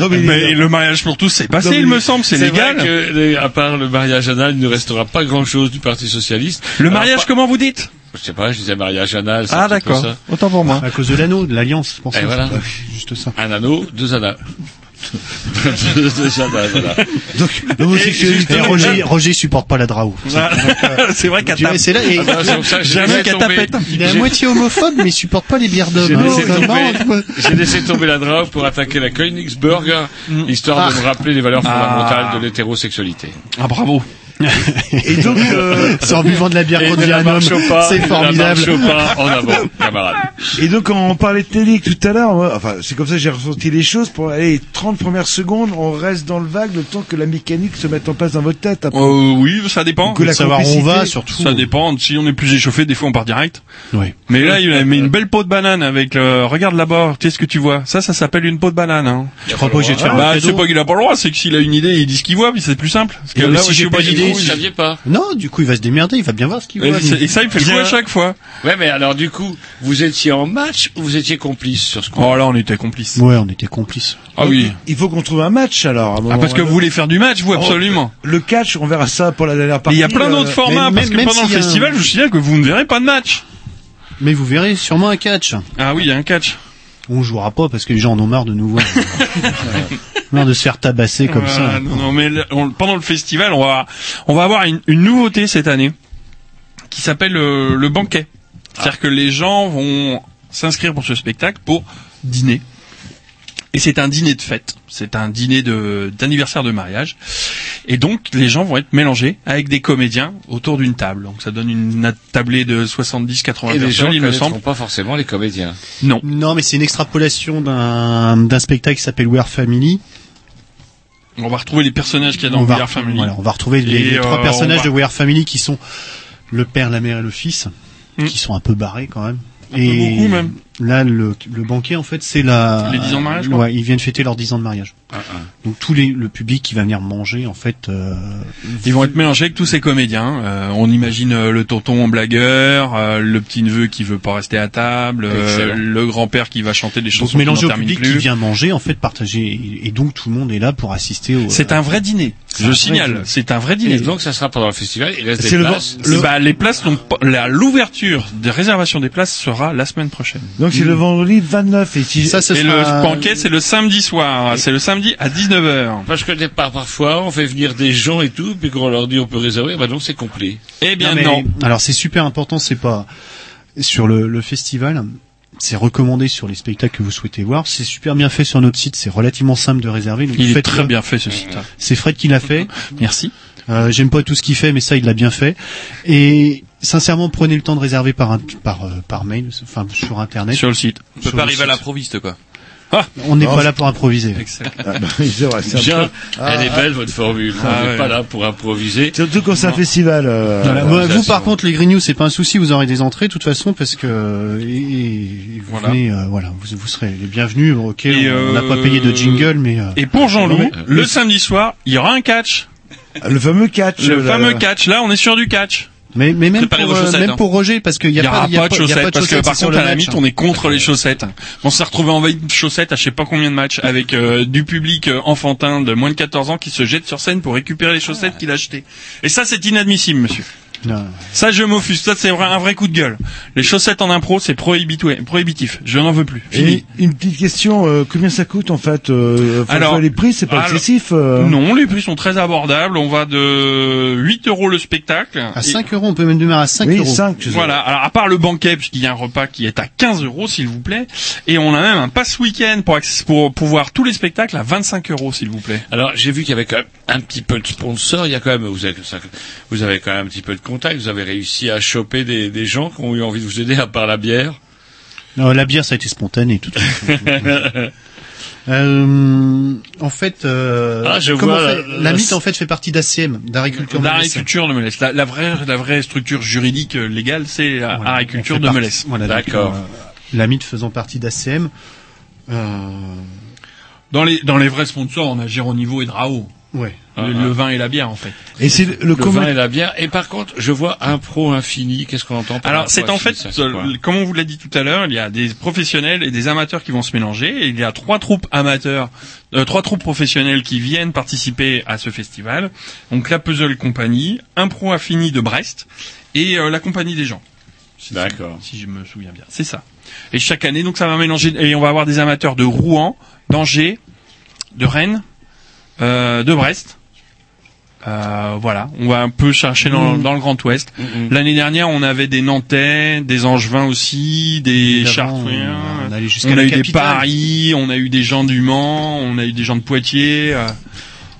Speaker 4: Non, mais-
Speaker 5: Mais le mariage pour tous, c'est passé,
Speaker 4: Non, mais-
Speaker 5: il me semble, c'est
Speaker 3: C'est vrai
Speaker 5: légal.
Speaker 3: que, euh, à part le mariage anal, il ne restera pas grand-chose du Parti socialiste.
Speaker 5: Le
Speaker 3: Alors,
Speaker 5: mariage,
Speaker 3: pas-
Speaker 5: comment vous dites
Speaker 3: Je sais pas, je disais mariage anal. c'est
Speaker 5: Ah
Speaker 3: un petit peu
Speaker 5: d'accord.
Speaker 3: ça.
Speaker 5: Autant pour moi.
Speaker 10: À cause de l'anneau, de l'alliance, pour
Speaker 3: Et
Speaker 10: ça. c'est
Speaker 3: voilà.
Speaker 10: pas- Juste ça.
Speaker 3: Un anneau, deux anneaux. deux anneaux, voilà.
Speaker 4: Donc,
Speaker 10: Et
Speaker 4: l'homosexualité,
Speaker 10: Roger, Roger supporte pas la draou.
Speaker 5: c'est vrai qu'à
Speaker 10: Tu vois,
Speaker 5: ta-
Speaker 10: C'est là, et,
Speaker 3: Ah, c'est pour ça que j'ai
Speaker 5: Jamais
Speaker 3: laissé
Speaker 5: qu'à
Speaker 3: tomber-
Speaker 5: tapette.
Speaker 10: il est à moitié homophobe, mais il supporte pas les bières d'hommes.
Speaker 3: J'ai
Speaker 10: hein.
Speaker 3: laissé
Speaker 10: C'est marrant, tu vois.
Speaker 3: tomber, j'ai laissé tomber la drague pour attaquer la Königsberg, histoire de me rappeler les valeurs fondamentales de l'hétérosexualité.
Speaker 5: Ah bravo.
Speaker 4: et donc, euh,
Speaker 10: C'est en buvant de la bière
Speaker 3: Et
Speaker 10: qu'on
Speaker 3: de
Speaker 10: devient
Speaker 3: la
Speaker 10: un
Speaker 3: marche au
Speaker 10: homme.
Speaker 3: pas,
Speaker 10: C'est
Speaker 3: de la
Speaker 10: formidable.
Speaker 3: marche au pas en avant, camarades.
Speaker 4: Et donc quand on parlait de télé tout à l'heure, moi, enfin c'est comme ça que j'ai ressenti les choses. Pour les 30 premières secondes, on reste dans le vague le temps que la mécanique se mette en place dans votre tête. hein. après.
Speaker 5: Euh, oui, ça dépend.
Speaker 4: Que la
Speaker 10: savoir où on
Speaker 4: complicité-
Speaker 10: va, surtout.
Speaker 5: Ça dépend. Si on est plus échauffé, des fois on part direct.
Speaker 10: Oui.
Speaker 5: Mais là, il a mis une belle peau de banane avec. euh, regarde là-bas. Tu sais ce que tu vois Ça, ça s'appelle une peau de banane. Hein.
Speaker 10: Je crois pas que j'ai de faire
Speaker 5: bah,
Speaker 10: un
Speaker 5: c'est
Speaker 10: cadeau.
Speaker 5: pas qu'il a pas le droit. C'est que s'il a une idée, il dit ce qu'il voit. Puis c'est plus simple. Parce que
Speaker 10: Non, mais
Speaker 5: là,
Speaker 10: si
Speaker 5: moi, je
Speaker 10: j'ai
Speaker 5: suis
Speaker 10: pas
Speaker 5: obligé-
Speaker 10: d'idée,
Speaker 3: Vous ne saviez pas.
Speaker 10: Non, du coup, il va se démerder, il va bien voir ce qu'il
Speaker 5: Et
Speaker 10: voit.
Speaker 5: ça- Et ça, il fait le coup
Speaker 3: Bien.
Speaker 5: à chaque fois.
Speaker 3: Ouais, mais alors du coup, vous étiez en match ou vous étiez complice sur ce coup
Speaker 5: Oh là, on était complices.
Speaker 10: Ouais, on était complices.
Speaker 5: Ah oui.
Speaker 4: Il faut qu'on trouve un match alors. à un moment
Speaker 5: Ah parce
Speaker 4: ou
Speaker 5: que
Speaker 4: un
Speaker 5: vous
Speaker 4: autre.
Speaker 5: voulez faire du match, vous absolument.
Speaker 4: Le catch, on verra ça pour la dernière
Speaker 5: Mais
Speaker 4: partie.
Speaker 5: il y a plein d'autres
Speaker 4: euh,
Speaker 5: formats
Speaker 10: mais
Speaker 5: parce
Speaker 10: même
Speaker 5: que pendant le
Speaker 10: s'il y a un-
Speaker 5: festival, je vous signale que vous ne verrez pas de match.
Speaker 10: Mais vous verrez sûrement un catch.
Speaker 5: Ah oui, il y a un catch.
Speaker 10: On jouera pas parce que les gens en ont marre de nous voir. Euh, marre de se faire tabasser comme
Speaker 5: Voilà,
Speaker 10: ça.
Speaker 5: Non, non, mais le- on- pendant le festival, on va, on va avoir une, une nouveauté cette année qui s'appelle euh, le banquet. C'est-à-dire que les gens vont s'inscrire pour ce spectacle pour dîner. Et c'est un dîner de fête, c'est un dîner de d'anniversaire de mariage, et donc les gens vont être mélangés avec des comédiens autour d'une table. Donc ça donne une tablée de 70-80
Speaker 3: Et les gens
Speaker 5: personnes,
Speaker 3: ne
Speaker 5: il me semble.
Speaker 3: connaîtront pas forcément les comédiens.
Speaker 5: Non.
Speaker 10: Non, mais c'est une extrapolation d'un d'un spectacle qui s'appelle We're Family.
Speaker 5: On va retrouver les personnages qu'il y a dans
Speaker 10: on, va,
Speaker 5: Weird Family.
Speaker 10: voilà, on va retrouver les,
Speaker 5: Et,
Speaker 10: les trois
Speaker 5: euh,
Speaker 10: personnages
Speaker 5: on va-
Speaker 10: de We're Family qui sont le père, la mère et le fils,
Speaker 5: Mm.
Speaker 10: qui sont un peu barrés quand même.
Speaker 5: Un peu beaucoup, même.
Speaker 10: là, le, le banquet, en fait, c'est la...
Speaker 5: Les 10 ans de mariage, quoi. Ah,
Speaker 10: Ouais, ils viennent fêter leurs 10 ans de mariage. Donc tout les, le public qui va venir manger, en fait... euh,
Speaker 5: Ils vont être mélangés avec tous ces comédiens. Euh, on imagine euh, le tonton en blagueur, euh, le petit neveu qui veut pas rester à table, euh,
Speaker 3: Excellent.
Speaker 5: le grand-père qui va chanter des
Speaker 10: donc
Speaker 5: chansons qui n'en
Speaker 10: mélanger au
Speaker 5: terminent
Speaker 10: public
Speaker 5: plus.
Speaker 10: qui vient manger, en fait, partager... Et donc tout le monde est là pour assister au...
Speaker 5: C'est un vrai dîner.
Speaker 10: un
Speaker 5: Je
Speaker 10: vrai
Speaker 5: signale,
Speaker 10: dîner.
Speaker 5: c'est un vrai
Speaker 3: Et
Speaker 5: dîner.
Speaker 3: donc ça sera pendant le festival. Il laisse
Speaker 4: C'est
Speaker 3: des
Speaker 4: le
Speaker 3: places.
Speaker 4: vent- le-
Speaker 5: Bah, les places, n'ont pas- la- l'ouverture des réservations des places sera la semaine prochaine.
Speaker 4: Donc c'est le vendredi 29 et si
Speaker 10: Ça, ce
Speaker 5: Et
Speaker 10: sera-
Speaker 5: le banquet, c'est le samedi soir. C'est le samedi à 19h.
Speaker 3: Parce que des par- parfois, on fait venir des gens et tout, puis qu'on leur dit on peut réserver, bah non, c'est complet.
Speaker 5: Eh bien
Speaker 10: Non, mais-
Speaker 5: non.
Speaker 10: Alors c'est super important, c'est pas sur le, le festival. C'est recommandé sur les spectacles que vous souhaitez voir. C'est super bien fait sur notre site. C'est relativement simple de réserver. Donc
Speaker 5: Il est
Speaker 10: faites-le.
Speaker 5: très bien fait ce site.
Speaker 10: C'est Fred qui l'a fait.
Speaker 5: Merci.
Speaker 10: Euh, J'aime pas tout ce qu'il fait, mais ça, il l'a bien fait. Et sincèrement, prenez le temps de réserver par un- par euh, par mail, enfin sur internet.
Speaker 5: Sur le site.
Speaker 12: On peut
Speaker 10: Sur
Speaker 12: pas
Speaker 10: le
Speaker 12: arriver à
Speaker 10: site.
Speaker 12: l'improviste, quoi.
Speaker 10: On n'est pas là pour improviser.
Speaker 3: Bien, elle est belle votre formule.
Speaker 10: Ah,
Speaker 3: on n'est
Speaker 10: ouais.
Speaker 3: pas là pour improviser.
Speaker 4: Surtout quand c'est un festival. euh,
Speaker 10: Voilà.
Speaker 4: euh,
Speaker 10: Moi, vous par contre les grignoux c'est pas un souci vous aurez des entrées de toute façon parce que euh, et- et vous
Speaker 5: Voilà.
Speaker 10: venez, euh, voilà vous, vous serez les bienvenus bon, ok
Speaker 5: Et,
Speaker 10: on n'a
Speaker 5: euh,
Speaker 10: pas payé de jingle mais euh,
Speaker 5: Et pour
Speaker 10: non,
Speaker 5: Jean-Loup,
Speaker 10: mais-
Speaker 5: le samedi soir, il y aura un catch.
Speaker 4: Le fameux catch. euh,
Speaker 5: Le
Speaker 10: là,
Speaker 5: fameux
Speaker 10: là.
Speaker 5: catch. Là, on est sur du catch.
Speaker 10: mais, mais même, pour,
Speaker 5: Préparez vos
Speaker 10: euh,
Speaker 5: chaussettes,
Speaker 10: même
Speaker 5: hein.
Speaker 10: pour Roger parce qu'il
Speaker 5: Il
Speaker 10: n'y
Speaker 5: y
Speaker 10: a, pas-
Speaker 5: aura
Speaker 10: il y a
Speaker 5: pas de
Speaker 10: pas- il y a
Speaker 5: chaussettes
Speaker 10: pas de
Speaker 5: parce que
Speaker 10: chaussettes
Speaker 5: par
Speaker 10: sur
Speaker 5: contre
Speaker 10: le
Speaker 5: à la
Speaker 10: match,
Speaker 5: limite
Speaker 10: hein.
Speaker 5: on est contre les chaussettes. On s'est retrouvé envahi de chaussettes à je sais pas combien de matchs avec euh, du public euh, enfantin de moins de 14 ans qui se jette sur scène pour récupérer les chaussettes qu'il a achetées. Et ça c'est inadmissible monsieur.
Speaker 10: Non.
Speaker 5: Ça je m'offuse, ça c'est vrai- un vrai coup de gueule. Les chaussettes en impro c'est prohibitif, prohibitif. Je n'en veux plus. Fini.
Speaker 4: Et une petite question, euh, combien ça coûte en fait euh, enfin,
Speaker 5: Alors-
Speaker 4: soit les prix, c'est pas
Speaker 5: alors- mm,
Speaker 4: excessif euh,
Speaker 5: Non, les prix sont très abordables. On va de 8 euros le spectacle.
Speaker 10: à
Speaker 5: Et-
Speaker 10: 5 euros on peut même démarrer à 5 euros
Speaker 5: Voilà. Alors, à part le banquet, puisqu'il y a un repas qui est à 15 euros, s'il vous plaît. Et on a même un pass week-end pour, acc- pour, pour voir tous les spectacles à 25 euros, s'il vous plaît.
Speaker 3: Alors j'ai vu qu'il y avait quand même un petit peu de sponsors. Il y a quand même vous avez vous avez quand même un petit peu de contacts. Vous avez réussi à choper des, des gens qui ont eu envie de vous aider à part la bière.
Speaker 10: Non, la bière ça a été spontané tout de suite. Euh, en fait, euh,
Speaker 5: Ah, je
Speaker 10: comment
Speaker 5: vois,
Speaker 10: on fait-
Speaker 5: la-
Speaker 10: la,
Speaker 5: la-
Speaker 10: mythe en fait fait partie d'ACM, d'Agriculture
Speaker 5: L'agriculture de Melès. La, la vraie, la vraie structure juridique euh, légale, c'est la agriculture de Melès.
Speaker 10: Voilà, donc, euh, la mythe faisant partie d'ACM.
Speaker 5: Dans les, dans les vrais sponsors, on a Géroniveau et Drao.
Speaker 10: Ouais.
Speaker 5: Le, le vin et la bière, en fait.
Speaker 4: Et c'est le, le commun-
Speaker 3: vin et la bière. Et par contre, je vois un pro infini. Qu'est-ce qu'on entend par
Speaker 5: Alors
Speaker 3: impro
Speaker 5: c'est en
Speaker 3: infini,
Speaker 5: fait,
Speaker 3: ça,
Speaker 5: euh,
Speaker 3: quoi
Speaker 5: comme on vous l'a dit tout à l'heure, il y a des professionnels et des amateurs qui vont se mélanger. Et il y a trois troupes amateurs, euh, trois troupes professionnelles qui viennent participer à ce festival. Donc la Puzzle Company, Impro Infini de Brest et euh, la Compagnie des gens.
Speaker 3: D'accord.
Speaker 5: Si je me souviens bien, c'est ça. Et chaque année, donc ça va mélanger et on va avoir des amateurs de Rouen, d'Angers, de Rennes, euh, de Brest. Euh, voilà, on va un peu chercher dans,
Speaker 10: Mhm.
Speaker 5: dans le Grand Ouest.
Speaker 10: Mhm.
Speaker 5: L'année dernière, on avait des Nantais, des Angevins aussi, des Chartouins.
Speaker 10: on allait jusqu'à
Speaker 5: On
Speaker 10: la
Speaker 5: a eu des
Speaker 10: capitale.
Speaker 5: Paris, on a eu des gens du Mans, on a eu des gens de Poitiers. euh,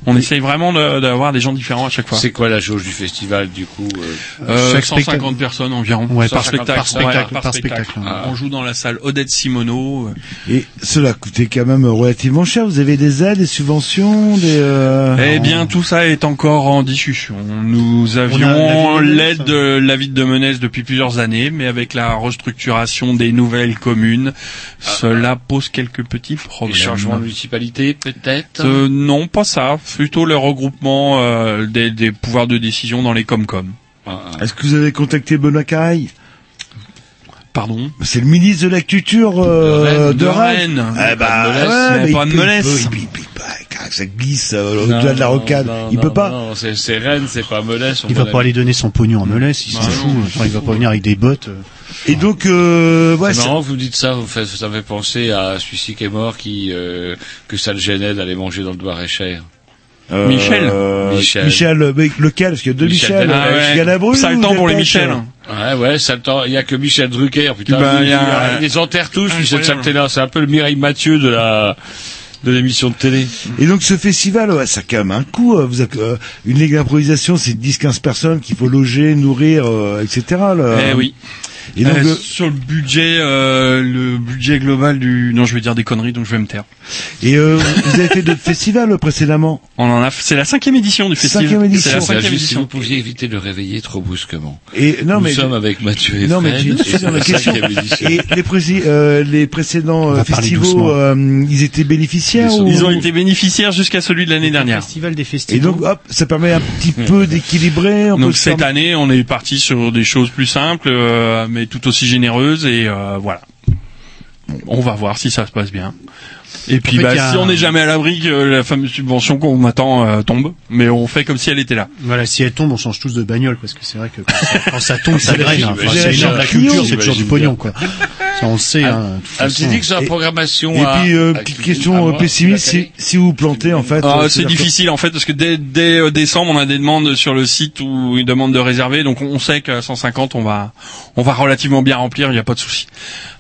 Speaker 5: on essaye vraiment de- d'avoir des gens différents à chaque fois.
Speaker 3: C'est quoi la jauge du festival du coup euh
Speaker 5: Euh,
Speaker 3: Chaque
Speaker 5: 150
Speaker 3: spectacle.
Speaker 5: personnes environ.
Speaker 3: Ouais, par
Speaker 5: 150,
Speaker 3: spectacle, par spectacle,
Speaker 5: ouais,
Speaker 3: par
Speaker 4: spectacle.
Speaker 5: Ah. On joue dans la salle Odette Simoneau. euh,
Speaker 4: Et cela coûtait quand même relativement cher. Vous avez des aides, des subventions, des. euh,
Speaker 5: Eh bien, tout ça est encore en discussion. Nous avions
Speaker 4: On a la ville de
Speaker 5: l'aide de la ville de Menez depuis plusieurs années, mais avec la restructuration des nouvelles communes, cela pose quelques petits problèmes.
Speaker 3: Les changements de municipalité peut-être.
Speaker 5: Euh, non, pas ça. Plutôt le regroupement euh, des, des pouvoirs de décision dans les Comcom.
Speaker 3: Ah,
Speaker 4: Est-ce que vous avez contacté Benoît Caraille
Speaker 5: Pardon
Speaker 4: C'est le ministre de la Culture euh,
Speaker 5: De
Speaker 4: de
Speaker 5: Rennes.
Speaker 4: Rennes.
Speaker 5: Mais
Speaker 4: Eh ben,
Speaker 5: pas de Melès,
Speaker 4: ouais,
Speaker 5: mais
Speaker 4: mais
Speaker 5: pas
Speaker 4: il
Speaker 5: de
Speaker 4: peut-
Speaker 5: Melès.
Speaker 4: il peut- il peut- il peut- bah, Ça glisse euh, au-delà de la rocade. il peut pas.
Speaker 3: Non, c'est c'est Rennes, c'est pas Melès.
Speaker 10: Il va pas aller donner son pognon en Melès, il s'en
Speaker 3: Bah
Speaker 10: fout.
Speaker 3: non.
Speaker 10: Enfin, il va pas venir avec des bottes. euh.
Speaker 4: Et donc, euh, ouais,
Speaker 3: c'est
Speaker 4: ça-
Speaker 3: marrant que vous dites ça, vous faites- ça me fait penser à celui qui est mort, qui, euh, que ça le gênait d'aller manger dans le Loir-et-Cher.
Speaker 4: Euh,
Speaker 3: Michel.
Speaker 4: Michel. mais lequel Parce qu'il y a deux Michel.
Speaker 5: Ah
Speaker 3: Delpech.
Speaker 4: Galabru ou Delpech
Speaker 3: Ouais, ouais, ça le temps. Il y a que Michel Drucker, putain.
Speaker 5: Bah, il y a-
Speaker 3: Ils les enterrent tous, puis cette
Speaker 5: Incroyable.
Speaker 3: saleté-là. C'est un peu le Mireille Mathieu de la, de l'émission de télé.
Speaker 4: Et donc ce festival, ouais, ça a quand même un coût. euh, Vous avez, euh, une ligue d'improvisation, c'est 10-15 personnes qu'il faut loger, nourrir, euh, etc. là.
Speaker 5: Eh oui.
Speaker 4: Et donc,
Speaker 5: Euh,
Speaker 4: le-
Speaker 5: Sur le budget, euh, le budget global du... Non, je vais dire des conneries, donc je vais me taire.
Speaker 4: et euh, vous avez fait d'autres festivals euh, précédemment
Speaker 5: On en a... C'est la cinquième édition du festival.
Speaker 4: Cinquième édition.
Speaker 5: C'est la
Speaker 4: C'est la
Speaker 5: cinquième
Speaker 4: juste-
Speaker 3: Si vous
Speaker 5: édition.
Speaker 3: pouviez éviter de le réveiller trop brusquement.
Speaker 4: Et non
Speaker 3: Nous
Speaker 4: mais
Speaker 3: sommes avec Mathieu et
Speaker 4: non mais
Speaker 3: Fred,
Speaker 4: j'ai une
Speaker 3: et
Speaker 4: suite dans
Speaker 3: c'est
Speaker 4: la
Speaker 3: la
Speaker 4: question.
Speaker 3: cinquième édition.
Speaker 4: Et les, prési- euh, les précédents euh,
Speaker 10: va parler
Speaker 4: festivals,
Speaker 10: doucement.
Speaker 4: euh, ils étaient bénéficiaires ou...
Speaker 5: Ils ont été bénéficiaires jusqu'à celui de l'année dernière.
Speaker 10: Festival des
Speaker 4: Et
Speaker 10: festivals.
Speaker 4: donc hop, ça permet un petit peu d'équilibrer. on peut
Speaker 5: Donc
Speaker 4: se faire-
Speaker 5: cette année, on est parti sur des choses plus simples, euh, mais tout aussi généreuses, et euh, voilà. On va voir si ça se passe bien. Et puis,
Speaker 10: fait,
Speaker 5: bah,
Speaker 10: il y a
Speaker 5: si
Speaker 10: un-
Speaker 5: on n'est jamais à l'abri que la fameuse subvention qu'on attend euh, tombe, mais on fait comme si elle était là.
Speaker 10: Voilà, si elle tombe, on change tous de bagnole parce que c'est vrai que quand ça, quand ça tombe, ça
Speaker 3: J'imagine,
Speaker 10: draine. hein. Enfin,
Speaker 3: j'imagine
Speaker 10: c'est énorme.
Speaker 3: bien.
Speaker 10: La culture, c'est toujours
Speaker 3: J'imagine
Speaker 10: du pognon, quoi. Ça, on le sait. hein, de toute
Speaker 3: Un
Speaker 10: façon.
Speaker 3: petit dit que sur la
Speaker 4: Et-
Speaker 3: programmation
Speaker 4: Et
Speaker 3: à-
Speaker 4: puis euh,
Speaker 3: à-
Speaker 4: petite
Speaker 3: à
Speaker 4: question euh,
Speaker 3: moi,
Speaker 4: pessimiste,
Speaker 3: la
Speaker 4: si, si vous plantez en fait.
Speaker 5: Ah,
Speaker 4: euh,
Speaker 5: c'est
Speaker 4: c'est-à-dire que-
Speaker 5: difficile en fait parce que dès, dès, euh, décembre on a des demandes sur le site où ils demandent de réserver donc on on sait qu'à 150 on va on va relativement bien remplir il n'y a pas de souci.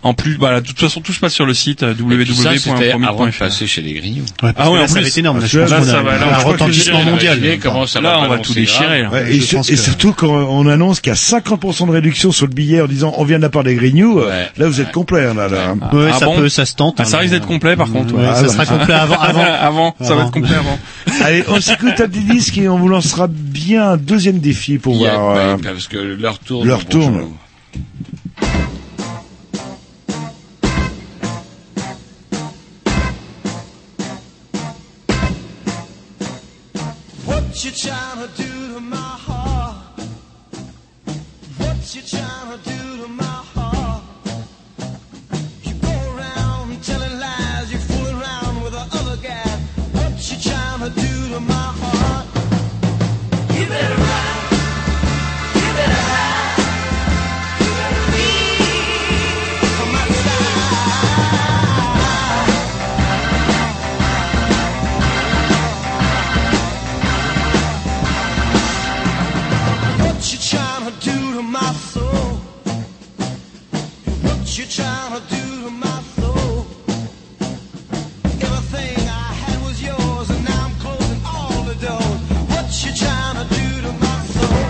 Speaker 5: En plus voilà de toute façon tout se passe sur le site euh,
Speaker 3: Et puis ça, c'était
Speaker 5: compromis.fr.
Speaker 3: avant de passer chez les Grignoux.
Speaker 10: Ouais, parce
Speaker 5: ah ouais,
Speaker 10: que là,
Speaker 5: en
Speaker 10: ça
Speaker 5: plus,
Speaker 10: va être énorme. Là, je
Speaker 5: là,
Speaker 10: pense qu'on
Speaker 5: ça
Speaker 10: a
Speaker 5: va, là,
Speaker 10: un
Speaker 5: je crois que
Speaker 10: retentissement
Speaker 5: le-
Speaker 10: mondial.
Speaker 5: le- comment ça va
Speaker 10: Là, on va
Speaker 5: balancer,
Speaker 10: tout déchirer, là.
Speaker 5: grave.
Speaker 4: Ouais, et,
Speaker 10: Je
Speaker 4: su-
Speaker 10: pense
Speaker 4: et
Speaker 10: que-
Speaker 4: surtout quand on annonce qu'il y a 50% de réduction sur le billet en disant on vient de la part des Grignoux, euh, là vous êtes complet. Là, là. hein.
Speaker 10: Ouais, ça peut, ça se tente.
Speaker 4: Ah, ça risque d'être complet, par contre, ouais. Ah,
Speaker 10: ça
Speaker 4: bah.
Speaker 10: sera complet avant, avant.
Speaker 5: Avant, ça va être complet avant.
Speaker 4: Allez, on s'écoute un petit disque et on vous lancera bien un deuxième défi pour
Speaker 3: Il y a-
Speaker 4: voir euh,
Speaker 3: ouais, parce que leur tourne.
Speaker 4: leur
Speaker 3: bon,
Speaker 4: tourne.
Speaker 3: je-
Speaker 6: What you trying to do to my heart? What you trying to do to my heart? You go around telling lies, you fool around with the other guy. What you trying to do to my heart? You better run. You better hide. You better flee from my side. What you trying to do to my soul? What you trying to do to my soul? Everything I had was yours, and now I'm closing all the doors. What you trying to do to my soul?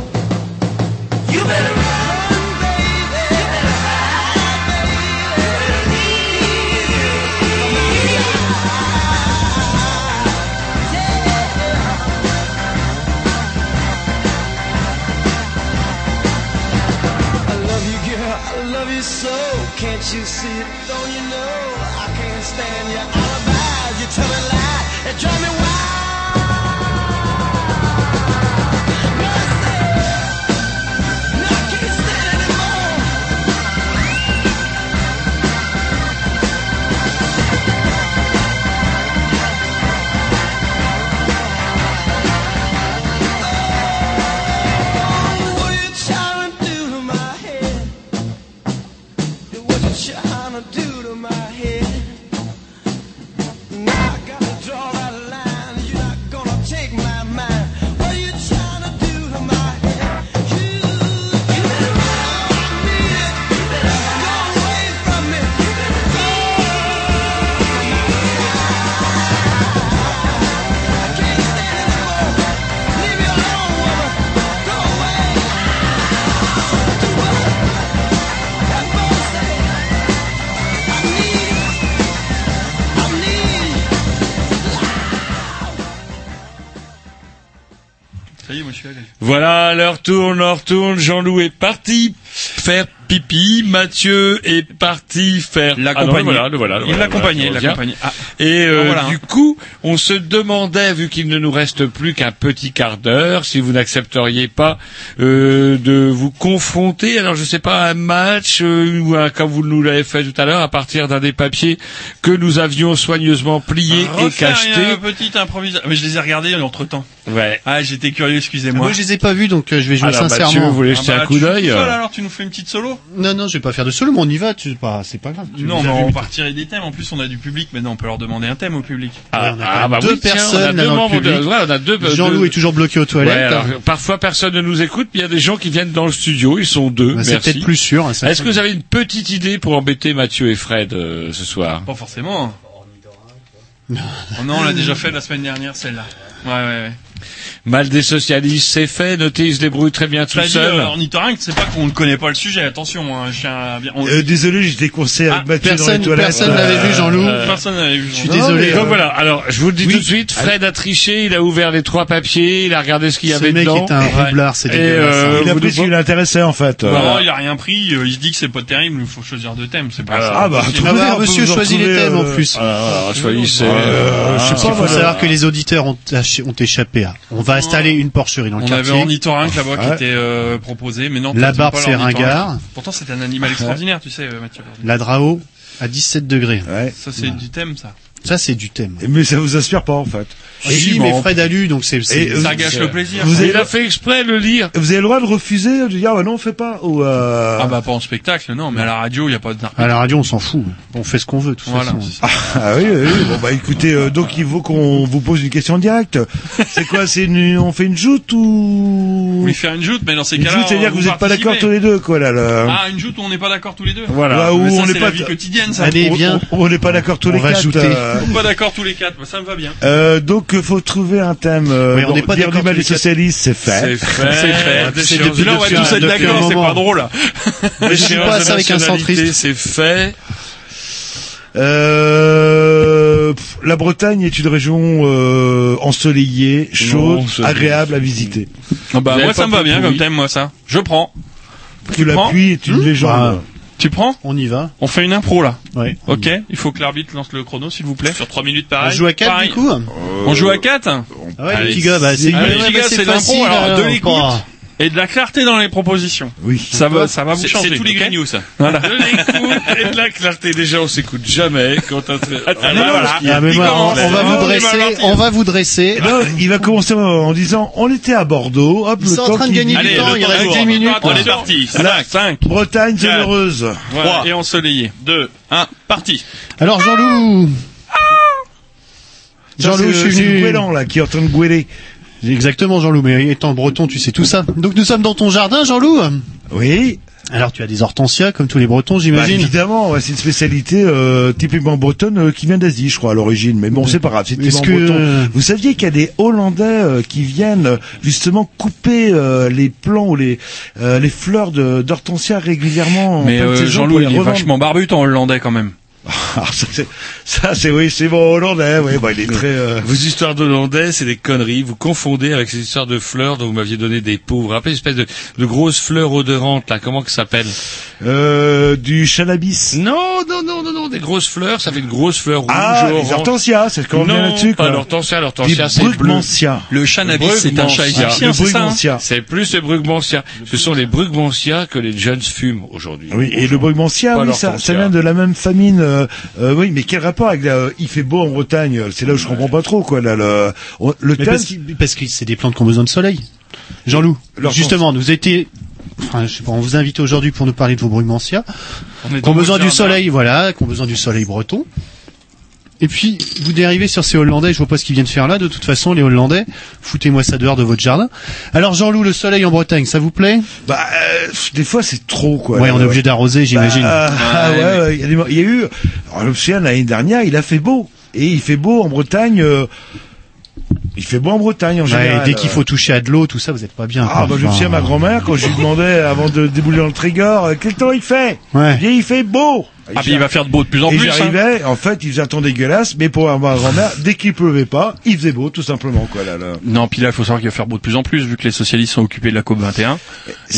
Speaker 6: You better run, baby. You better hide, baby. You better leave. I love you, girl. I love you so. Can't you see it? Don't you know? I can't stand your alibis. You tell a lie. It drives me wild. What you trying to do to my head? What you trying to do to my head? Now I gotta draw that line. You're not gonna take my mind. What you trying to do to my head? You, you better run, baby. You better go away from me. You better go. I can't stand it anymore. Leave me alone, woman. Go away.
Speaker 5: Ça y est, moi je suis allé.
Speaker 3: Voilà, l'heure tourne, l'heure tourne. Jean-Loup est parti faire pipi. Mathieu est parti faire
Speaker 5: L'accompagner.
Speaker 3: Ah non, le voilà, le voilà, le
Speaker 5: Il
Speaker 3: voilà,
Speaker 5: l'accompagnait,
Speaker 3: voilà,
Speaker 5: il
Speaker 3: je reviens.
Speaker 5: l'accompagnait. Ah.
Speaker 3: Et euh,
Speaker 5: Ah, voilà.
Speaker 3: du coup, on se demandait, vu qu'il ne nous reste plus qu'un petit quart d'heure, si vous n'accepteriez pas euh, de vous confronter. Alors, je sais pas un match euh, ou un, comme vous nous l'avez fait tout à l'heure, à partir d'un des papiers que nous avions soigneusement plié et
Speaker 5: Refaire
Speaker 3: cacheté.
Speaker 5: une petite improvisation. Mais je les ai regardés entre temps.
Speaker 3: Ouais.
Speaker 5: Ah, j'étais curieux, excusez-moi.
Speaker 10: Ah, Moi, je les ai pas vus, donc euh, je vais jouer
Speaker 3: Alors,
Speaker 10: sincèrement.
Speaker 3: Mathieu, vous voulez jeter un coup
Speaker 10: tu-
Speaker 3: d'œil euh.
Speaker 5: Seul, alors Ah bah, tu nous fais une petite solo
Speaker 10: Non, non, je vais pas faire de solo, mais on y va. Tu... Bah, c'est pas grave. Tu
Speaker 5: Non,
Speaker 10: les as
Speaker 5: mais
Speaker 10: vus,
Speaker 5: on
Speaker 10: mais-
Speaker 5: va retirer des thèmes. En plus, on a du public. Maintenant, on peut leur demander un thème au public.
Speaker 10: Ah, on a
Speaker 3: bah
Speaker 10: quand même deux personnes là,
Speaker 3: deux
Speaker 10: dans le
Speaker 3: membres de-
Speaker 10: public.
Speaker 3: ouais, on a deux-
Speaker 10: Jean-Loup
Speaker 3: deux-
Speaker 10: est toujours bloqué aux toilettes.
Speaker 3: Ouais, alors, parfois personne ne nous écoute, mais il y a des gens qui viennent dans le studio, ils sont deux.
Speaker 10: Bah, c'est
Speaker 3: merci.
Speaker 10: peut-être plus sûr, hein, ça.
Speaker 3: Est-ce que vous avez une petite idée pour embêter Mathieu et Fred euh, ce soir
Speaker 5: Pas forcément. Oh non, on l'a déjà fait la semaine dernière, celle-là. Ouais, ouais, ouais.
Speaker 3: Mal des socialistes, c'est fait. Notez, il se débrouille très bien tout
Speaker 5: T'as dit,
Speaker 3: seul.
Speaker 5: euh, ornithorynque, c'est pas qu'on ne connaît pas le sujet. Attention, hein, je tiens à bien- on-
Speaker 4: Euh, désolé, j'étais coincé avec Mathieu
Speaker 5: personne-
Speaker 4: dans les toilettes.
Speaker 5: personne n'avait vu Jean-Loup.
Speaker 4: Euh,
Speaker 5: Personne n'avait vu. Je suis
Speaker 4: Non, mais,
Speaker 3: Donc
Speaker 4: euh,
Speaker 3: voilà. Alors, je vous le dis tout de suite, Fred a triché. Il a ouvert les trois papiers. Il a regardé ce qu'il y
Speaker 10: Ce
Speaker 3: avait
Speaker 10: mec
Speaker 3: dedans.
Speaker 10: est un
Speaker 3: Ouais.
Speaker 10: roublard, c'est
Speaker 3: Et,
Speaker 10: dégueulasse.
Speaker 3: euh,
Speaker 4: il a
Speaker 3: vous
Speaker 4: pris
Speaker 3: nous-
Speaker 4: ce qui l'intéressait en fait.
Speaker 5: Non,
Speaker 4: Euh,
Speaker 5: Oh, il a rien pris. euh, Il se dit que c'est pas terrible. Il faut choisir deux thèmes. C'est pas ça.
Speaker 4: Ah bah,
Speaker 10: Ah bah, monsieur choisit les thèmes
Speaker 4: euh,
Speaker 10: en
Speaker 3: Ah,
Speaker 10: plus.
Speaker 3: Alors, choisissez.
Speaker 10: Euh,
Speaker 3: Ah,
Speaker 10: je sais pas,
Speaker 3: voilà.
Speaker 10: il faut savoir que les auditeurs ont, ach- ont échappé. à- On va installer une porcherie dans le
Speaker 5: On avait
Speaker 10: quartier.
Speaker 5: ornithorynque là-bas qui
Speaker 10: Ouais.
Speaker 5: était euh, proposé, mais non.
Speaker 10: La
Speaker 5: peut-être
Speaker 10: barbe,
Speaker 5: pas
Speaker 10: c'est
Speaker 5: l'ornithorynque.
Speaker 10: ringard.
Speaker 5: Pourtant, c'est un animal extraordinaire, tu sais, euh, Mathieu.
Speaker 10: La Drao à 17 degrés.
Speaker 5: Ça, c'est du thème, ça.
Speaker 10: Ça, c'est du thème.
Speaker 4: Mais ça vous inspire pas en fait.
Speaker 10: Si,
Speaker 4: Si,
Speaker 10: mais
Speaker 4: bon.
Speaker 10: Fred a lu, donc c'est.
Speaker 4: Et,
Speaker 10: c'est-
Speaker 4: euh,
Speaker 5: Ça gâche le plaisir.
Speaker 4: Vous avez-
Speaker 5: Il a
Speaker 3: fait exprès le lire.
Speaker 4: Vous avez le droit de refuser, de dire ah bah non, on fait pas. Ou, euh...
Speaker 5: Ah bah pas en spectacle, non, mais à la radio, il y a pas de
Speaker 10: À la radio, on s'en fout. On fait ce qu'on veut, de toute
Speaker 5: Voilà,
Speaker 10: façon.
Speaker 5: c'est
Speaker 4: Ah oui, oui, oui. bon bah écoutez, euh, donc il faut qu'on vous pose une question directe. C'est quoi, c'est une- on fait une joute ou
Speaker 5: Vous voulez faire une joute, mais dans ces
Speaker 4: Une
Speaker 5: cas-là,
Speaker 4: joute, c'est-à-dire que vous
Speaker 5: n'êtes
Speaker 4: êtes pas d'accord tous les deux, quoi là. là.
Speaker 5: Ah, une joute où on n'est pas d'accord tous les deux.
Speaker 4: Là où
Speaker 5: Ah, Mais ça,
Speaker 4: on n'est
Speaker 5: c'est
Speaker 4: pas
Speaker 5: la vie quotidienne, ça.
Speaker 4: on- on- On n'est pas d'accord tous
Speaker 10: On
Speaker 4: les
Speaker 10: va
Speaker 4: quatre.
Speaker 10: jouter.
Speaker 4: euh,
Speaker 5: Pas d'accord tous les quatre, bah, ça me va bien.
Speaker 4: euh, donc euh, faut trouver un thème. euh,
Speaker 5: Mais on
Speaker 4: bon,
Speaker 5: n'est pas
Speaker 4: dire
Speaker 5: d'accord
Speaker 4: du mal
Speaker 5: tous les
Speaker 4: des
Speaker 5: quatre.
Speaker 4: socialistes, c'est fait.
Speaker 5: C'est fait. C'est fait. C'est depuis- là, on va tous être d'accord, c'est pas drôle, là.
Speaker 4: Mais je
Speaker 3: suis
Speaker 4: pas ça avec un centriste.
Speaker 3: C'est fait.
Speaker 4: Euh, pff, la Bretagne est une région euh, ensoleillée, chaude,
Speaker 5: Non, ça-
Speaker 4: agréable à visiter.
Speaker 5: Ah bah, moi, ça me va bien comme thème, moi, ça. Je prends.
Speaker 4: Que la
Speaker 5: prends
Speaker 4: pluie est une
Speaker 5: Hmm
Speaker 4: légende.
Speaker 5: Bah, Tu prends
Speaker 10: On y va.
Speaker 5: On fait une impro, là.
Speaker 10: Ouais.
Speaker 5: Ok, il faut que l'arbitre lance le chrono, s'il vous plaît. Sur 3 minutes, pareil.
Speaker 10: On joue à quatre,
Speaker 5: Pareil.
Speaker 10: du coup
Speaker 5: On joue à 4
Speaker 10: Ah ouais, les petits gars, bah, c'est
Speaker 4: Eh,
Speaker 5: Ah, les
Speaker 10: ouais,
Speaker 5: petits
Speaker 10: bah,
Speaker 5: gars,
Speaker 10: c'est
Speaker 5: c'est de l'impro,
Speaker 10: facile,
Speaker 5: alors,
Speaker 10: alors,
Speaker 5: de l'écoute.
Speaker 10: pas.
Speaker 5: Et de la clarté dans les propositions.
Speaker 4: Oui.
Speaker 5: Ça va, ça va vous
Speaker 3: C'est-
Speaker 5: changer.
Speaker 3: C'est tous les
Speaker 5: ok
Speaker 3: grignoux, ça.
Speaker 5: Voilà.
Speaker 3: De l'écoute et de la clarté. Déjà, on s'écoute jamais quand un trait- Ah,
Speaker 10: Ah, mais moi, on, on va
Speaker 5: Ah,
Speaker 10: vous dresser, on va vous dresser.
Speaker 4: Là, Eh ben, il va commencer en- en disant on était à Bordeaux, hop,
Speaker 10: Ils
Speaker 4: le
Speaker 10: sont en
Speaker 4: temps
Speaker 10: train de
Speaker 4: qu'il-
Speaker 10: gagner du Allez, temps, le il temps reste est 10 minutes.
Speaker 5: Attends, on est parti. 5, 5,
Speaker 4: Bretagne
Speaker 5: Quatre.
Speaker 4: heureuse.
Speaker 5: Voilà, et ensoleillé.
Speaker 3: 2, 1, parti.
Speaker 10: Alors Jean-Loup. Jean-Loup,
Speaker 5: euh,
Speaker 10: je suis venu.
Speaker 4: Gouélan, là, qui est en train de gouéler.
Speaker 10: Exactement, Jean-Loup, mais étant breton, tu sais tout ça. Donc nous sommes dans ton jardin, Jean-Loup
Speaker 4: Oui.
Speaker 10: Alors tu as des hortensias, comme tous les bretons,
Speaker 4: Bah,
Speaker 10: j'imagine.
Speaker 4: évidemment, ouais, c'est une spécialité euh, typiquement bretonne euh, qui vient d'Asie, je crois, à l'origine. Mais bon, c'est pas grave, c'est
Speaker 10: Est-ce
Speaker 4: typiquement
Speaker 10: que-
Speaker 4: breton. Vous saviez qu'il y a des Hollandais euh, qui viennent euh, justement couper euh, les plants ou les euh, les fleurs de- d'hortensia régulièrement en
Speaker 5: Mais
Speaker 4: fin de
Speaker 5: euh,
Speaker 4: saison
Speaker 5: Jean-Loup,
Speaker 4: pour
Speaker 5: il
Speaker 4: les
Speaker 5: est
Speaker 4: revendre.
Speaker 5: vachement barbu, en hollandais, quand même.
Speaker 4: Ah, ça, c'est- ça, c'est oui, c'est bon Hollandais. Ouais, bah, il est très. euh,
Speaker 3: Vos histoires d'Hollandais, c'est des conneries. Vous confondez avec ces histoires de fleurs dont vous m'aviez donné des pots. Vous vous rappelez, espèce de, de grosses fleurs odorantes, là. Comment que ça s'appelle?
Speaker 4: euh, du chalabis.
Speaker 3: Non, non, non, non, non, des grosses fleurs, ça fait une grosse fleur rouge,
Speaker 4: Ah,
Speaker 3: orange.
Speaker 4: les hortensias, c'est quand on vient
Speaker 3: Non,
Speaker 4: là-dessus.
Speaker 3: pas
Speaker 4: quoi.
Speaker 3: l'hortensia, l'hortensia,
Speaker 4: Des
Speaker 3: c'est bleu.
Speaker 4: brugmansia.
Speaker 10: Ah,
Speaker 5: Le cannabis, c'est un chat
Speaker 3: Brugmansia.
Speaker 5: égyptien,
Speaker 4: Le
Speaker 5: c'est ça hein
Speaker 4: brugmansia.
Speaker 3: C'est plus les brugmansia. Ce sont les brugmansia que les jeunes fument aujourd'hui.
Speaker 4: Oui, et le brugmansia,
Speaker 3: Pas
Speaker 4: oui, ça,
Speaker 3: l'hortensia.
Speaker 4: ça vient de la même famine. euh, euh, oui, mais quel rapport avec la, euh, il fait beau en Bretagne euh, C'est là où je comprends pas trop quoi. Là, le on- le
Speaker 10: Mais
Speaker 4: thème-
Speaker 10: parce qu'il- parce que c'est des plantes qui ont besoin de soleil. Jean-Loup,
Speaker 4: Leur
Speaker 10: justement, nous étions... Enfin, je sais pas, on vous invite aujourd'hui pour nous parler de vos brugmansias.
Speaker 5: On est
Speaker 10: Qui ont
Speaker 5: dans
Speaker 10: besoin
Speaker 5: le
Speaker 10: du
Speaker 5: jardin.
Speaker 10: soleil, voilà, qui ont besoin du soleil breton. Et puis, vous dérivez sur ces Hollandais, je vois pas ce qu'ils viennent faire là, de toute façon, les Hollandais, foutez-moi ça dehors de votre jardin. Alors, Jean-Loup, le soleil en Bretagne, ça vous plaît
Speaker 4: bah, euh, des fois c'est trop quoi.
Speaker 10: Ouais,
Speaker 4: là,
Speaker 10: on est
Speaker 4: euh,
Speaker 10: obligé d'arroser, j'imagine.
Speaker 4: Bah, ah,
Speaker 10: Ouais,
Speaker 4: ouais, ouais, il y, a des mo- il y a eu oh, en Océane l'année dernière, il a fait beau et il fait beau en Bretagne. euh, il fait beau en Bretagne en
Speaker 10: Ouais,
Speaker 4: général.
Speaker 10: dès qu'il
Speaker 4: euh.
Speaker 10: faut toucher à de l'eau, tout ça, vous êtes pas bien.
Speaker 4: Ah,
Speaker 10: quoi.
Speaker 4: bah, je me souviens à
Speaker 10: Enfin,
Speaker 4: ma grand-mère quand je lui demandais avant de débouler dans le Trégor, euh, quel temps il fait
Speaker 10: Ouais.
Speaker 4: Il dit, il fait beau.
Speaker 5: Ah, puis il va faire de beau de plus en
Speaker 4: et
Speaker 5: plus. hein.
Speaker 4: j'arrivais, en fait, il faisait un temps dégueulasse, mais pour ma grand-mère, dès qu'il pleuvait pas, il faisait beau, tout simplement, quoi, là, là.
Speaker 5: Non, puis là, il faut savoir qu'il va faire beau de plus en plus, vu que les socialistes sont occupés de la COP 21. Et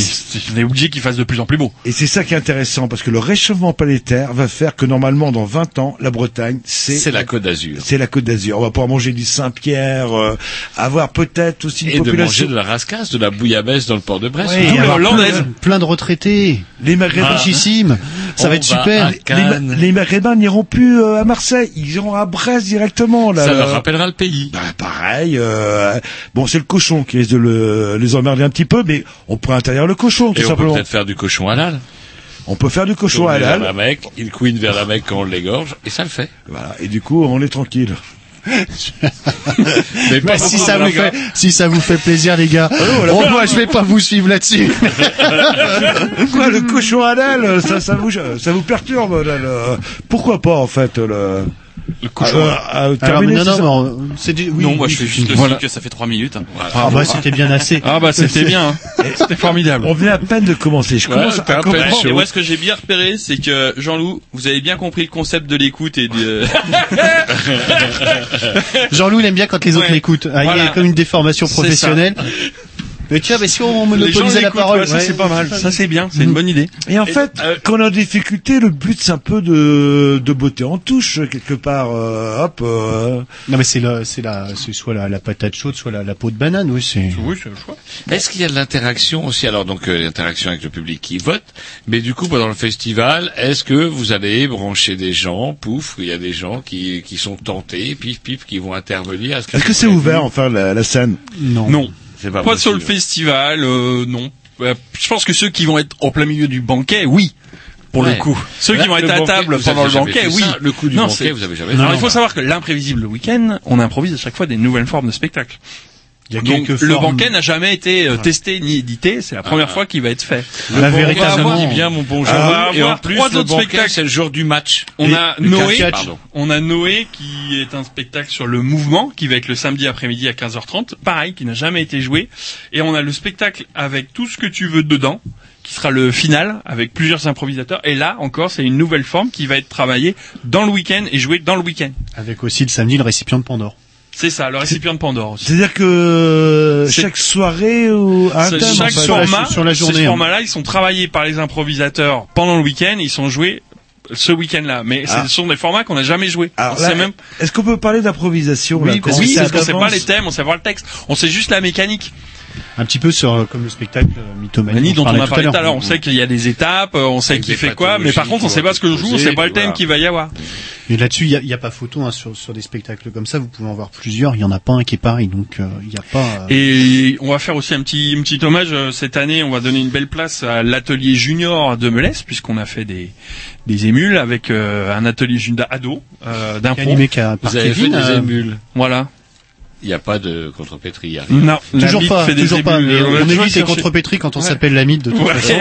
Speaker 5: On est obligé qu'il fasse de plus en plus beau.
Speaker 4: Et c'est ça qui est intéressant, parce que le réchauffement planétaire va faire que normalement, dans 20 ans, la Bretagne, c'est...
Speaker 3: C'est la Côte d'Azur.
Speaker 4: C'est la Côte d'Azur. On va pouvoir manger du Saint-Pierre, euh, avoir peut-être aussi une
Speaker 3: Et de manger
Speaker 4: population...
Speaker 3: de la rascasse, de la bouillabaisse dans le port de Brest.
Speaker 10: ouais,
Speaker 3: D'où
Speaker 10: il y
Speaker 3: les
Speaker 10: a
Speaker 5: Ah,
Speaker 3: Hollandaises.
Speaker 10: plein, plein de retraités,
Speaker 4: Les Maghrébins...
Speaker 10: richissime. ça
Speaker 3: On
Speaker 10: va être
Speaker 3: va
Speaker 10: super.
Speaker 3: à
Speaker 4: Les, Ma-
Speaker 3: Cannes.
Speaker 4: les Maghrébins n'iront plus euh, à Marseille, ils iront à Brest directement là.
Speaker 3: Ça
Speaker 4: là.
Speaker 3: leur rappellera le pays.
Speaker 4: Bah, pareil, euh, bon c'est le cochon qui risque de le- les emmerder un petit peu, mais on pourrait interdire le cochon tout
Speaker 3: Et on peut
Speaker 4: simplement.
Speaker 3: peut-être faire du cochon halal.
Speaker 4: on peut faire du cochon
Speaker 3: Tourner
Speaker 4: à
Speaker 3: vers la Mecque, il couine vers la mec quand on l'égorge, et ça le fait.
Speaker 4: Voilà, et du coup on est tranquille.
Speaker 3: Mais
Speaker 10: Bah, si, ça vous fait, si ça vous fait plaisir, les gars.
Speaker 5: Oh,
Speaker 10: Bon, moi, je vais pas vous suivre là-dessus.
Speaker 4: Quoi, le cochon à l'aile, ça, ça vous, ça vous perturbe là, le- Pourquoi pas en fait le. euh, Le cochon.
Speaker 10: Alors, mais non, non, mais on- c'est du- oui,
Speaker 12: non, moi
Speaker 10: oui.
Speaker 12: je fais juste le
Speaker 5: Voilà.
Speaker 12: signe que ça fait 3 minutes. Voilà.
Speaker 10: Ah, bah, c'était bien assez.
Speaker 5: Ah bah, c'était bien. hein. C'était formidable.
Speaker 4: on venait à peine de commencer. Je
Speaker 12: Ouais,
Speaker 4: commence
Speaker 12: t'es
Speaker 4: à
Speaker 12: un peu
Speaker 4: comprendre.
Speaker 12: chaud. Et moi, ce que j'ai bien repéré, c'est que Jean-Loup, vous avez bien compris le concept de l'écoute et de.
Speaker 5: bah.
Speaker 10: Jean-Loup, il aime bien quand les autres
Speaker 12: Ouais.
Speaker 10: l'écoutent. Ah, Il y
Speaker 12: Voilà.
Speaker 10: a comme une déformation
Speaker 12: C'est
Speaker 10: professionnelle. Mais tiens, mais si on
Speaker 5: Les gens
Speaker 10: monopolisait la
Speaker 5: l'écoutent,
Speaker 10: parole,
Speaker 5: ouais, ça
Speaker 10: ouais.
Speaker 5: c'est pas mal. Ça c'est bien, c'est une bonne idée.
Speaker 4: Et en fait, quand on est en difficulté, le but c'est un peu de, de beauté en touche quelque part. euh, hop. euh,
Speaker 10: Non, mais c'est la, c'est la, c'est soit la, la patate chaude, soit la, la peau de banane, oui, c'est.
Speaker 5: Oui, c'est le choix.
Speaker 3: Est-ce qu'il y a de l'interaction aussi Alors donc euh, l'interaction avec le public qui vote, mais du coup pendant le festival, est-ce que vous allez brancher des gens Pouf, il y a des gens qui qui sont tentés, pif pif, qui vont intervenir.
Speaker 4: Est-ce que c'est ouvert enfin la, la scène
Speaker 10: Non.
Speaker 5: Non.
Speaker 3: C'est pas,
Speaker 5: Pas sur le
Speaker 3: possible.
Speaker 5: festival, euh, non. Euh, Je pense que ceux qui vont être au plein milieu du banquet, oui. Pour
Speaker 3: Ouais.
Speaker 5: le coup. Ceux
Speaker 3: Là,
Speaker 5: qui vont
Speaker 3: le
Speaker 5: être à
Speaker 3: banquet,
Speaker 5: table
Speaker 3: vous
Speaker 5: pendant
Speaker 3: avez
Speaker 5: le
Speaker 3: jamais
Speaker 5: banquet,
Speaker 3: fait
Speaker 5: oui.
Speaker 3: ça, le coup du
Speaker 5: Non,
Speaker 3: banquet,
Speaker 5: c'est- Ah,
Speaker 3: vous avez jamais. fait
Speaker 5: Alors,
Speaker 3: ça.
Speaker 5: il faut savoir que l'imprévisible le week-end, on improvise à chaque fois des nouvelles formes de spectacle.
Speaker 10: Il y a
Speaker 5: Donc,
Speaker 10: quelques
Speaker 5: le
Speaker 10: formes.
Speaker 5: banquet n'a jamais été euh,
Speaker 10: Ouais.
Speaker 5: testé ni édité, c'est la première fois qu'il va être fait.
Speaker 10: Le La bon vérité,
Speaker 5: on va avoir-
Speaker 10: samedi,
Speaker 3: Ah,
Speaker 10: bien, mon bon
Speaker 5: on va
Speaker 10: Jean-Loup,
Speaker 5: avoir
Speaker 3: et en plus,
Speaker 5: trois
Speaker 3: le
Speaker 5: autres
Speaker 3: banquet,
Speaker 5: spectacles.
Speaker 3: c'est le jour du match.
Speaker 5: On
Speaker 3: Et-
Speaker 5: a
Speaker 3: le
Speaker 5: Noé,
Speaker 3: catch.
Speaker 5: pardon. on a Noé qui est un spectacle sur le mouvement qui va être le samedi après-midi à 15h30, pareil qui n'a jamais été joué et on a le spectacle avec tout ce que tu veux dedans qui sera le final avec plusieurs improvisateurs et là encore c'est une nouvelle forme qui va être travaillée dans le week-end et jouée dans le week-end.
Speaker 10: Avec aussi le samedi le récipient de Pandore.
Speaker 5: C'est ça, le récipient de Pandore. aussi.
Speaker 4: C'est-à-dire que euh, chaque soirée ou un
Speaker 5: Ce-
Speaker 4: thème,
Speaker 5: chaque
Speaker 4: en fait.
Speaker 5: format,
Speaker 10: sur la journée,
Speaker 5: ces
Speaker 10: hein.
Speaker 5: formats-là, ils sont travaillés par les improvisateurs pendant le week-end, ils sont joués ce week-end-là. Mais
Speaker 4: Ah.
Speaker 5: ce sont des formats qu'on n'a jamais joués.
Speaker 4: Alors
Speaker 5: on
Speaker 4: là,
Speaker 5: sait même,
Speaker 4: Est-ce qu'on peut parler d'improvisation là,
Speaker 5: oui,
Speaker 4: parce
Speaker 5: parce,
Speaker 4: que
Speaker 5: oui,
Speaker 4: ça
Speaker 5: parce qu'on sait pas
Speaker 4: avance.
Speaker 5: les thèmes, on sait voir le texte, on sait juste la mécanique.
Speaker 10: Un petit peu sur, euh, comme le spectacle euh, Mythomanie
Speaker 5: Mani dont on
Speaker 10: parlait
Speaker 5: a parlé tout à l'heure, on sait qu'il y a des étapes, euh, on sait
Speaker 10: Avec
Speaker 5: qui
Speaker 10: des
Speaker 5: fait quoi, mais par
Speaker 10: pathologies
Speaker 5: contre, on
Speaker 10: qui
Speaker 5: sait
Speaker 10: vont
Speaker 5: pas ce que je
Speaker 10: être
Speaker 5: joue, on sait
Speaker 10: posées,
Speaker 5: pas le
Speaker 10: puis
Speaker 5: thème
Speaker 10: voilà.
Speaker 5: qu'il va y avoir.
Speaker 10: Et là-dessus, il n'y a, il y a pas photo hein, sur, sur des spectacles comme ça. Vous pouvez en voir plusieurs. Il y en a pas un qui est pareil, donc euh, il n'y a pas. euh,
Speaker 5: Et on va faire aussi un petit, un petit hommage euh, cette année. On va donner une belle place à l'atelier junior de Melès, puisqu'on a fait des, des émules avec euh, un atelier junior ado euh, d'impro.
Speaker 10: Animé qu'à- par
Speaker 3: Vous avez fait
Speaker 10: Kevin,
Speaker 3: des
Speaker 10: euh,
Speaker 3: émules.
Speaker 5: Voilà.
Speaker 3: Il n'y a pas de contrepétrie, il y a rien.
Speaker 5: Non, la
Speaker 10: toujours
Speaker 5: bite
Speaker 10: pas,
Speaker 5: fait des
Speaker 10: toujours pas.
Speaker 5: émules.
Speaker 10: mais
Speaker 5: On va
Speaker 10: on
Speaker 5: toujours
Speaker 10: évite les
Speaker 5: chercher.
Speaker 10: contre-pétries quand on
Speaker 5: Ouais.
Speaker 10: s'appelle l'ami de toute
Speaker 5: Ouais.
Speaker 10: façon.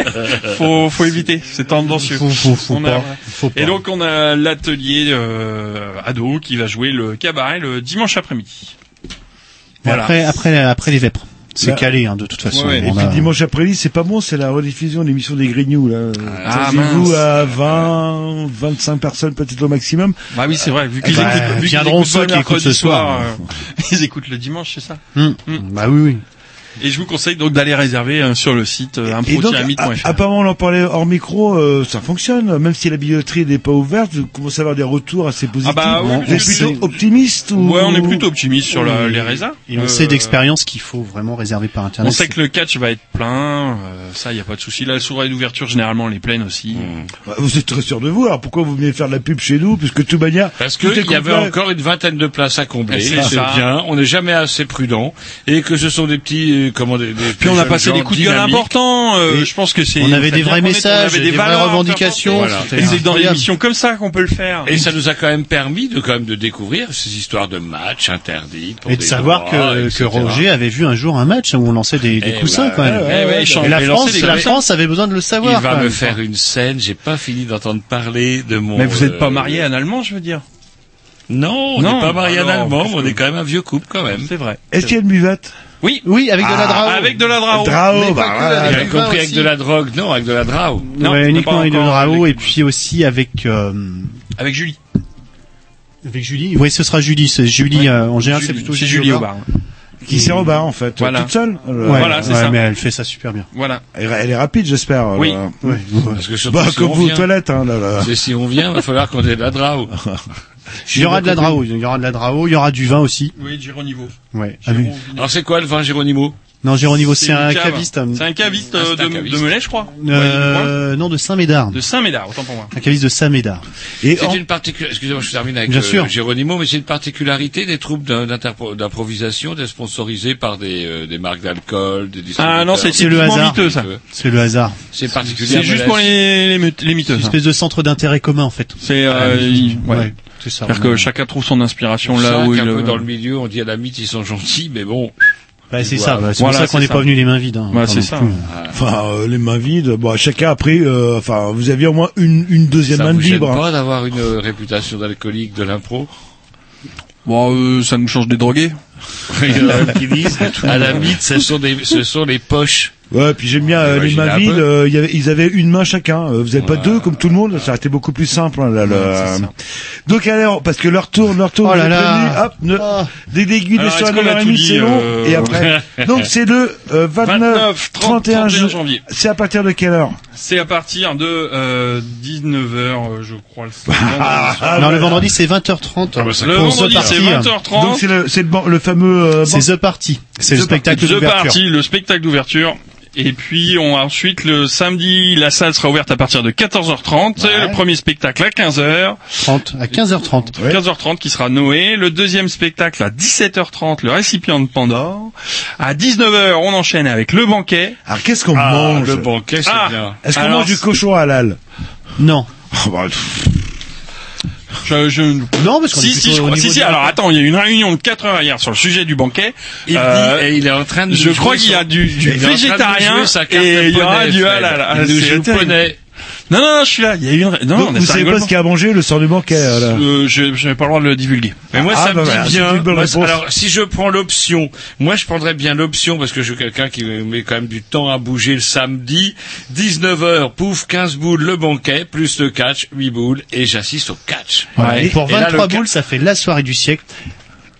Speaker 5: faut, faut éviter, c'est tendancieux.
Speaker 10: Faut- faut- faut
Speaker 5: On a-
Speaker 10: pas, faut
Speaker 5: Et
Speaker 10: pas.
Speaker 5: donc on a l'atelier euh, ado qui va jouer le cabaret le dimanche après-midi.
Speaker 10: Mais
Speaker 5: Voilà.
Speaker 10: Après, après, après les vêpres. C'est
Speaker 4: Bah,
Speaker 10: calé, hein, de toute façon.
Speaker 4: Et
Speaker 10: On
Speaker 4: puis
Speaker 10: a-
Speaker 4: dimanche après-midi, c'est pas bon, c'est la rediffusion de l'émission des Grignoux. Là.
Speaker 5: Ah,
Speaker 4: vous
Speaker 5: mince.
Speaker 4: à 20, 25 personnes peut-être au maximum.
Speaker 5: Bah oui, c'est vrai. Vu
Speaker 10: Eh
Speaker 4: Ah
Speaker 5: qu'ils
Speaker 10: ben,
Speaker 4: bah,
Speaker 5: écoutent, vu qu'ils
Speaker 4: viendront
Speaker 5: écoutent
Speaker 4: ceux
Speaker 5: pas
Speaker 4: qui
Speaker 5: mercredi
Speaker 4: écoutent ce soir.
Speaker 5: euh, ils écoutent le dimanche, c'est ça.
Speaker 10: Hmm. Bah oui, oui.
Speaker 5: Et je vous conseille donc d'aller réserver euh, sur le site euh,
Speaker 4: Et donc,
Speaker 5: impro-mythe.fr.
Speaker 4: a- apparemment, on en parlait hors micro, euh, ça fonctionne. Même si la billetterie n'est pas ouverte, vous commencez à avoir des retours assez positifs.
Speaker 5: bah oui,
Speaker 4: Vous
Speaker 5: parce
Speaker 4: êtes
Speaker 5: que
Speaker 4: plutôt
Speaker 5: c'est-
Speaker 4: optimiste ou...
Speaker 5: Ouais, on est plutôt optimiste sur la-
Speaker 10: Et-
Speaker 5: les résas.
Speaker 10: Et on
Speaker 5: Euh,
Speaker 10: sait d'expérience qu'il faut vraiment réserver par
Speaker 5: On
Speaker 10: internet.
Speaker 5: sait que le catch va être plein, euh, ça y a pas de souci. La soirée d'ouverture généralement elle est pleine aussi.
Speaker 10: Mmh.
Speaker 4: Bah, Vous êtes très sûr de vous, alors pourquoi vous venez faire de la pub chez nous Puisque tout manière...
Speaker 3: Parce
Speaker 4: tout est
Speaker 3: qu'il y avait
Speaker 4: complet.
Speaker 3: encore une vingtaine de places à combler,
Speaker 5: Et c'est
Speaker 3: et c'est
Speaker 5: ça.
Speaker 3: bien. On n'est jamais assez prudent, et que ce sont des petits, euh, comment des, des
Speaker 5: Puis on
Speaker 3: des
Speaker 5: a
Speaker 3: jeunes
Speaker 5: passé
Speaker 3: gens
Speaker 5: des coups de gueule
Speaker 3: dynamiques.
Speaker 5: importants. euh, je pense que c'est.
Speaker 10: on avait
Speaker 5: ça
Speaker 10: des
Speaker 5: vient
Speaker 10: vrais
Speaker 5: qu'on est- on
Speaker 10: messages,
Speaker 5: avait
Speaker 10: des vraies
Speaker 5: valeurs à faire
Speaker 10: revendications,
Speaker 5: porter.
Speaker 10: c'était
Speaker 5: Et c'est dans des
Speaker 10: incroyable.
Speaker 5: missions comme ça qu'on peut le faire.
Speaker 3: Et ça nous a quand même permis de quand même de découvrir ces histoires de matchs interdits. Pour
Speaker 10: Et de
Speaker 3: des
Speaker 10: savoir
Speaker 3: droits,
Speaker 10: que,
Speaker 3: etc.
Speaker 10: que Roger avait vu un jour un match où on lançait des, des
Speaker 3: Eh
Speaker 10: coussins
Speaker 3: bah,
Speaker 10: quand même.
Speaker 3: ouais, ouais, ouais,
Speaker 10: et
Speaker 3: ouais,
Speaker 10: la
Speaker 3: il
Speaker 10: France,
Speaker 3: lançait des
Speaker 10: la
Speaker 3: coussins.
Speaker 10: France avait besoin de le savoir.
Speaker 3: Il va
Speaker 10: quand
Speaker 3: me
Speaker 10: même.
Speaker 3: faire une scène. J'ai pas fini d'entendre parler de mon.
Speaker 5: Mais vous n'êtes pas
Speaker 3: euh,
Speaker 5: marié en allemand, je veux dire.
Speaker 3: Non, on n'est
Speaker 5: Non,
Speaker 3: pas marié
Speaker 5: ah
Speaker 3: en
Speaker 5: non,
Speaker 3: allemand.
Speaker 5: parce
Speaker 3: mais On
Speaker 5: que-
Speaker 3: est quand même un vieux couple quand même.
Speaker 5: C'est vrai.
Speaker 4: Est-ce qu'il y a une buvette
Speaker 5: Oui.
Speaker 10: Oui, avec de la
Speaker 3: Ah,
Speaker 10: drao.
Speaker 5: Avec de la drao.
Speaker 4: Drao,
Speaker 10: Mais
Speaker 4: bah,
Speaker 10: pas que,
Speaker 4: voilà.
Speaker 10: avec
Speaker 3: J'ai
Speaker 10: du vin
Speaker 3: compris avec
Speaker 10: aussi.
Speaker 3: de la drogue. Non, avec de la drague.
Speaker 5: Non,
Speaker 10: ouais,
Speaker 5: pas
Speaker 10: uniquement avec de
Speaker 5: encore.
Speaker 10: la drao et puis aussi avec euh,
Speaker 5: Avec Julie.
Speaker 10: avec Julie. Oui, ce sera Julie. c'est Julie euh, en général, c'est plutôt
Speaker 5: C'est Julie au bar.
Speaker 4: Qui sert au bar, en fait.
Speaker 5: Voilà.
Speaker 4: Toute seule
Speaker 10: Ouais,
Speaker 4: euh,
Speaker 5: Voilà, c'est
Speaker 10: ouais,
Speaker 5: ça.
Speaker 10: Mais elle fait ça super bien.
Speaker 5: Voilà.
Speaker 4: Elle elle est rapide, j'espère. euh,
Speaker 5: Oui.
Speaker 10: Ouais.
Speaker 3: Parce que surtout
Speaker 4: Bah,
Speaker 3: si
Speaker 4: comme
Speaker 3: on
Speaker 4: vous, aux
Speaker 3: vient-
Speaker 4: toilettes, hein, là, là.
Speaker 3: Parce que si on vient, va falloir qu'on ait de la drague.
Speaker 10: Il y aura de la drao. Il y aura de la drao. Il y aura du vin aussi.
Speaker 5: Oui, Gironiveau.
Speaker 10: Ouais.
Speaker 5: Ah
Speaker 10: avec-
Speaker 3: Alors c'est quoi le vin Géronimo
Speaker 10: Non, Géronimo,
Speaker 5: C'est
Speaker 10: c'est
Speaker 5: une
Speaker 10: un
Speaker 5: cave.
Speaker 10: caviste.
Speaker 5: C'est un caviste
Speaker 3: Ah,
Speaker 5: euh,
Speaker 3: c'est
Speaker 5: de,
Speaker 3: un caviste.
Speaker 5: de Melay, je crois. Ouais,
Speaker 10: Euh, non, de Saint-Médard.
Speaker 5: De Saint-Médard, autant pour moi.
Speaker 10: Un caviste de Saint-Médard. Et
Speaker 3: C'est
Speaker 10: en-
Speaker 3: une particularité. Excusez-moi, je termine avec
Speaker 10: Bien
Speaker 3: euh,
Speaker 10: sûr.
Speaker 3: Géronimo, mais c'est une particularité des troupes d'in- d'interpro- d'improvisation, d'être sponsorisés par des, euh, des marques d'alcool, des distributeurs.
Speaker 5: Ah non, c'est
Speaker 10: C'est le
Speaker 5: typiquement
Speaker 10: hasard.
Speaker 5: miteux, ça.
Speaker 10: c'est le hasard.
Speaker 3: C'est particulier.
Speaker 5: C'est juste pour les, les, meute- les
Speaker 10: C'est une
Speaker 5: miteuses. hein.
Speaker 10: espèce de centre d'intérêt commun en fait.
Speaker 5: C'est euh, il- ouais.
Speaker 10: Ouais, c'est ça.
Speaker 5: C'est-à-dire que chacun trouve son inspiration
Speaker 3: On
Speaker 5: là où il
Speaker 3: un peu
Speaker 5: euh,
Speaker 3: dans le milieu, on dit à la mythe, ils sont gentils, mais bon.
Speaker 10: Bah, c'est
Speaker 3: Voilà.
Speaker 10: ça. bah, c'est
Speaker 5: Voilà,
Speaker 10: pour ça qu'on
Speaker 5: c'est
Speaker 10: n'est
Speaker 5: ça.
Speaker 10: pas venu les mains vides. hein,
Speaker 5: Bah,
Speaker 10: pas
Speaker 5: c'est
Speaker 10: non
Speaker 5: ça.
Speaker 10: plus.
Speaker 4: Enfin, euh, les mains vides. Bon, chacun a pris. euh, Enfin, vous aviez au moins une, une deuxième
Speaker 3: Ça
Speaker 4: main
Speaker 3: vous
Speaker 4: de
Speaker 3: gêne
Speaker 4: libre.
Speaker 3: pas d'avoir une euh, réputation d'alcoolique de l'impro
Speaker 5: Bon, euh, ça nous change des drogués.
Speaker 3: Il y
Speaker 5: euh,
Speaker 3: en
Speaker 4: hein.
Speaker 3: a qui disent, à la mythe, ce sont, des, ce sont les poches.
Speaker 4: Ouais, puis j'aime bien euh, les
Speaker 3: Imaginez
Speaker 4: mains
Speaker 3: un
Speaker 4: vides.
Speaker 3: peu.
Speaker 4: euh, il y avait- ils avaient une main chacun. Euh, vous avez pas
Speaker 3: Ouais.
Speaker 4: deux comme tout le monde. Ça aurait été beaucoup plus simple. hein, là, là. Donc alors, parce que leur tour, leur tour.
Speaker 10: Oh
Speaker 4: vous
Speaker 10: là
Speaker 4: êtes
Speaker 10: là.
Speaker 4: venus, Hop, ne-
Speaker 10: Ah.
Speaker 4: des aiguilles de
Speaker 5: Alors, est-ce
Speaker 4: soie à
Speaker 5: qu'on a
Speaker 4: 9h30,
Speaker 5: tout dit,
Speaker 4: c'est long.
Speaker 5: euh,
Speaker 4: Et après, donc c'est le euh, 29,
Speaker 5: 29, 30,
Speaker 4: 31
Speaker 5: 31
Speaker 4: janvier.
Speaker 5: janvier.
Speaker 4: C'est à partir de quelle heure
Speaker 5: C'est à partir de euh, 19h, euh, je crois. Le, samedi.
Speaker 4: Ah,
Speaker 10: non,
Speaker 4: ouais.
Speaker 10: le vendredi c'est 20h30.
Speaker 5: le
Speaker 10: Pour The
Speaker 5: vendredi, Ah bah, c'est
Speaker 10: Party, hein.
Speaker 5: 20h30.
Speaker 4: Donc c'est le, c'est le, ban- le fameux. euh, ban-
Speaker 10: C'est The Party. C'est le
Speaker 4: The Party.
Speaker 10: spectacle
Speaker 5: The
Speaker 10: d'ouverture.
Speaker 5: Party, le spectacle d'ouverture. Et puis on a ensuite le samedi, la salle sera ouverte à partir de 14h30.
Speaker 10: Ouais.
Speaker 5: Le premier spectacle à 15h,
Speaker 10: 30 à 15h30.
Speaker 5: 15h30 qui sera Noé. Le deuxième spectacle à 17h30, le récipient de Pandore. À 19h, on enchaîne avec le banquet.
Speaker 4: Alors qu'est-ce qu'on
Speaker 3: Ah,
Speaker 4: mange
Speaker 3: le banquet, c'est
Speaker 5: Ah.
Speaker 3: bien.
Speaker 4: Est-ce qu'on
Speaker 5: Alors,
Speaker 4: mange du cochon halal
Speaker 10: Non.
Speaker 4: Oh, bah, pff.
Speaker 5: Je, je...
Speaker 10: Non, parce qu'on
Speaker 5: si,
Speaker 10: est
Speaker 5: si,
Speaker 10: plutôt
Speaker 5: je
Speaker 10: au
Speaker 5: crois-
Speaker 10: niveau
Speaker 5: si, si,
Speaker 10: du-
Speaker 5: alors attends, il y a eu une réunion de 4 heures hier sur le sujet du banquet.
Speaker 3: Il dit- et il est en train de
Speaker 5: Euh, Je
Speaker 3: nous
Speaker 5: crois
Speaker 3: jouer
Speaker 5: qu'il y a
Speaker 3: son-
Speaker 5: du,
Speaker 3: il
Speaker 5: du
Speaker 3: est en train de nous
Speaker 5: végétarien
Speaker 3: jouer sa carte
Speaker 5: et il y aura
Speaker 3: poney,
Speaker 5: du
Speaker 3: Fred.
Speaker 5: halal. Ah,
Speaker 3: Il nous
Speaker 5: C'est
Speaker 3: joue
Speaker 5: terrible.
Speaker 3: poney.
Speaker 5: Non, non, non, je suis là. Il y a eu une. ré- Non,
Speaker 4: Donc,
Speaker 5: on est
Speaker 4: vous savez
Speaker 5: rigolo.
Speaker 4: pas ce qu'il y a à manger le sort du banquet là.
Speaker 5: Euh, je je n'ai pas le droit de le divulguer.
Speaker 3: Mais moi,
Speaker 4: Ah,
Speaker 3: ça
Speaker 4: bah
Speaker 3: me dit
Speaker 4: voilà, c'est
Speaker 3: bien.
Speaker 4: une bonne
Speaker 3: Moi, c'est-
Speaker 4: réponse.
Speaker 3: alors, si je prends l'option, moi, je prendrais bien l'option parce que je suis quelqu'un qui met quand même du temps à bouger le samedi. 19h, pouf, 15 boules le banquet, plus le catch, 8 boules, et j'assiste au catch.
Speaker 10: Voilà. Et pour
Speaker 3: Et là,
Speaker 10: 23
Speaker 3: le ca-
Speaker 10: boules, ça fait la soirée du siècle.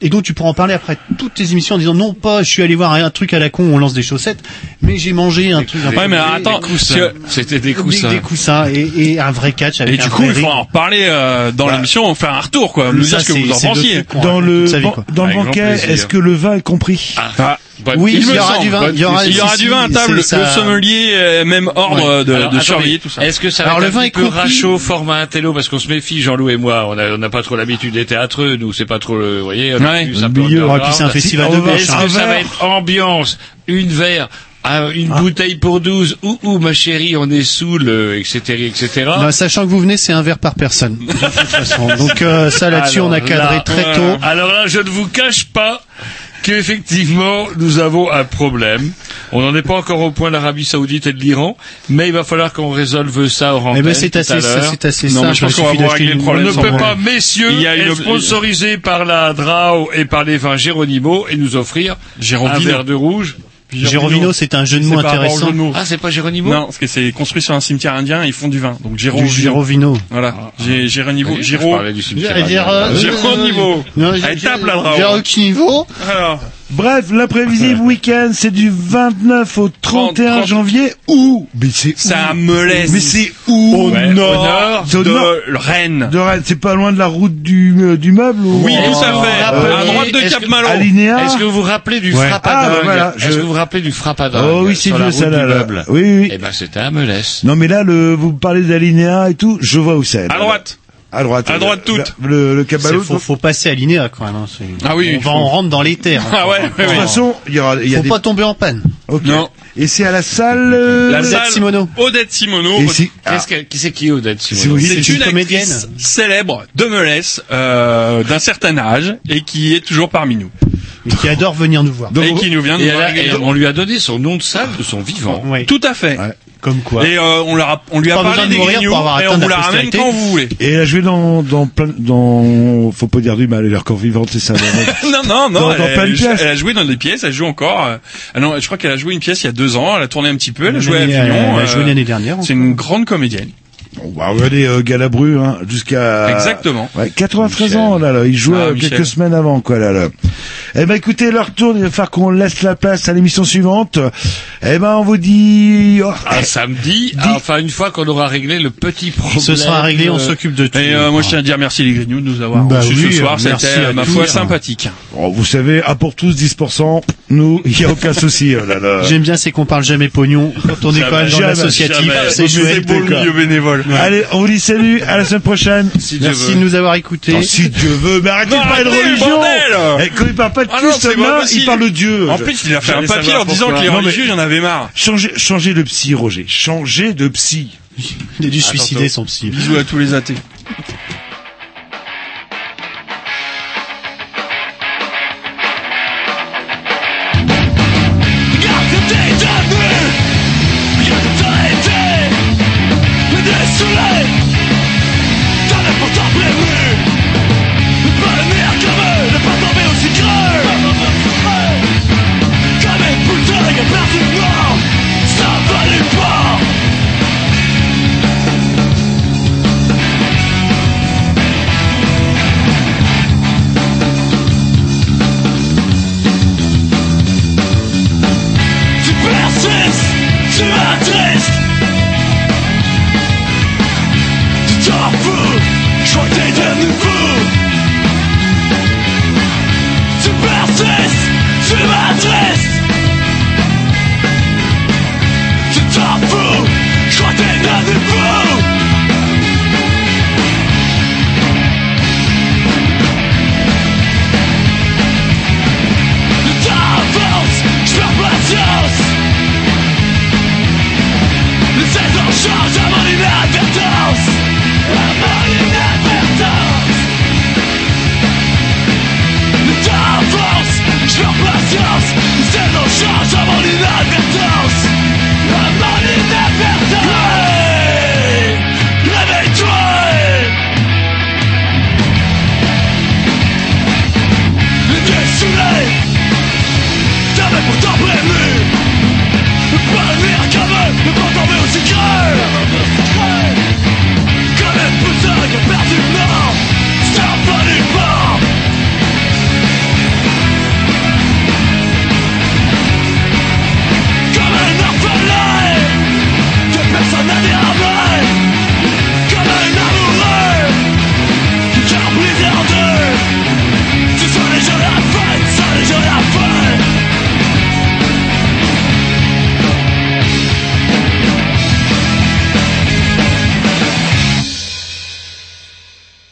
Speaker 10: Et donc tu pourras en parler après toutes tes émissions en disant non pas je suis allé voir un truc à la con on lance des chaussettes mais j'ai mangé un truc un peu-
Speaker 5: Ouais, mais attends,
Speaker 10: des
Speaker 5: parce
Speaker 10: coussins.
Speaker 5: que- c'était des
Speaker 10: Des-
Speaker 5: coussins.
Speaker 10: des coussins et, et un vrai catch avec
Speaker 5: Et
Speaker 10: un
Speaker 5: du coup,
Speaker 10: vrai
Speaker 5: il faut
Speaker 10: ring.
Speaker 5: en reparler euh, dans l'émission, faire un retour, quoi, nous
Speaker 10: Ça,
Speaker 5: dire ce que
Speaker 10: c'est-
Speaker 5: vous en
Speaker 10: c'est deux
Speaker 5: pensiez.
Speaker 10: trucs qu'on
Speaker 4: Dans
Speaker 10: raconte
Speaker 4: le
Speaker 10: toute sa vie,
Speaker 4: ban-
Speaker 10: quoi.
Speaker 4: dans le
Speaker 5: Avec grand
Speaker 4: banquet,
Speaker 5: plaisir.
Speaker 4: est-ce que le vin est compris
Speaker 5: Ah, bonne
Speaker 10: Oui,
Speaker 5: question.
Speaker 10: il y aura du vin,
Speaker 5: Bonne
Speaker 10: il y aura-
Speaker 5: question. Il y aura
Speaker 10: si,
Speaker 5: du
Speaker 10: si,
Speaker 5: vin à
Speaker 10: c'est
Speaker 5: table,
Speaker 10: ça.
Speaker 5: le sommelier, euh, même ordre
Speaker 3: Ouais.
Speaker 5: de,
Speaker 3: Alors, attendez,
Speaker 5: de
Speaker 3: eh,
Speaker 5: surveiller tout ça.
Speaker 3: Est-ce que ça va
Speaker 5: Alors,
Speaker 3: être
Speaker 5: le
Speaker 3: un
Speaker 5: vin
Speaker 3: petit
Speaker 5: est
Speaker 3: peu
Speaker 5: compris.
Speaker 3: rachaud format intello parce qu'on se méfie Jean-Loup et moi, on a on n'a pas trop l'habitude des théâtreux, nous c'est pas trop le vous voyez, on a
Speaker 5: Ouais.
Speaker 3: plus
Speaker 5: Le
Speaker 3: un peu
Speaker 5: milieu,
Speaker 3: underground.
Speaker 5: ouais, puis c'est un
Speaker 3: Si,
Speaker 5: festival
Speaker 3: on
Speaker 5: de
Speaker 3: va-
Speaker 5: bêche,
Speaker 3: Est-ce
Speaker 5: hein.
Speaker 3: que ça
Speaker 5: Un
Speaker 3: va
Speaker 5: verre.
Speaker 3: être ambiance, une verre un- une
Speaker 5: Ah.
Speaker 3: bouteille pour 12, ou ou ma chérie, on est saoul, euh, etc., etc.
Speaker 5: Bah,
Speaker 10: Non, sachant que vous venez c'est un verre par personne de toute façon. donc euh, ça là-dessus
Speaker 3: Alors
Speaker 10: on a cadré
Speaker 3: là,
Speaker 10: très
Speaker 3: euh,
Speaker 10: tôt
Speaker 3: Alors là, je ne vous cache pas qu'effectivement, nous avons un problème. On n'en est pas encore au point de l'Arabie Saoudite et de l'Iran, mais il va falloir qu'on résolve ça en
Speaker 10: Eh ben, c'est assez- c'est assez Non, mais je simple, pense il qu'on va suffit pouvoir d'acheter régler le une- problème
Speaker 3: On ne
Speaker 10: sans
Speaker 3: peut pas,
Speaker 10: problème.
Speaker 3: messieurs,
Speaker 10: Il y a une
Speaker 3: être
Speaker 10: ob-
Speaker 3: sponsorisé par la DRAO et par les vins Géronimo et nous offrir un
Speaker 5: Gérovino.
Speaker 3: verre de rouge.
Speaker 10: Gérovino c'est un jeu de mots intéressant
Speaker 3: Ah, c'est pas Géronimo
Speaker 5: Non, parce que c'est construit sur un cimetière indien, ils font du vin. Donc Gérovino.
Speaker 10: Du Gérovino.
Speaker 5: Voilà. Gé- Géronimo.
Speaker 10: Oui,
Speaker 5: Géro.
Speaker 10: je parlais du cimetière J'allais dire, indien. euh,
Speaker 5: Géronimo.
Speaker 10: Non, j'ai-
Speaker 5: Elle tape la
Speaker 10: j'ai
Speaker 5: drague.
Speaker 10: aucun niveau
Speaker 5: Alors.
Speaker 4: Bref, l'imprévisible week-end, c'est du 29 au 31 janvier. Où Mais c'est où
Speaker 5: Ça me laisse.
Speaker 4: Mais c'est où
Speaker 5: Au Ouais, nord au nord
Speaker 4: C'est au
Speaker 5: de
Speaker 4: nord.
Speaker 5: Rennes.
Speaker 4: De Rennes, c'est pas loin de la route du, euh, du meuble ou-
Speaker 5: Oui, tout à fait. À droite de Cap Malo.
Speaker 4: Alinéa.
Speaker 3: Est-ce que vous vous rappelez du
Speaker 4: Ouais.
Speaker 3: frappadingue
Speaker 4: Ah, bah voilà,
Speaker 3: Est-ce
Speaker 4: je-
Speaker 3: que vous vous rappelez du frappadingue
Speaker 4: Oh oui, c'est
Speaker 3: sur la
Speaker 4: vieux
Speaker 3: route
Speaker 4: ça
Speaker 3: du
Speaker 4: là. là.
Speaker 3: meuble
Speaker 4: Oui, oui.
Speaker 3: Eh ben, c'était à Melès.
Speaker 4: Non mais là, le, vous parlez d'alinéa et tout, je vois où c'est.
Speaker 5: À droite.
Speaker 4: À droite.
Speaker 5: À droite,
Speaker 4: Le-
Speaker 5: toute.
Speaker 4: Le, le Cap
Speaker 10: C'est-
Speaker 4: Malo,
Speaker 10: faut,
Speaker 4: donc-
Speaker 10: faut passer à l'INEA quand même hein, c'est-
Speaker 5: Ah oui,
Speaker 10: on va
Speaker 5: faut-
Speaker 10: on rentre dans les terres hein.
Speaker 5: Ah ouais, ouais,
Speaker 10: De
Speaker 5: ouais.
Speaker 10: toute façon,
Speaker 4: il y aura, il y a
Speaker 10: faut
Speaker 4: des-
Speaker 10: pas tomber en panne
Speaker 4: Ok.
Speaker 5: Non.
Speaker 4: Et c'est à la salle. euh,
Speaker 5: La salle Odette Simono.
Speaker 4: Et si- ah.
Speaker 3: Qu'est-ce que- qui c'est qui est Odette Simono
Speaker 4: Si vous dites-
Speaker 5: C'est
Speaker 4: c'est
Speaker 5: une
Speaker 4: une
Speaker 5: actrice célèbre de Melès, euh, d'un certain âge, et qui est toujours parmi nous.
Speaker 10: et qui adore venir nous voir
Speaker 5: et qui nous vient de
Speaker 3: Et elle a- et on lui a donné son nom de salle de son vivant.
Speaker 10: Ouais.
Speaker 5: Tout à fait.
Speaker 4: euh,
Speaker 10: comme quoi
Speaker 5: Et euh, on, leur a- on lui a
Speaker 10: Pas
Speaker 5: parlé
Speaker 10: besoin de
Speaker 5: des
Speaker 10: mourir
Speaker 5: grignoux,
Speaker 10: pour avoir
Speaker 5: et on
Speaker 10: atteint
Speaker 5: vous
Speaker 10: la
Speaker 5: la ramène
Speaker 10: postérité.
Speaker 5: quand vous voulez.
Speaker 4: Et elle a joué dans, dans plein, dans, faut pas dire du mal, elle est encore vivante, c'est ça. non
Speaker 5: Non, non, non.
Speaker 4: Dans-
Speaker 5: elle,
Speaker 4: dans plein de
Speaker 5: elle-
Speaker 4: pièces.
Speaker 5: elle a joué dans des pièces, elle joue encore. euh, ah non, je crois qu'elle a joué une pièce il y a deux ans, elle a tourné un petit peu, elle a joué à
Speaker 10: Elle
Speaker 5: Lyon.
Speaker 10: a- elle a joué l'année dernière,
Speaker 5: C'est une grande comédienne.
Speaker 4: Bon, bah, regardez, euh, Galabru, hein, jusqu'à...
Speaker 5: Exactement.
Speaker 4: Ouais, 93 ans, là, là. Il jouait
Speaker 5: Ah,
Speaker 4: euh,
Speaker 5: Michel.
Speaker 4: quelques semaines avant, quoi, là, là. Eh ben, écoutez, leur tourne, il va falloir qu'on laisse la place à l'émission suivante. Eh ben, on vous dit... oh,
Speaker 5: Euh,
Speaker 3: Un samedi, enfin une fois qu'on aura réglé le petit problème. euh,
Speaker 10: de Ah.
Speaker 5: Et euh, moi, je tiens à dire merci les grignoux de nous avoir
Speaker 10: Bah
Speaker 5: reçus
Speaker 10: oui,
Speaker 5: ce
Speaker 10: euh,
Speaker 5: soir. C'était,
Speaker 10: merci à
Speaker 5: euh, ma
Speaker 10: tous.
Speaker 5: foi, sympathique.
Speaker 4: oh, vous savez, à pour tous, 10%. Nous, il n'y a aucun souci, euh, là, là.
Speaker 10: J'aime bien, c'est qu'on parle jamais pognon quand on est
Speaker 4: Jamais,
Speaker 10: quand même dans
Speaker 4: jamais,
Speaker 10: l'associatif.
Speaker 4: jamais.
Speaker 10: C'est
Speaker 4: C'est
Speaker 10: chouette.
Speaker 4: beau, le milieu
Speaker 5: bénévole.
Speaker 4: Allez, on vous dit salut, à la semaine prochaine.
Speaker 10: Merci de nous avoir écoutés.
Speaker 4: Non, si Dieu veut, mais arrêtez
Speaker 5: Non,
Speaker 4: de parler de
Speaker 5: arrêtez,
Speaker 4: religion
Speaker 5: bordel
Speaker 4: Et Eh, Quand il parle pas de
Speaker 5: Ah
Speaker 4: cul,
Speaker 5: non,
Speaker 4: ce
Speaker 5: c'est pas
Speaker 4: homme-là,
Speaker 5: possible.
Speaker 4: il parle de Dieu
Speaker 5: En plus, il a fait un papier en disant que les
Speaker 4: Non, mais-
Speaker 5: religieux, il y en avait marre.
Speaker 4: Changez, changez de psy, Roger. Changez de psy.
Speaker 10: Il a dû suicider son psy.
Speaker 5: Bisous à tous les athées.